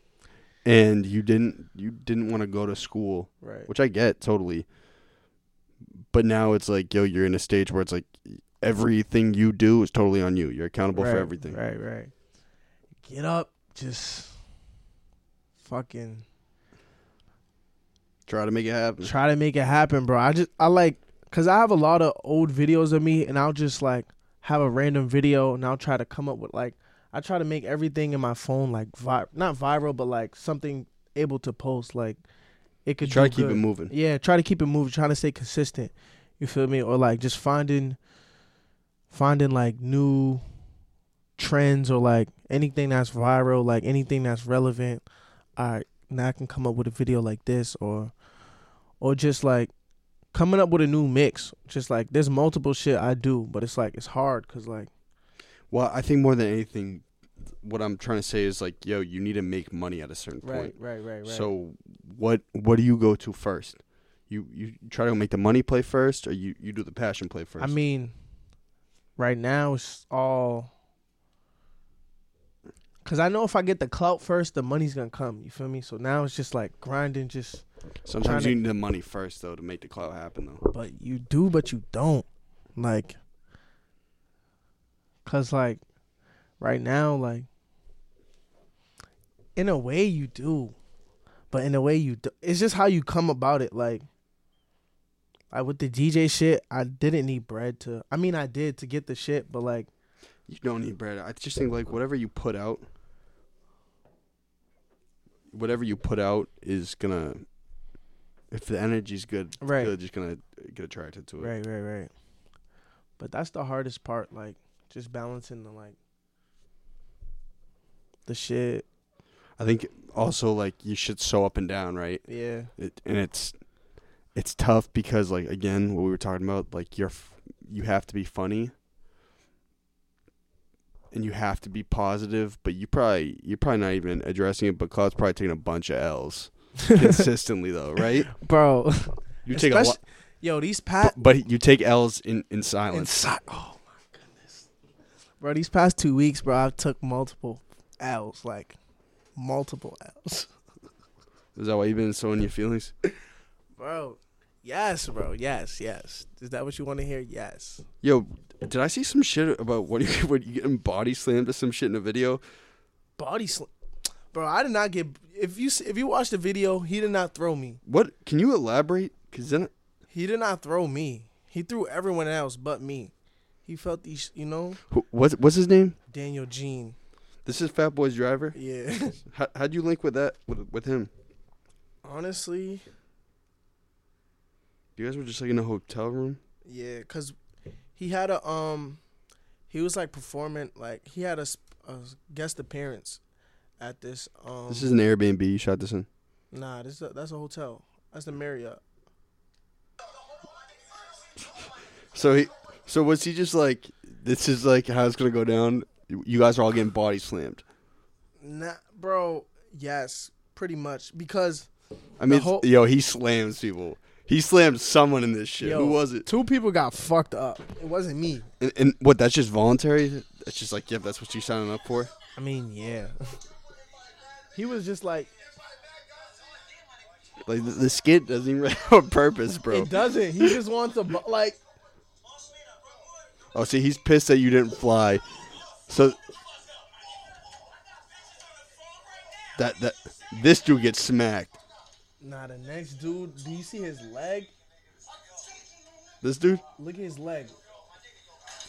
[SPEAKER 1] And you didn't you didn't want to go to school,
[SPEAKER 2] right.
[SPEAKER 1] which I get totally. But now it's like, yo, you're in a stage where it's like everything you do is totally on you. You're accountable for
[SPEAKER 2] Right,
[SPEAKER 1] everything.
[SPEAKER 2] Right, right. Get up, just fucking
[SPEAKER 1] Try to make it happen.
[SPEAKER 2] try to make it happen, bro. I just I like cuz I have a lot of old videos of me and I'll just like have a random video and I'll try to come up with like I try to make everything in my phone like vi- not viral but like something able to post like it could
[SPEAKER 1] Try to
[SPEAKER 2] do
[SPEAKER 1] keep
[SPEAKER 2] good.
[SPEAKER 1] it moving.
[SPEAKER 2] Yeah, try to keep it moving, trying to stay consistent. You feel me? Or like just finding finding like new trends or like anything that's viral, like anything that's relevant. All right, now I can come up with a video like this or or just like coming up with a new mix. Just like there's multiple shit I do, but it's like it's hard cuz like
[SPEAKER 1] Well, I think more than anything, what I'm trying to say is like, yo, you need to make money at a certain
[SPEAKER 2] Right,
[SPEAKER 1] point.
[SPEAKER 2] right, right, right.
[SPEAKER 1] So what what do you go to first? You you try to make the money play first, or you you do the passion play first?
[SPEAKER 2] I mean, right now it's all. Cause I know if I get the clout first, the money's gonna come. You feel me? So now it's just like grinding, just
[SPEAKER 1] sometimes
[SPEAKER 2] tryna-
[SPEAKER 1] you need the money first though to make the clout happen though.
[SPEAKER 2] but you do, but you don't. Like, cause like, right now, like, in a way you do, but in a way you do. It's just how you come about it. Like, like with the DJ shit, I didn't need bread to. I mean, I did to get the shit, but like.
[SPEAKER 1] You don't need bread. I just think like whatever you put out, whatever you put out is gonna. If the energy's good,
[SPEAKER 2] Right.
[SPEAKER 1] you're just gonna get attracted to it.
[SPEAKER 2] Right, right, right. But that's the hardest part, like just balancing the like the shit.
[SPEAKER 1] I think also like you should so up and down, right?
[SPEAKER 2] Yeah.
[SPEAKER 1] It, and it's it's tough because like again, what we were talking about, like you're f- you have to be funny and you have to be positive, but you probably you're probably not even addressing it. But Cloud's probably taking a bunch of L's consistently though, right?
[SPEAKER 2] Bro.
[SPEAKER 1] You take a lot,
[SPEAKER 2] Especially- Yo, these
[SPEAKER 1] but,
[SPEAKER 2] past
[SPEAKER 1] but you take L's in in silence.
[SPEAKER 2] inside oh my goodness. Bro, these past two weeks, bro, I've took multiple L's, like multiple L's.
[SPEAKER 1] Is that why you've been so in your feelings?
[SPEAKER 2] Bro. Yes, bro. Yes, yes. Is that what you want to hear? Yes.
[SPEAKER 1] Yo, did I see some shit about what you what you getting body slammed to some shit in a video?
[SPEAKER 2] Body slam. Bro, I did not get if you s- if you watch the video, he did not throw me.
[SPEAKER 1] What can you elaborate? Because then
[SPEAKER 2] He did not throw me. He threw everyone else but me. He felt these, you know,
[SPEAKER 1] Who, what's what's his name?
[SPEAKER 2] Daniel Jean.
[SPEAKER 1] This is Fat Boy's driver.
[SPEAKER 2] Yeah.
[SPEAKER 1] How how'd you link with that with with him?
[SPEAKER 2] Honestly,
[SPEAKER 1] You guys were just like in a hotel room.
[SPEAKER 2] yeah, cuz he had a um he was like performing like he had a, sp- a guest appearance at this um
[SPEAKER 1] This is an Airbnb. You shot this in.
[SPEAKER 2] Nah, this is a, that's a hotel. That's the Marriott.
[SPEAKER 1] So he, so was he just like, this is like how it's gonna go down? You you guys are all getting body slammed.
[SPEAKER 2] Nah, bro. Yes, pretty much because
[SPEAKER 1] I mean,
[SPEAKER 2] The whole-
[SPEAKER 1] yo, he slams people. He slammed someone in this shit.
[SPEAKER 2] Yo.
[SPEAKER 1] Who was it?
[SPEAKER 2] two people got fucked up. It wasn't me.
[SPEAKER 1] And, and what? That's just voluntary. That's just like, yep, that's what you signing up for.
[SPEAKER 2] I mean, yeah. he was just like
[SPEAKER 1] Like the, the skit doesn't even have a purpose, bro.
[SPEAKER 2] It doesn't. He just wants to bu- like.
[SPEAKER 1] Oh, see, he's pissed that you didn't fly. So that that this dude gets smacked.
[SPEAKER 2] Nah, the next dude. Do you see his leg?
[SPEAKER 1] This dude.
[SPEAKER 2] Look at his leg.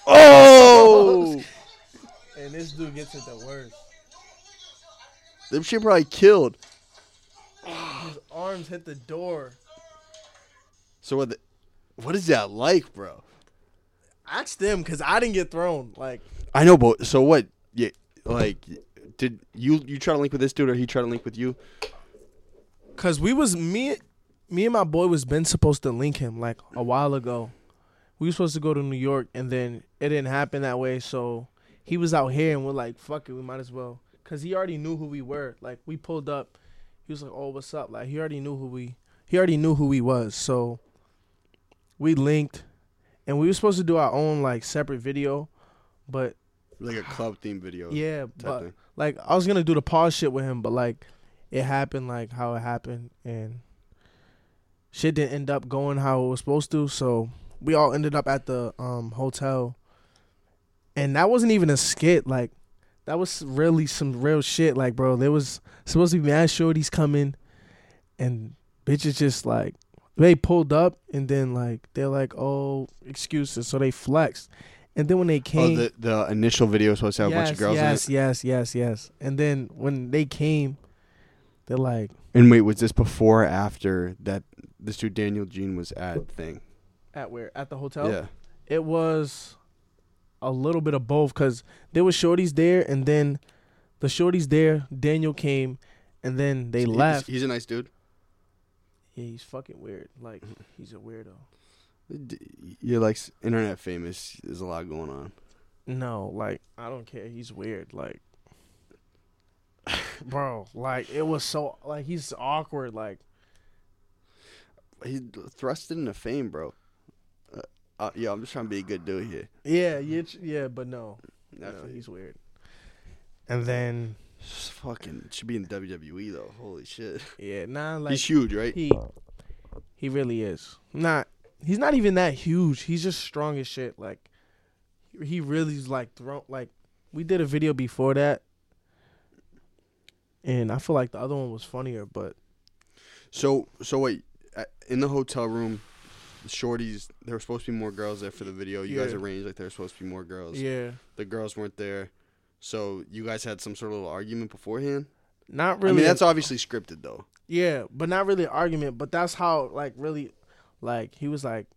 [SPEAKER 1] Oh,
[SPEAKER 2] And this dude gets it the worst.
[SPEAKER 1] them shit probably killed.
[SPEAKER 2] His arms hit the door.
[SPEAKER 1] So what? The, what is that like, bro?
[SPEAKER 2] Ask them, cause I didn't get thrown. Like,
[SPEAKER 1] I know, but so what? Yeah, like, did you you try to link with this dude or he try to link with you?
[SPEAKER 2] cause we was me, me and my boy was been supposed to link him like a while ago. We were supposed to go to New York, and then it didn't happen that way. So he was out here, and we're like, fuck it, we might as well. Cause he already knew who we were. Like, we pulled up. He was like, oh, what's up? Like, he already knew who we. He already knew who we was. So. we linked and we were supposed to do our own like separate video but
[SPEAKER 1] Like a club theme video.
[SPEAKER 2] yeah but
[SPEAKER 1] thing.
[SPEAKER 2] like i was gonna do the pause shit with him but like it happened like how it happened and shit didn't end up going how it was supposed to so we all ended up at the um hotel and that wasn't even a skit like that was really some real shit like bro there was supposed to be mad shorties coming and bitches just like they pulled up and then like they're like oh excuses so they flexed and then when they
[SPEAKER 1] Oh,
[SPEAKER 2] came
[SPEAKER 1] the the initial video was supposed to have a bunch of girls
[SPEAKER 2] yes,
[SPEAKER 1] in
[SPEAKER 2] yes, yes, yes. And then when they came, they're like
[SPEAKER 1] it. And wait, was this before or after that? This dude Daniel Jean was at thing.
[SPEAKER 2] at where at the hotel.
[SPEAKER 1] Yeah.
[SPEAKER 2] It was a little bit of both because there was shorties there, and then the shorties there. Daniel came, and then they
[SPEAKER 1] He's-
[SPEAKER 2] left.
[SPEAKER 1] He's a nice dude.
[SPEAKER 2] yeah, he's fucking weird. Like he's a weirdo.
[SPEAKER 1] D- You're like s- internet famous. There's a lot going on.
[SPEAKER 2] No, like I don't care. He's weird. Like bro. Like it was so like he's awkward. Like
[SPEAKER 1] He thrusted into fame, bro. Uh, uh, yo, I'm just trying to be a good dude here.
[SPEAKER 2] yeah, yeah, yeah, but no,
[SPEAKER 1] That's
[SPEAKER 2] no,
[SPEAKER 1] it.
[SPEAKER 2] he's weird. And then
[SPEAKER 1] Just fucking should be in WWE though. Holy shit.
[SPEAKER 2] yeah, nah, like
[SPEAKER 1] He's huge, right?
[SPEAKER 2] he he really is not. He's not even that huge. He's just strong as shit. Like he really is like thrown. Like we did a video before that, and I feel like the other one was funnier. But
[SPEAKER 1] So so wait, uh, in the hotel room, the shorties. There were supposed to be more girls there for the video. You guys
[SPEAKER 2] Yeah.
[SPEAKER 1] arranged like there were supposed to be more girls.
[SPEAKER 2] yeah,
[SPEAKER 1] The girls weren't there. So you guys had some sort of little argument beforehand.
[SPEAKER 2] not really.
[SPEAKER 1] I mean, that's obviously scripted though.
[SPEAKER 2] Yeah, but not really an argument. But that's how like really, like he was like,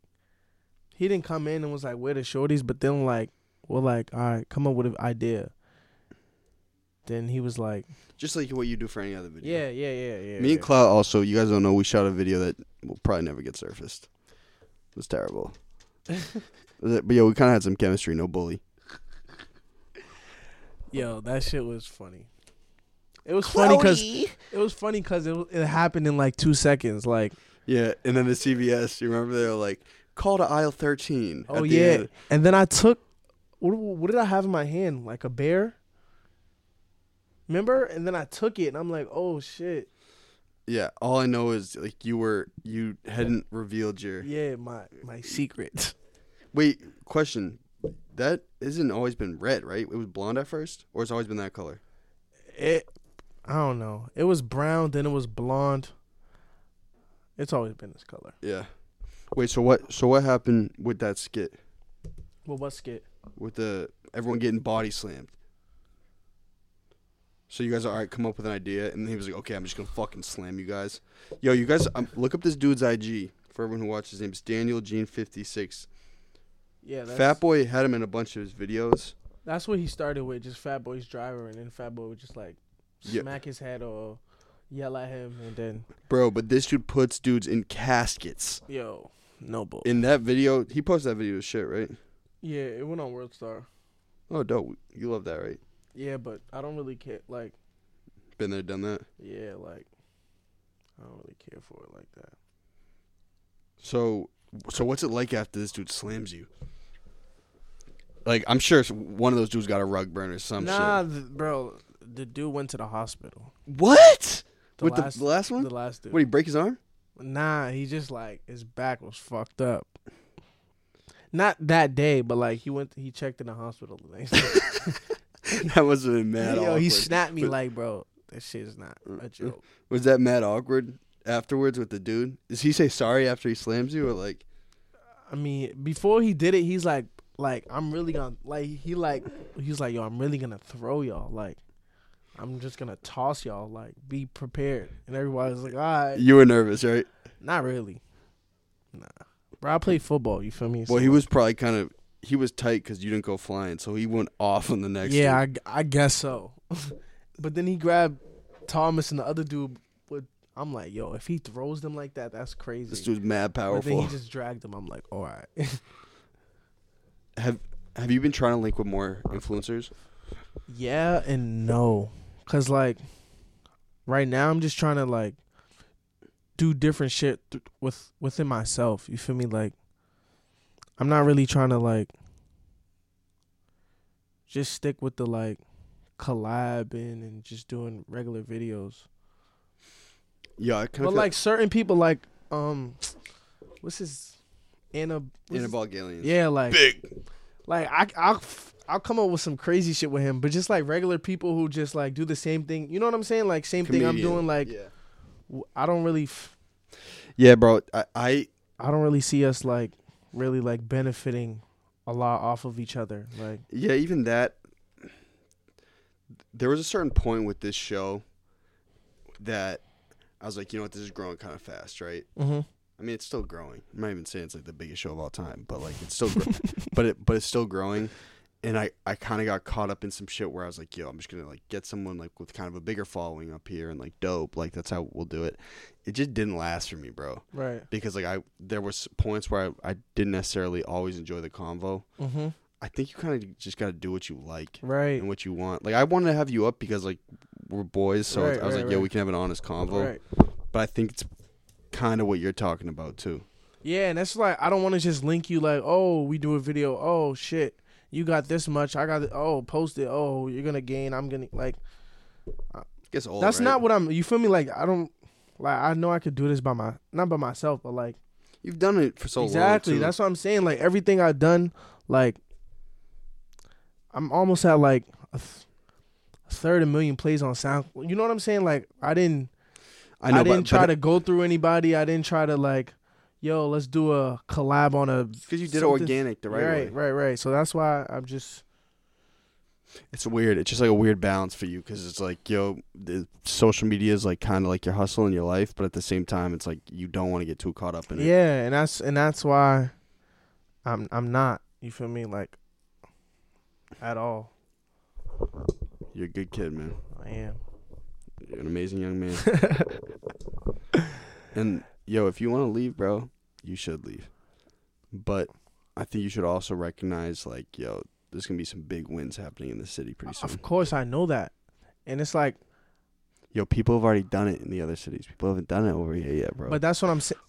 [SPEAKER 2] he didn't come in and was like, "Where the shorties?" But then like, we're like, "All right, come up with an idea." Then he was like,
[SPEAKER 1] Just like what you do for any other video.
[SPEAKER 2] "Yeah, yeah, yeah, yeah."
[SPEAKER 1] Me
[SPEAKER 2] yeah.
[SPEAKER 1] and Cloud also, you guys don't know, we shot a video that will probably never get surfaced. It was terrible. Was it- but yeah, we kind of had some chemistry, no bully.
[SPEAKER 2] Yo, that shit was funny. It was funny 'cause funny because it was funny because it, it happened in like two seconds. Like,
[SPEAKER 1] Yeah, and then the CVS, you remember they were like, call to aisle 13.
[SPEAKER 2] oh
[SPEAKER 1] at the
[SPEAKER 2] yeah,
[SPEAKER 1] end.
[SPEAKER 2] and then I took what, what did I have in my hand? Like a bear. Remember? And then I took it, and I'm like, "Oh shit!"
[SPEAKER 1] Yeah, all I know is like you were, you hadn't revealed your.
[SPEAKER 2] Yeah, my my secret.
[SPEAKER 1] Wait, question. That isn't always been red, right? It was blonde at first, or it's always been that color?
[SPEAKER 2] It, I don't know. It was brown, then it was blonde. It's always been this color.
[SPEAKER 1] Yeah. Wait, so what, so what happened with that skit?
[SPEAKER 2] Well, what skit?
[SPEAKER 1] with the everyone getting body slammed. So you guys are all right. Come up with an idea, and he was like, "Okay, I'm just gonna fucking slam you guys." Yo, you guys, um, look up this dude's IG for everyone who watches. His name's Daniel Gene 56.
[SPEAKER 2] Yeah, that's,
[SPEAKER 1] Fat Boy had him in a bunch of his videos.
[SPEAKER 2] that's what he started with. Just Fat Boy's driver, and then Fat Boy would just like
[SPEAKER 1] Yeah.
[SPEAKER 2] smack his head or yell at him, and then
[SPEAKER 1] Bro, but this dude puts dudes in caskets.
[SPEAKER 2] yo, no bull.
[SPEAKER 1] In that video, he posted that video as shit, right?
[SPEAKER 2] yeah, it went on World Star.
[SPEAKER 1] Oh, dope. You love that, right?
[SPEAKER 2] Yeah, but I don't really care. Like,
[SPEAKER 1] Been there, done that.
[SPEAKER 2] yeah, like I don't really care for it like that.
[SPEAKER 1] So, so what's it like after this dude slams you? Like, I'm sure one of those dudes got a rug burn or some shit.
[SPEAKER 2] nah, th- bro, the dude went to the hospital.
[SPEAKER 1] What?
[SPEAKER 2] The
[SPEAKER 1] With
[SPEAKER 2] last-
[SPEAKER 1] the, the last one?
[SPEAKER 2] The last dude.
[SPEAKER 1] what, he break his arm?
[SPEAKER 2] Nah, he just like his back was fucked up. Not that day, but like he went, he checked in the hospital the next day.
[SPEAKER 1] that must have been mad
[SPEAKER 2] Yo,
[SPEAKER 1] awkward.
[SPEAKER 2] he snapped me
[SPEAKER 1] But-
[SPEAKER 2] like, bro, that shit is not a joke.
[SPEAKER 1] Was that mad awkward afterwards with the dude? Does he say sorry after he slams you or like,
[SPEAKER 2] I mean, before he did it, he's like, like I'm really gonna like he like he's like, yo, I'm really gonna throw y'all like. I'm just gonna toss y'all. Like, be prepared. And everybody's like, "All right,
[SPEAKER 1] you were nervous, right?
[SPEAKER 2] not really." Nah, bro. I play football. You feel me?
[SPEAKER 1] Well,
[SPEAKER 2] So-
[SPEAKER 1] he was probably kind of, he was tight because you didn't go flying, so he went off on the next
[SPEAKER 2] Yeah,
[SPEAKER 1] dude.
[SPEAKER 2] I, I guess so. but then he grabbed Thomas and the other dude. With, I'm like, yo, if he throws them like that, that's crazy.
[SPEAKER 1] This dude's mad
[SPEAKER 2] but then
[SPEAKER 1] powerful.
[SPEAKER 2] he just dragged them. I'm like, all right.
[SPEAKER 1] have have you been trying to link with more influencers?
[SPEAKER 2] yeah and no, cause like, right now I'm just trying to like do different shit th- with within myself. You feel me? Like, I'm not really trying to like just stick with the like collabing and just doing regular videos.
[SPEAKER 1] Yeah, I kind
[SPEAKER 2] But
[SPEAKER 1] of
[SPEAKER 2] like certain people, like um, what's his Anna? what's his-
[SPEAKER 1] Annabelle Galians.
[SPEAKER 2] yeah, like
[SPEAKER 1] Big.
[SPEAKER 2] like I I'll f- I'll come up with some crazy shit with him, but just like regular people who just like do the same thing. You know what I'm saying? Like same thing
[SPEAKER 1] Comedian.
[SPEAKER 2] I'm doing. Like
[SPEAKER 1] yeah.
[SPEAKER 2] w- I don't really f-
[SPEAKER 1] yeah, bro. I, I
[SPEAKER 2] I don't really see us like really like benefiting a lot off of each other. Like
[SPEAKER 1] Yeah, even that. There was a certain point with this show that I was like, you know what, this is growing kind of fast, right? I mean, it's still growing. I'm not even saying it's like the biggest show of all time, but like it's still, gro- but it, but it's still growing. And I, I kind of got caught up in some shit where I was like, yo, I'm just gonna like get someone like with kind of a bigger following up here and like dope, like that's how we'll do it. It just didn't last for me, bro,
[SPEAKER 2] right.
[SPEAKER 1] because like I there was points where I, I didn't necessarily always enjoy the convo.
[SPEAKER 2] Mm-hmm.
[SPEAKER 1] I think you kind of just gotta do what you like
[SPEAKER 2] Right.
[SPEAKER 1] and what you want. Like I wanted to have you up because like we're boys, so
[SPEAKER 2] Right,
[SPEAKER 1] I was
[SPEAKER 2] right,
[SPEAKER 1] like, yo,
[SPEAKER 2] right.
[SPEAKER 1] we can have an honest convo.
[SPEAKER 2] Right.
[SPEAKER 1] But I think it's kind of what you're talking about too.
[SPEAKER 2] Yeah, and that's like I don't want to just link you like, oh, we do a video. Oh shit, you got this much. I got th- oh, post it. Oh, you're gonna gain. I'm gonna like.
[SPEAKER 1] I guess all
[SPEAKER 2] that's
[SPEAKER 1] right.
[SPEAKER 2] not what I'm. You feel me? Like I don't. Like I know I could do this by my not by myself, but like
[SPEAKER 1] you've done it for so long.
[SPEAKER 2] exactly.
[SPEAKER 1] too.
[SPEAKER 2] That's what I'm saying. Like everything I've done, like I'm almost at like a, th- a third of a million plays on Sound. You know what I'm saying? Like I didn't.
[SPEAKER 1] I
[SPEAKER 2] I,
[SPEAKER 1] know.
[SPEAKER 2] didn't
[SPEAKER 1] but,
[SPEAKER 2] try to go through anybody. I didn't try to like, yo, let's do a collab on a
[SPEAKER 1] because you did it
[SPEAKER 2] something-
[SPEAKER 1] organic the right, way.
[SPEAKER 2] right, right, right. So that's why I'm just
[SPEAKER 1] It's weird. It's just like a weird balance for you because it's like yo, the social media is like kind of like your hustle in your life, but at the same time, it's like you don't want to get too caught up in it.
[SPEAKER 2] yeah, and that's and that's why I'm I'm not. You feel me? Like at all.
[SPEAKER 1] You're a good kid, man.
[SPEAKER 2] I am.
[SPEAKER 1] You're an amazing young man. and yo, if you want to leave, bro, you should leave. But I think you should also recognize, like, yo, there's gonna be some big wins happening in the city pretty soon.
[SPEAKER 2] Of course, I know that, and it's like,
[SPEAKER 1] Yo, people have already done it in the other cities. People haven't done it over here yet, bro.
[SPEAKER 2] but that's what I'm saying.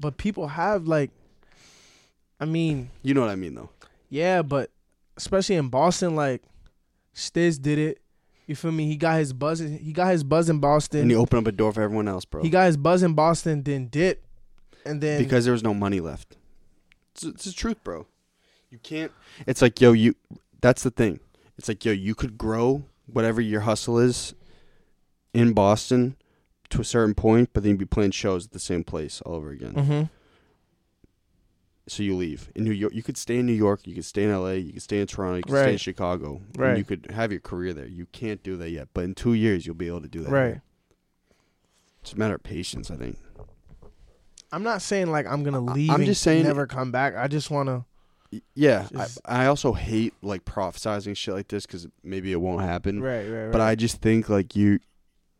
[SPEAKER 2] But people have like, I mean,
[SPEAKER 1] you know what I mean, though.
[SPEAKER 2] yeah, but especially in Boston, like Stiz did it. You feel me? He got his buzz. He got his buzz in Boston.
[SPEAKER 1] and you open up a door for everyone else, bro.
[SPEAKER 2] He got his buzz in Boston, then dip, and then
[SPEAKER 1] because there was no money left. It's, it's the truth, bro. You can't. It's like yo, you. That's the thing. It's like yo, you could grow whatever your hustle is in Boston to a certain point, but then you'd be playing shows at the same place all over again.
[SPEAKER 2] Mhm.
[SPEAKER 1] So you leave in New York. You could stay in New York. You could stay in L.A. You could stay in Toronto. You could stay in
[SPEAKER 2] Right.
[SPEAKER 1] Chicago. and
[SPEAKER 2] Right.
[SPEAKER 1] you could have your career there. You can't do that yet, but in two years you'll be able to do that.
[SPEAKER 2] right.
[SPEAKER 1] It's a matter of patience, I think.
[SPEAKER 2] I'm not saying like I'm gonna leave.
[SPEAKER 1] I'm
[SPEAKER 2] and
[SPEAKER 1] just saying-
[SPEAKER 2] never come back. I just wanna.
[SPEAKER 1] Y- Yeah,
[SPEAKER 2] Just-
[SPEAKER 1] I, I also hate like prophesizing shit like this because maybe it won't happen.
[SPEAKER 2] Right, right, right.
[SPEAKER 1] Mm. But I just think like you,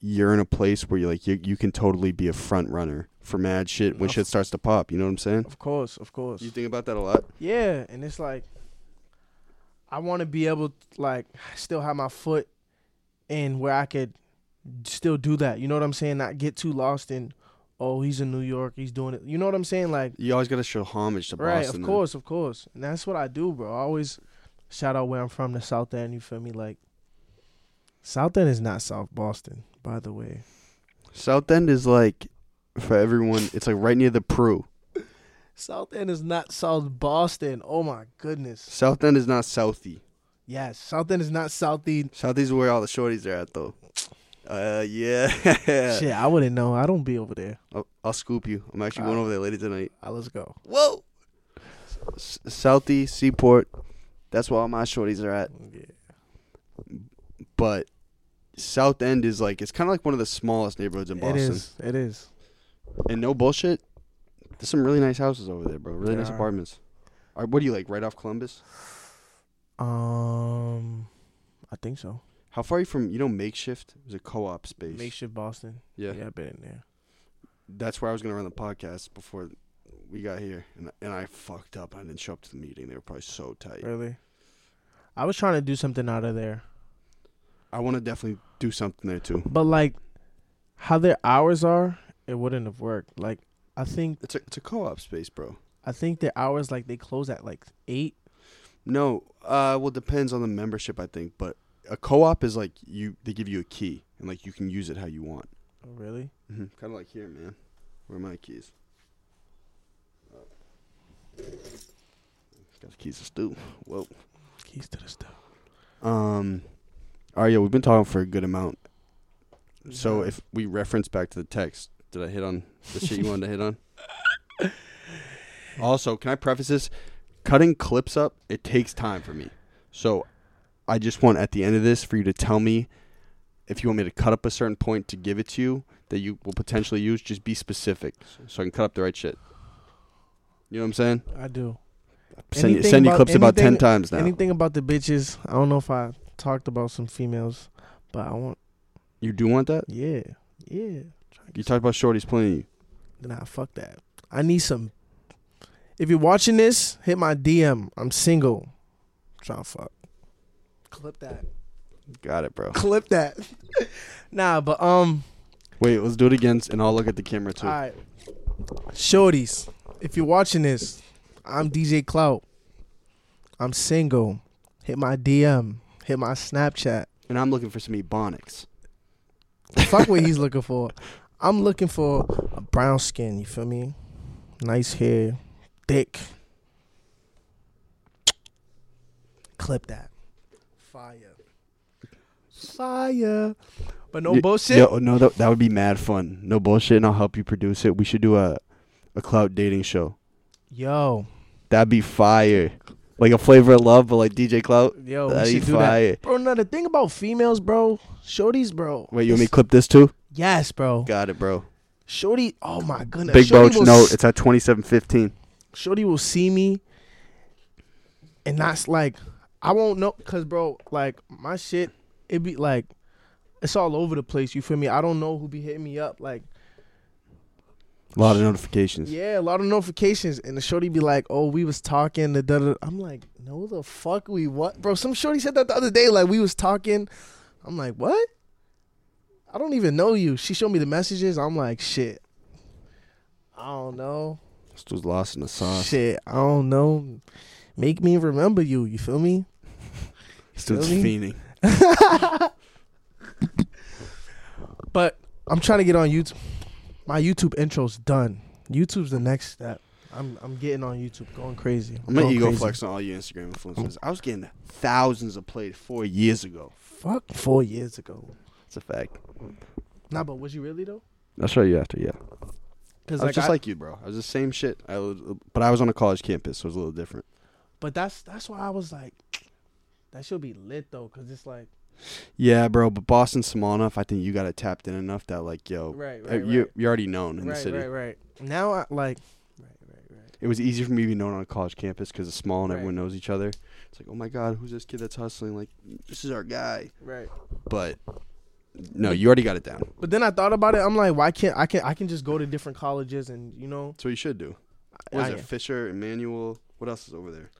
[SPEAKER 1] you're in a place where you like you you can totally be a front runner for mad shit when
[SPEAKER 2] Of-
[SPEAKER 1] shit starts to pop. You know what I'm saying?
[SPEAKER 2] of course, of course.
[SPEAKER 1] You think about that a lot.
[SPEAKER 2] yeah, and it's like I want to be able to, like still have my foot in where I could still do that. You know what I'm saying? Not get too lost in. Oh, he's in New York. He's doing it. You know what I'm saying? Like.
[SPEAKER 1] You always got to show homage to
[SPEAKER 2] Right,
[SPEAKER 1] Boston.
[SPEAKER 2] of
[SPEAKER 1] then.
[SPEAKER 2] course, of course. And that's what I do, bro. I always shout out where I'm from, the South End, you feel me? Like South End is not South Boston, by the way.
[SPEAKER 1] South End is like for everyone. It's like right near the Prue.
[SPEAKER 2] South End is not South Boston. Oh my goodness.
[SPEAKER 1] South End is not Southie.
[SPEAKER 2] Yes, South End is not Southie.
[SPEAKER 1] Southie is where all the shorties are at though. Uh yeah.
[SPEAKER 2] Shit, I wouldn't know. I don't be over there.
[SPEAKER 1] I'll, I'll scoop you. I'm actually going
[SPEAKER 2] Uh,
[SPEAKER 1] over there later tonight.
[SPEAKER 2] Ah, let's go.
[SPEAKER 1] Whoa. S- Southie Seaport. That's where all my shorties are at.
[SPEAKER 2] Yeah.
[SPEAKER 1] But South End is like it's kind of like one of the smallest neighborhoods in
[SPEAKER 2] It
[SPEAKER 1] Boston.
[SPEAKER 2] is. It is.
[SPEAKER 1] And no bullshit. There's some really nice houses over there, bro. Really
[SPEAKER 2] There
[SPEAKER 1] nice
[SPEAKER 2] are.
[SPEAKER 1] apartments. Are, what do you like? Right off Columbus.
[SPEAKER 2] Um I think so.
[SPEAKER 1] How far are you from? You know, makeshift. It was a co-op space.
[SPEAKER 2] Makeshift Boston.
[SPEAKER 1] Yeah.
[SPEAKER 2] Yeah, I've been in there.
[SPEAKER 1] That's where I was gonna run the podcast before we got here, and and I fucked up. I didn't show up to the meeting. They were probably so tight.
[SPEAKER 2] Really? I was trying to do something out of there.
[SPEAKER 1] I want to definitely do something there too.
[SPEAKER 2] But like how their hours are, it wouldn't have worked. Like I think
[SPEAKER 1] It's a it's a co-op space, bro.
[SPEAKER 2] I think their hours like they close at like eight.
[SPEAKER 1] No, uh, well, depends on the membership, I think. But a co-op is like you they give you a key and like you can use it how you want.
[SPEAKER 2] Oh, really?
[SPEAKER 1] Kind of like here, man. Where are my keys? Got the keys to stew. Whoa.
[SPEAKER 2] Keys to the stuff.
[SPEAKER 1] Um. All right, yeah, we've been talking for a good amount. So if we reference back to the text, did I hit on the shit you wanted to hit on? Also, can I preface this? Cutting clips up, it takes time for me. So I just want at the end of this for you to tell me if you want me to cut up a certain point to give it to you that you will potentially use, just be specific so I can cut up the right shit. You know what I'm saying?
[SPEAKER 2] I do
[SPEAKER 1] Send you,
[SPEAKER 2] Anything
[SPEAKER 1] send you
[SPEAKER 2] about-
[SPEAKER 1] clips about 10
[SPEAKER 2] anything-
[SPEAKER 1] times now.
[SPEAKER 2] anything about the bitches, I don't know if I talked about some females, but I want
[SPEAKER 1] You do want that?
[SPEAKER 2] yeah yeah. Try to
[SPEAKER 1] You
[SPEAKER 2] get
[SPEAKER 1] talked about shorties playing you.
[SPEAKER 2] some- nah, fuck that. I need some. If you're watching this, hit my DM. I'm single. Trying to fuck. Clip that.
[SPEAKER 1] Got it, bro.
[SPEAKER 2] Clip that. nah, but um,
[SPEAKER 1] Wait, let's do it again, and I'll look at the camera too.
[SPEAKER 2] all right, shorties, if you're watching this, I'm DJ Clout. I'm single. Hit my DM. Hit my Snapchat.
[SPEAKER 1] And I'm looking for some ebonics.
[SPEAKER 2] Fuck what he's looking for. I'm looking for a brown skin. You feel me? Nice hair, thick. Clip that. Fire. Fire. But no
[SPEAKER 1] Ye-
[SPEAKER 2] bullshit.
[SPEAKER 1] Yo, no, that, that would be mad fun. No bullshit, and I'll help you produce it. We should do a a clout dating show.
[SPEAKER 2] Yo,
[SPEAKER 1] That'd be fire. Like a flavor of love, but like DJ Clout.
[SPEAKER 2] yo, we
[SPEAKER 1] That'd be
[SPEAKER 2] should do that.
[SPEAKER 1] fire.
[SPEAKER 2] Bro, no, the thing about females, bro, shorties, bro.
[SPEAKER 1] Wait, you want me to clip this too?
[SPEAKER 2] Yes, bro.
[SPEAKER 1] Got it, bro.
[SPEAKER 2] Shorty, oh my goodness.
[SPEAKER 1] Big
[SPEAKER 2] shorty
[SPEAKER 1] Boach,
[SPEAKER 2] will
[SPEAKER 1] no,
[SPEAKER 2] s-
[SPEAKER 1] it's at twenty seven fifteen.
[SPEAKER 2] Shorty will see me, and that's like, I won't know, cause bro, like my shit, it be like, it's all over the place. You feel me? I don't know who be hitting me up. Like,
[SPEAKER 1] A lot of notifications.
[SPEAKER 2] yeah, a lot of notifications, and the shorty be like, oh, we was talking. The da da. I'm like, no, the fuck, we what, bro? Some shorty said that the other day. Like we was talking. I'm like, what? I don't even know you. She showed me the messages. I'm like, shit. I don't know.
[SPEAKER 1] This was lost in the sauce.
[SPEAKER 2] Shit, I don't know. Make me remember you. You feel me?
[SPEAKER 1] This dude's
[SPEAKER 2] Feel me?
[SPEAKER 1] fiending.
[SPEAKER 2] But I'm trying to get on YouTube. My YouTube intro's done. YouTube's the next step. I'm I'm getting on YouTube, going crazy.
[SPEAKER 1] I'm gonna
[SPEAKER 2] going
[SPEAKER 1] ego
[SPEAKER 2] crazy.
[SPEAKER 1] flex on all you Instagram influencers. I was getting thousands of plays four years ago.
[SPEAKER 2] Fuck, four years ago.
[SPEAKER 1] That's a fact.
[SPEAKER 2] Nah, but was you really though?
[SPEAKER 1] I'll show you after, yeah.
[SPEAKER 2] Because
[SPEAKER 1] I was just like you, bro. I was the same shit. I was, but I was on a college campus, so it was a little different.
[SPEAKER 2] but that's that's why I was like, that should be lit though, because it's like,
[SPEAKER 1] Yeah, bro. But Boston's small enough. I think you got it tapped in enough that like, yo,
[SPEAKER 2] Right,
[SPEAKER 1] uh,
[SPEAKER 2] right,
[SPEAKER 1] you
[SPEAKER 2] right.
[SPEAKER 1] you're already known in the
[SPEAKER 2] right,
[SPEAKER 1] city.
[SPEAKER 2] right, right. Now I like, right, right, right.
[SPEAKER 1] It was easier for me to be known on a college campus because it's small and
[SPEAKER 2] Right.
[SPEAKER 1] everyone knows each other. It's like, oh my god, who's this kid that's hustling? Like, this is our guy.
[SPEAKER 2] Right.
[SPEAKER 1] But no, you already got it down.
[SPEAKER 2] But then I thought about it. I'm like, why can't I can I can just go to different colleges and you know
[SPEAKER 1] That's what you should do. What is
[SPEAKER 2] I-
[SPEAKER 1] it? Fisher, Emmanuel. What else is over there?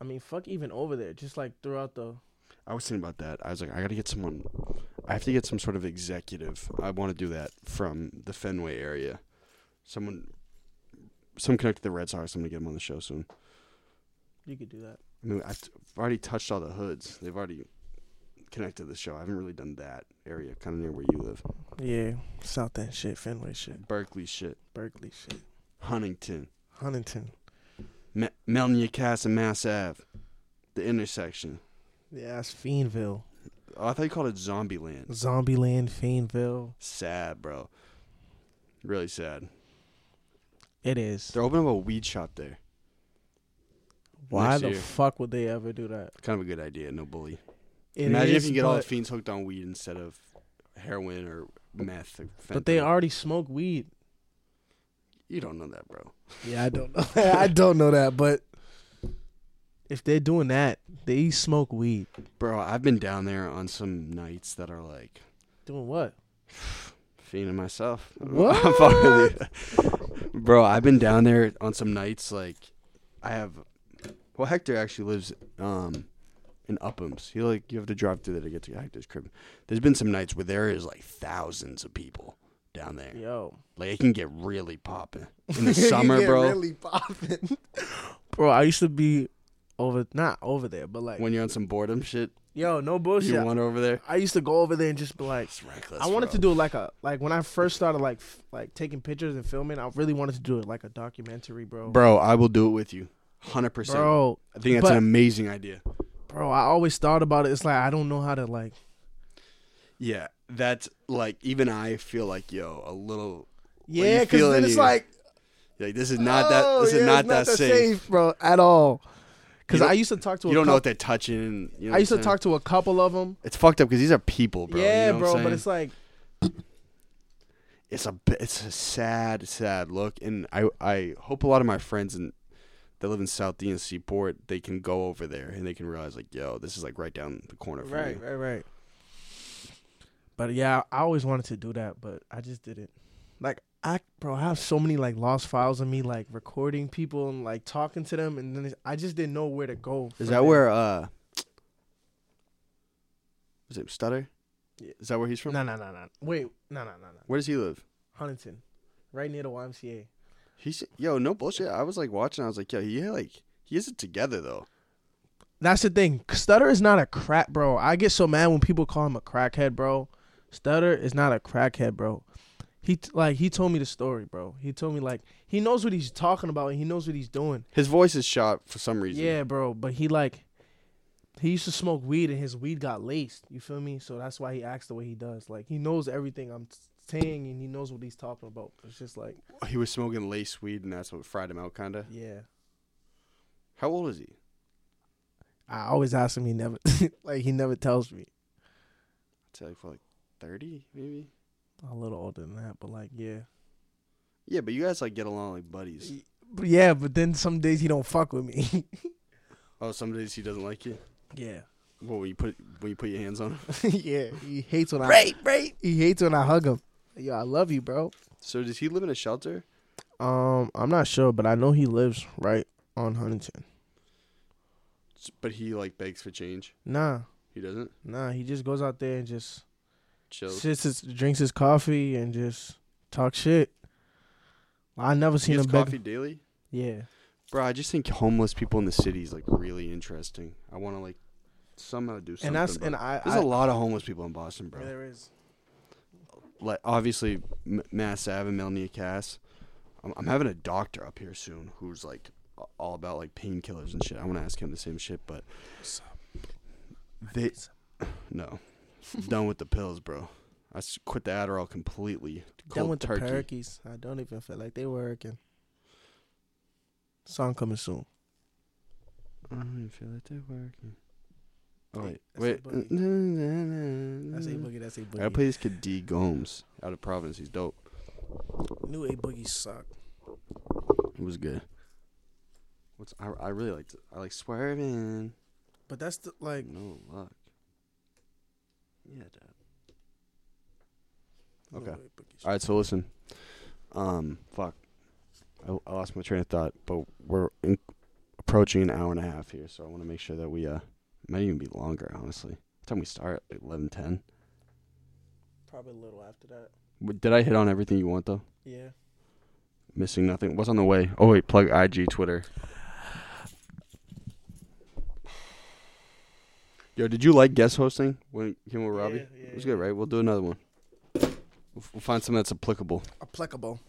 [SPEAKER 2] I mean, fuck even over there, just like throughout the
[SPEAKER 1] I was thinking about that. I was like, I gotta get someone. I have to get some sort of executive. I want to do that from the Fenway area. Someone, some connected to the Red Sox. I'm gonna get them on the show soon.
[SPEAKER 2] you could do that.
[SPEAKER 1] I mean, I've t- I've already touched all the hoods. They've already connected to the show. I haven't really done that area, kind of near where you live.
[SPEAKER 2] Yeah, South End shit, Fenway shit,
[SPEAKER 1] Berkeley shit,
[SPEAKER 2] Berkeley shit,
[SPEAKER 1] Huntington,
[SPEAKER 2] Huntington.
[SPEAKER 1] Me- Melnia Cass and Mass Ave, the intersection.
[SPEAKER 2] Yeah, that's Fiendville,
[SPEAKER 1] Oh, I thought you called it Zombie Land.
[SPEAKER 2] Zombieland, Fiendville.
[SPEAKER 1] Sad, bro. Really sad.
[SPEAKER 2] It is.
[SPEAKER 1] They're opening up a weed shop there.
[SPEAKER 2] Why
[SPEAKER 1] Next
[SPEAKER 2] the
[SPEAKER 1] year.
[SPEAKER 2] fuck would they ever do that?
[SPEAKER 1] Kind of a good idea, no bully.
[SPEAKER 2] It
[SPEAKER 1] Imagine if
[SPEAKER 2] is,
[SPEAKER 1] you get all the
[SPEAKER 2] but-
[SPEAKER 1] fiends hooked on weed instead of heroin or meth. Or
[SPEAKER 2] But they
[SPEAKER 1] fentanyl.
[SPEAKER 2] already smoke weed.
[SPEAKER 1] You don't know that, bro.
[SPEAKER 2] Yeah, I don't know. I don't know that, but if they're doing that, they smoke weed.
[SPEAKER 1] Bro, I've been down there on some nights that are like
[SPEAKER 2] Doing what?
[SPEAKER 1] fiending myself. I'm already- bro, I've been down there on some nights like I have. Well, Hector actually lives um in Uphams. He like you have to drive through there to get to Hector's crib. There's been some nights where there is like thousands of people down there.
[SPEAKER 2] Yo,
[SPEAKER 1] Like it can get really popping in the summer, bro.
[SPEAKER 2] popping. bro, I used to be over, not over there, but like,
[SPEAKER 1] when you're on some boredom shit,
[SPEAKER 2] yo, no
[SPEAKER 1] you
[SPEAKER 2] bullshit.
[SPEAKER 1] wander over there.
[SPEAKER 2] I used to go over there and just be like,
[SPEAKER 1] It's reckless.
[SPEAKER 2] Oh, I wanted
[SPEAKER 1] bro.
[SPEAKER 2] to do like a like when I first started like f- like taking pictures and filming. I really wanted to do it like a documentary, bro.
[SPEAKER 1] bro. I will do it with you, hundred percent.
[SPEAKER 2] bro,
[SPEAKER 1] I think that's
[SPEAKER 2] but-
[SPEAKER 1] an amazing idea.
[SPEAKER 2] bro, I always thought about it. It's like I don't know how to like.
[SPEAKER 1] Yeah, that's like even I feel like yo a little you
[SPEAKER 2] Yeah,
[SPEAKER 1] feel
[SPEAKER 2] because then
[SPEAKER 1] in
[SPEAKER 2] it's
[SPEAKER 1] you,
[SPEAKER 2] like
[SPEAKER 1] like this is not that
[SPEAKER 2] oh,
[SPEAKER 1] this
[SPEAKER 2] yeah,
[SPEAKER 1] is
[SPEAKER 2] it's
[SPEAKER 1] not, that, safe.
[SPEAKER 2] bro, at all. Because
[SPEAKER 1] You don't-
[SPEAKER 2] I used to talk to a
[SPEAKER 1] You don't know what
[SPEAKER 2] coup-
[SPEAKER 1] they're touching. and- You know
[SPEAKER 2] I used
[SPEAKER 1] what
[SPEAKER 2] to
[SPEAKER 1] I'm saying?
[SPEAKER 2] talk to a couple of them.
[SPEAKER 1] It's fucked up because these are people, bro.
[SPEAKER 2] yeah,
[SPEAKER 1] you know
[SPEAKER 2] bro,
[SPEAKER 1] What I'm
[SPEAKER 2] but
[SPEAKER 1] saying?
[SPEAKER 2] it's like
[SPEAKER 1] it's a bi- it's a sad sad look and i i hope a lot of my friends in that live in south d and seaport they can go over there and they can realize like yo this is like right down the corner from
[SPEAKER 2] right,
[SPEAKER 1] me
[SPEAKER 2] right, right. But yeah, I always wanted to do that, but I just didn't. Like I, bro, I have so many like lost files of me like recording people and like talking to them, and then it's- I just didn't know where to go.
[SPEAKER 1] is
[SPEAKER 2] from
[SPEAKER 1] that
[SPEAKER 2] there.
[SPEAKER 1] where uh Is it Stutter?
[SPEAKER 2] Yeah.
[SPEAKER 1] Is that where he's from?
[SPEAKER 2] No, no, no, no. Wait, no, no, no, no.
[SPEAKER 1] Where does he live?
[SPEAKER 2] Huntington, right near the YMCA.
[SPEAKER 1] He's yo, no bullshit. I was like watching. I was like, yo, he had, like he is it together though.
[SPEAKER 2] That's the thing. Stutter is not a crack, bro. I get so mad when people call him a crackhead, bro. Stutter is not a crackhead, bro. He t- like he told me the story, bro. He told me like he knows what he's talking about and he knows what he's doing.
[SPEAKER 1] His voice is shot for some reason.
[SPEAKER 2] Yeah, bro. But he like he used to smoke weed and his weed got laced. You feel me? So that's why he acts the way he does. Like he knows everything I'm t- saying and he knows what he's talking about. It's just like
[SPEAKER 1] he was smoking lace weed, and that's what fried him out, kinda.
[SPEAKER 2] yeah.
[SPEAKER 1] How old is he?
[SPEAKER 2] I always ask him. He never like he never tells me.
[SPEAKER 1] I'd say like for like thirty, maybe.
[SPEAKER 2] A little older than that, but like yeah.
[SPEAKER 1] Yeah, but you guys like get along like buddies.
[SPEAKER 2] But yeah, but then some days he don't fuck with me.
[SPEAKER 1] Oh, some days he doesn't like you.
[SPEAKER 2] yeah.
[SPEAKER 1] Well, when you put when you put your hands on him.
[SPEAKER 2] yeah. He hates when I
[SPEAKER 1] Right, right.
[SPEAKER 2] he hates when I hug him. Yo, I love you, bro.
[SPEAKER 1] So does he live in a shelter?
[SPEAKER 2] Um, I'm not sure, but I know he lives right on Huntington.
[SPEAKER 1] S- But he like begs for change.
[SPEAKER 2] Nah,
[SPEAKER 1] He doesn't.
[SPEAKER 2] nah. He just goes out there and just
[SPEAKER 1] Chills.
[SPEAKER 2] sits, his, drinks his coffee, and just talk shit. I never
[SPEAKER 1] He
[SPEAKER 2] seen
[SPEAKER 1] gets
[SPEAKER 2] him beg.
[SPEAKER 1] coffee daily.
[SPEAKER 2] Yeah.
[SPEAKER 1] Bro, I just think homeless people in the city is like really interesting. I want to like somehow do something.
[SPEAKER 2] and that's
[SPEAKER 1] about
[SPEAKER 2] and
[SPEAKER 1] it.
[SPEAKER 2] I.
[SPEAKER 1] There's
[SPEAKER 2] I-
[SPEAKER 1] a lot of homeless people in Boston, bro.
[SPEAKER 2] There is.
[SPEAKER 1] Like obviously, M- Mass Ave and Melania Cass. I'm, I'm having a doctor up here soon who's like a- all about like painkillers and shit. I want to ask him the same shit, but they no done with the pills, bro. I s- quit the Adderall completely.
[SPEAKER 2] Done
[SPEAKER 1] Cold
[SPEAKER 2] with
[SPEAKER 1] turkey.
[SPEAKER 2] the turkeys. I don't even feel like they working. Song coming soon.
[SPEAKER 1] I don't even feel like they're working. Oh wait,
[SPEAKER 2] That's
[SPEAKER 1] wait.
[SPEAKER 2] a boogie. That's a boogie. That's a
[SPEAKER 1] I
[SPEAKER 2] boogie.
[SPEAKER 1] play this kid D Gomes out of Providence. He's dope.
[SPEAKER 2] New A Boogie suck.
[SPEAKER 1] It was good. What's I, I really liked it. I like swerving.
[SPEAKER 2] But that's the, like
[SPEAKER 1] No luck. Yeah, dad. Okay.
[SPEAKER 2] New A Boogie
[SPEAKER 1] All right, so listen. Um, fuck. I, I lost my train of thought, but we're in, approaching an hour and a half here, so I want to make sure that we uh might even be longer. Honestly, what time we start at eleven ten.
[SPEAKER 2] Probably a little after that.
[SPEAKER 1] Did I hit on everything you want though?
[SPEAKER 2] Yeah.
[SPEAKER 1] Missing nothing. What's on the way? Oh wait, plug IG, Twitter. Yo, did you like guest hosting when it came with Robbie?
[SPEAKER 2] Yeah, yeah,
[SPEAKER 1] it was
[SPEAKER 2] yeah.
[SPEAKER 1] good, right? We'll do another one. We'll, f- we'll find something that's applicable.
[SPEAKER 2] Applicable.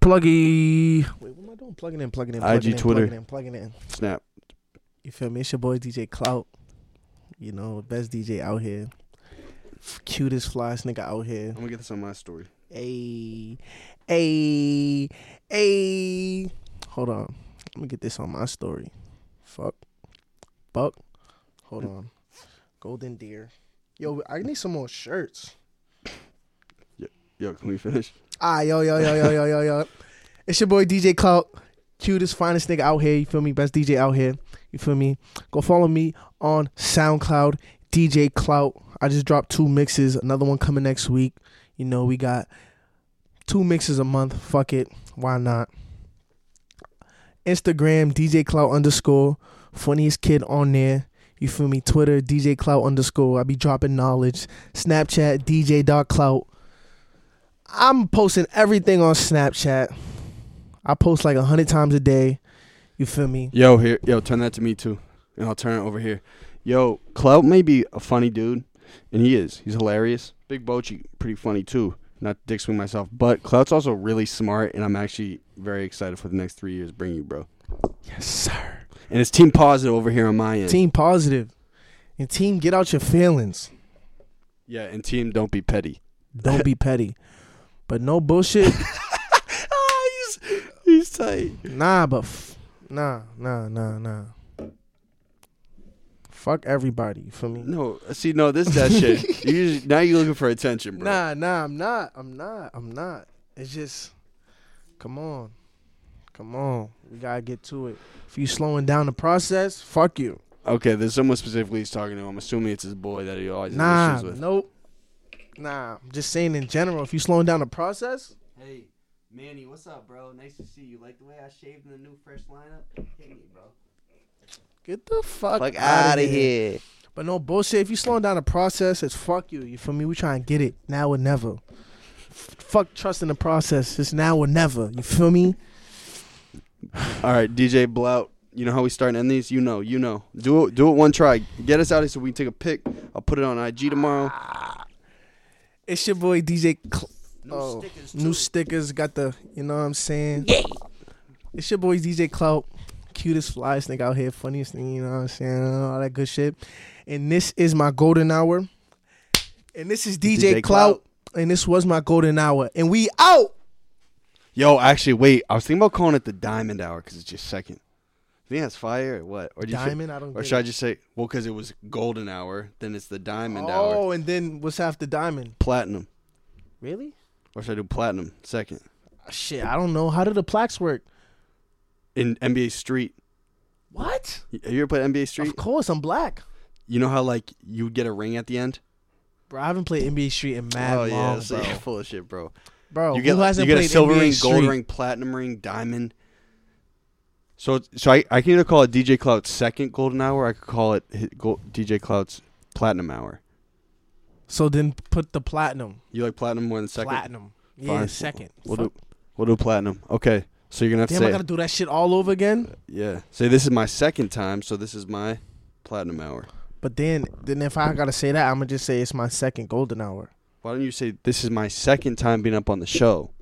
[SPEAKER 2] Pluggy. Wait, what am I doing? Plugging in, plugging in, plugging
[SPEAKER 1] IG,
[SPEAKER 2] in,
[SPEAKER 1] Twitter.
[SPEAKER 2] plugging in, plugging in.
[SPEAKER 1] Snap.
[SPEAKER 2] You feel me? It's your boy DJ Clout. You know, best DJ out here. F- Cutest, flyest nigga out here.
[SPEAKER 1] I'm gonna get this on my story.
[SPEAKER 2] Hey, hey, hey. Hold on. Let me get this on my story. Fuck. Fuck. Hold on. Golden Deer. Yo, I need some more shirts.
[SPEAKER 1] Yo, can we finish?
[SPEAKER 2] Ah, yo, yo, yo, yo, yo, yo, yo. It's your boy DJ Clout, cutest, finest nigga out here. You feel me? Best DJ out here. You feel me? Go follow me on SoundCloud, DJ Clout. I just dropped two mixes. Another one coming next week. You know, we got two mixes a month. Fuck it. Why not? Instagram, DJ Clout underscore. Funniest kid on there. You feel me? Twitter, DJ Clout underscore. I be dropping knowledge. Snapchat, DJ.clout. I'm posting everything on Snapchat. I post like a hundred times a day. You feel me?
[SPEAKER 1] Yo, here. Yo, turn that to me too, and I'll turn it over here. Yo, Clout may be a funny dude, and he is. He's hilarious. Big Bochi, pretty funny too. Not to dick swing myself, but Clout's also really smart, and I'm actually very excited for the next three years. Bring you, bro.
[SPEAKER 2] Yes, sir.
[SPEAKER 1] And it's team positive over here on my end.
[SPEAKER 2] Team positive. And team, get out your feelings.
[SPEAKER 1] Yeah, and team, don't be petty.
[SPEAKER 2] Don't be petty. But no bullshit. Ah,
[SPEAKER 1] he's, he's tight.
[SPEAKER 2] nah, but f- nah, nah, nah, nah. Fuck everybody. You feel me?
[SPEAKER 1] No, see, no, this is that shit. You usually- now you're looking for attention, bro.
[SPEAKER 2] Nah, nah. I'm not. I'm not. I'm not. It's just, come on, come on. We gotta get to it. If you slowing down the process, fuck you.
[SPEAKER 1] Okay, there's someone specifically he's talking to. I'm assuming it's his boy that he always has
[SPEAKER 2] Nah,
[SPEAKER 1] issues with.
[SPEAKER 2] nope. Nah, I'm just saying in general, if you slowing down the process,
[SPEAKER 3] Hey, Manny, what's up, bro? Nice to see you. Like the way I shaved in the new fresh lineup? Hit me, bro.
[SPEAKER 2] Get the fuck,
[SPEAKER 3] Fuck
[SPEAKER 2] out
[SPEAKER 3] out
[SPEAKER 2] of
[SPEAKER 3] of
[SPEAKER 2] here.
[SPEAKER 3] here.
[SPEAKER 2] But no bullshit. If you slowing down the process, it's fuck you. You feel me? We trying to get it now or never. F- fuck trusting the process. It's now or never. You feel me?
[SPEAKER 1] All right, DJ Blout. You know how we start and end these? You know, you know. Do it, do it one try. Get us out of here so we can take a pic. I'll put it on IG tomorrow.
[SPEAKER 2] Ah. It's your boy DJ. Cl-
[SPEAKER 1] New
[SPEAKER 2] oh,
[SPEAKER 1] stickers,
[SPEAKER 2] new stickers got the. You know what I'm saying? Yeah. It's your boy DJ Clout. Cutest, flyest nigga out here, funniest thing, you know what I'm saying? All that good shit. And this is my golden hour. And this is DJ,
[SPEAKER 1] DJ
[SPEAKER 2] Clout.
[SPEAKER 1] Clout.
[SPEAKER 2] And this was my golden hour. And we out.
[SPEAKER 1] Yo, actually, wait. I was thinking about calling it the Diamond Hour because it's just second. I think that's fire or what? Or do you
[SPEAKER 2] Diamond? I don't
[SPEAKER 1] Or
[SPEAKER 2] get
[SPEAKER 1] should I
[SPEAKER 2] it.
[SPEAKER 1] just say, well, because it was Golden Hour, then it's the Diamond Hour,
[SPEAKER 2] Oh, and then what's after diamond?
[SPEAKER 1] Platinum.
[SPEAKER 2] Really?
[SPEAKER 1] Or should I do Platinum second?
[SPEAKER 2] Uh, Shit, I don't know. How do the plaques work?
[SPEAKER 1] In NBA Street.
[SPEAKER 2] What?
[SPEAKER 1] Y- Have you ever played NBA Street?
[SPEAKER 2] Of course, I'm black.
[SPEAKER 1] You know how like you would get a ring at the end?
[SPEAKER 2] Bro, I haven't played NBA Street in mad
[SPEAKER 1] oh
[SPEAKER 2] long,
[SPEAKER 1] yeah, so
[SPEAKER 2] bro.
[SPEAKER 1] you're full of shit, bro.
[SPEAKER 2] Bro,
[SPEAKER 1] you get
[SPEAKER 2] who hasn't
[SPEAKER 1] you get a
[SPEAKER 2] played
[SPEAKER 1] silver
[SPEAKER 2] NBA
[SPEAKER 1] ring, gold
[SPEAKER 2] Street?
[SPEAKER 1] ring, platinum ring, diamond. So it's- so I, I can either call it DJ Cloud's second golden hour, or I could call it hi- Gol- DJ Cloud's platinum hour.
[SPEAKER 2] So then put the platinum.
[SPEAKER 1] You like platinum more than second?
[SPEAKER 2] Platinum. Yeah,
[SPEAKER 1] Fine.
[SPEAKER 2] second.
[SPEAKER 1] We'll
[SPEAKER 2] Fuck.
[SPEAKER 1] do we'll do platinum. Okay, so you're gonna have
[SPEAKER 2] Damn,
[SPEAKER 1] to
[SPEAKER 2] I
[SPEAKER 1] say
[SPEAKER 2] gotta do that shit all over again.
[SPEAKER 1] yeah. Say this is my second time, so this is my platinum hour.
[SPEAKER 2] But then, then if I gotta say that, I'm gonna just say it's my second golden hour.
[SPEAKER 1] Why don't you say this is my second time being up on the show?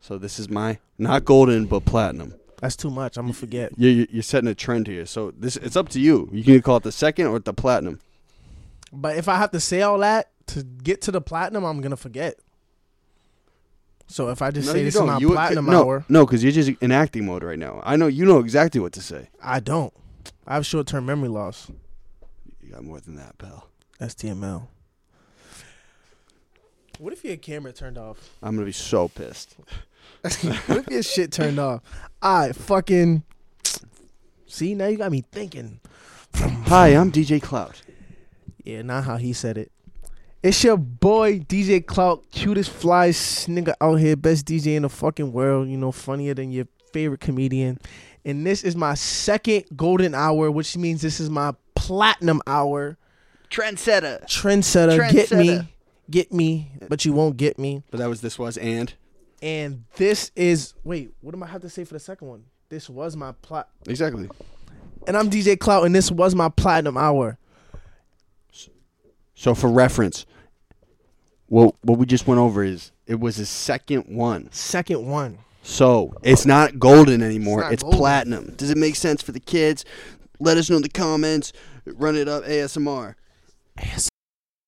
[SPEAKER 1] So this is my not golden but platinum.
[SPEAKER 2] That's too much. I'm gonna forget.
[SPEAKER 1] You're, you're- you're setting a trend here. So this it's up to you. You can call it the second or the platinum.
[SPEAKER 2] But if I have to say all that to get to the platinum, I'm gonna forget. So if I just say this is my
[SPEAKER 1] You-
[SPEAKER 2] platinum
[SPEAKER 1] no,
[SPEAKER 2] hour,
[SPEAKER 1] No, because you're just in acting mode right now. I know you know exactly what to say.
[SPEAKER 2] I don't. I have short term memory loss.
[SPEAKER 1] You got more than that, pal.
[SPEAKER 2] STML. What if your camera turned off?
[SPEAKER 1] I'm gonna be so pissed.
[SPEAKER 2] what if your shit turned off? I fucking. See, now you got me thinking.
[SPEAKER 1] Hi, I'm DJ Cloud.
[SPEAKER 2] Yeah, not how he said it. It's your boy DJ Clout, cutest fly nigga out here, best DJ in the fucking world. You know, funnier than your favorite comedian. And this is my second golden hour, which means this is my platinum hour.
[SPEAKER 3] Trendsetter.
[SPEAKER 2] Trendsetter, get me,
[SPEAKER 3] Trendsetter.
[SPEAKER 2] get me, but you won't get me.
[SPEAKER 1] But that was this was and
[SPEAKER 2] And this is wait, what am I have to say for the second one? This was my plot,
[SPEAKER 1] exactly.
[SPEAKER 2] and I'm DJ Clout, and this was my platinum hour.
[SPEAKER 1] So for reference, what what we just went over is it was his second one.
[SPEAKER 2] Second one.
[SPEAKER 1] So it's not golden anymore.
[SPEAKER 2] It's not
[SPEAKER 1] It's,
[SPEAKER 2] golden.
[SPEAKER 1] platinum. Does it make sense for the kids? Let us know in the comments. Run it up ASMR.
[SPEAKER 2] ASMR.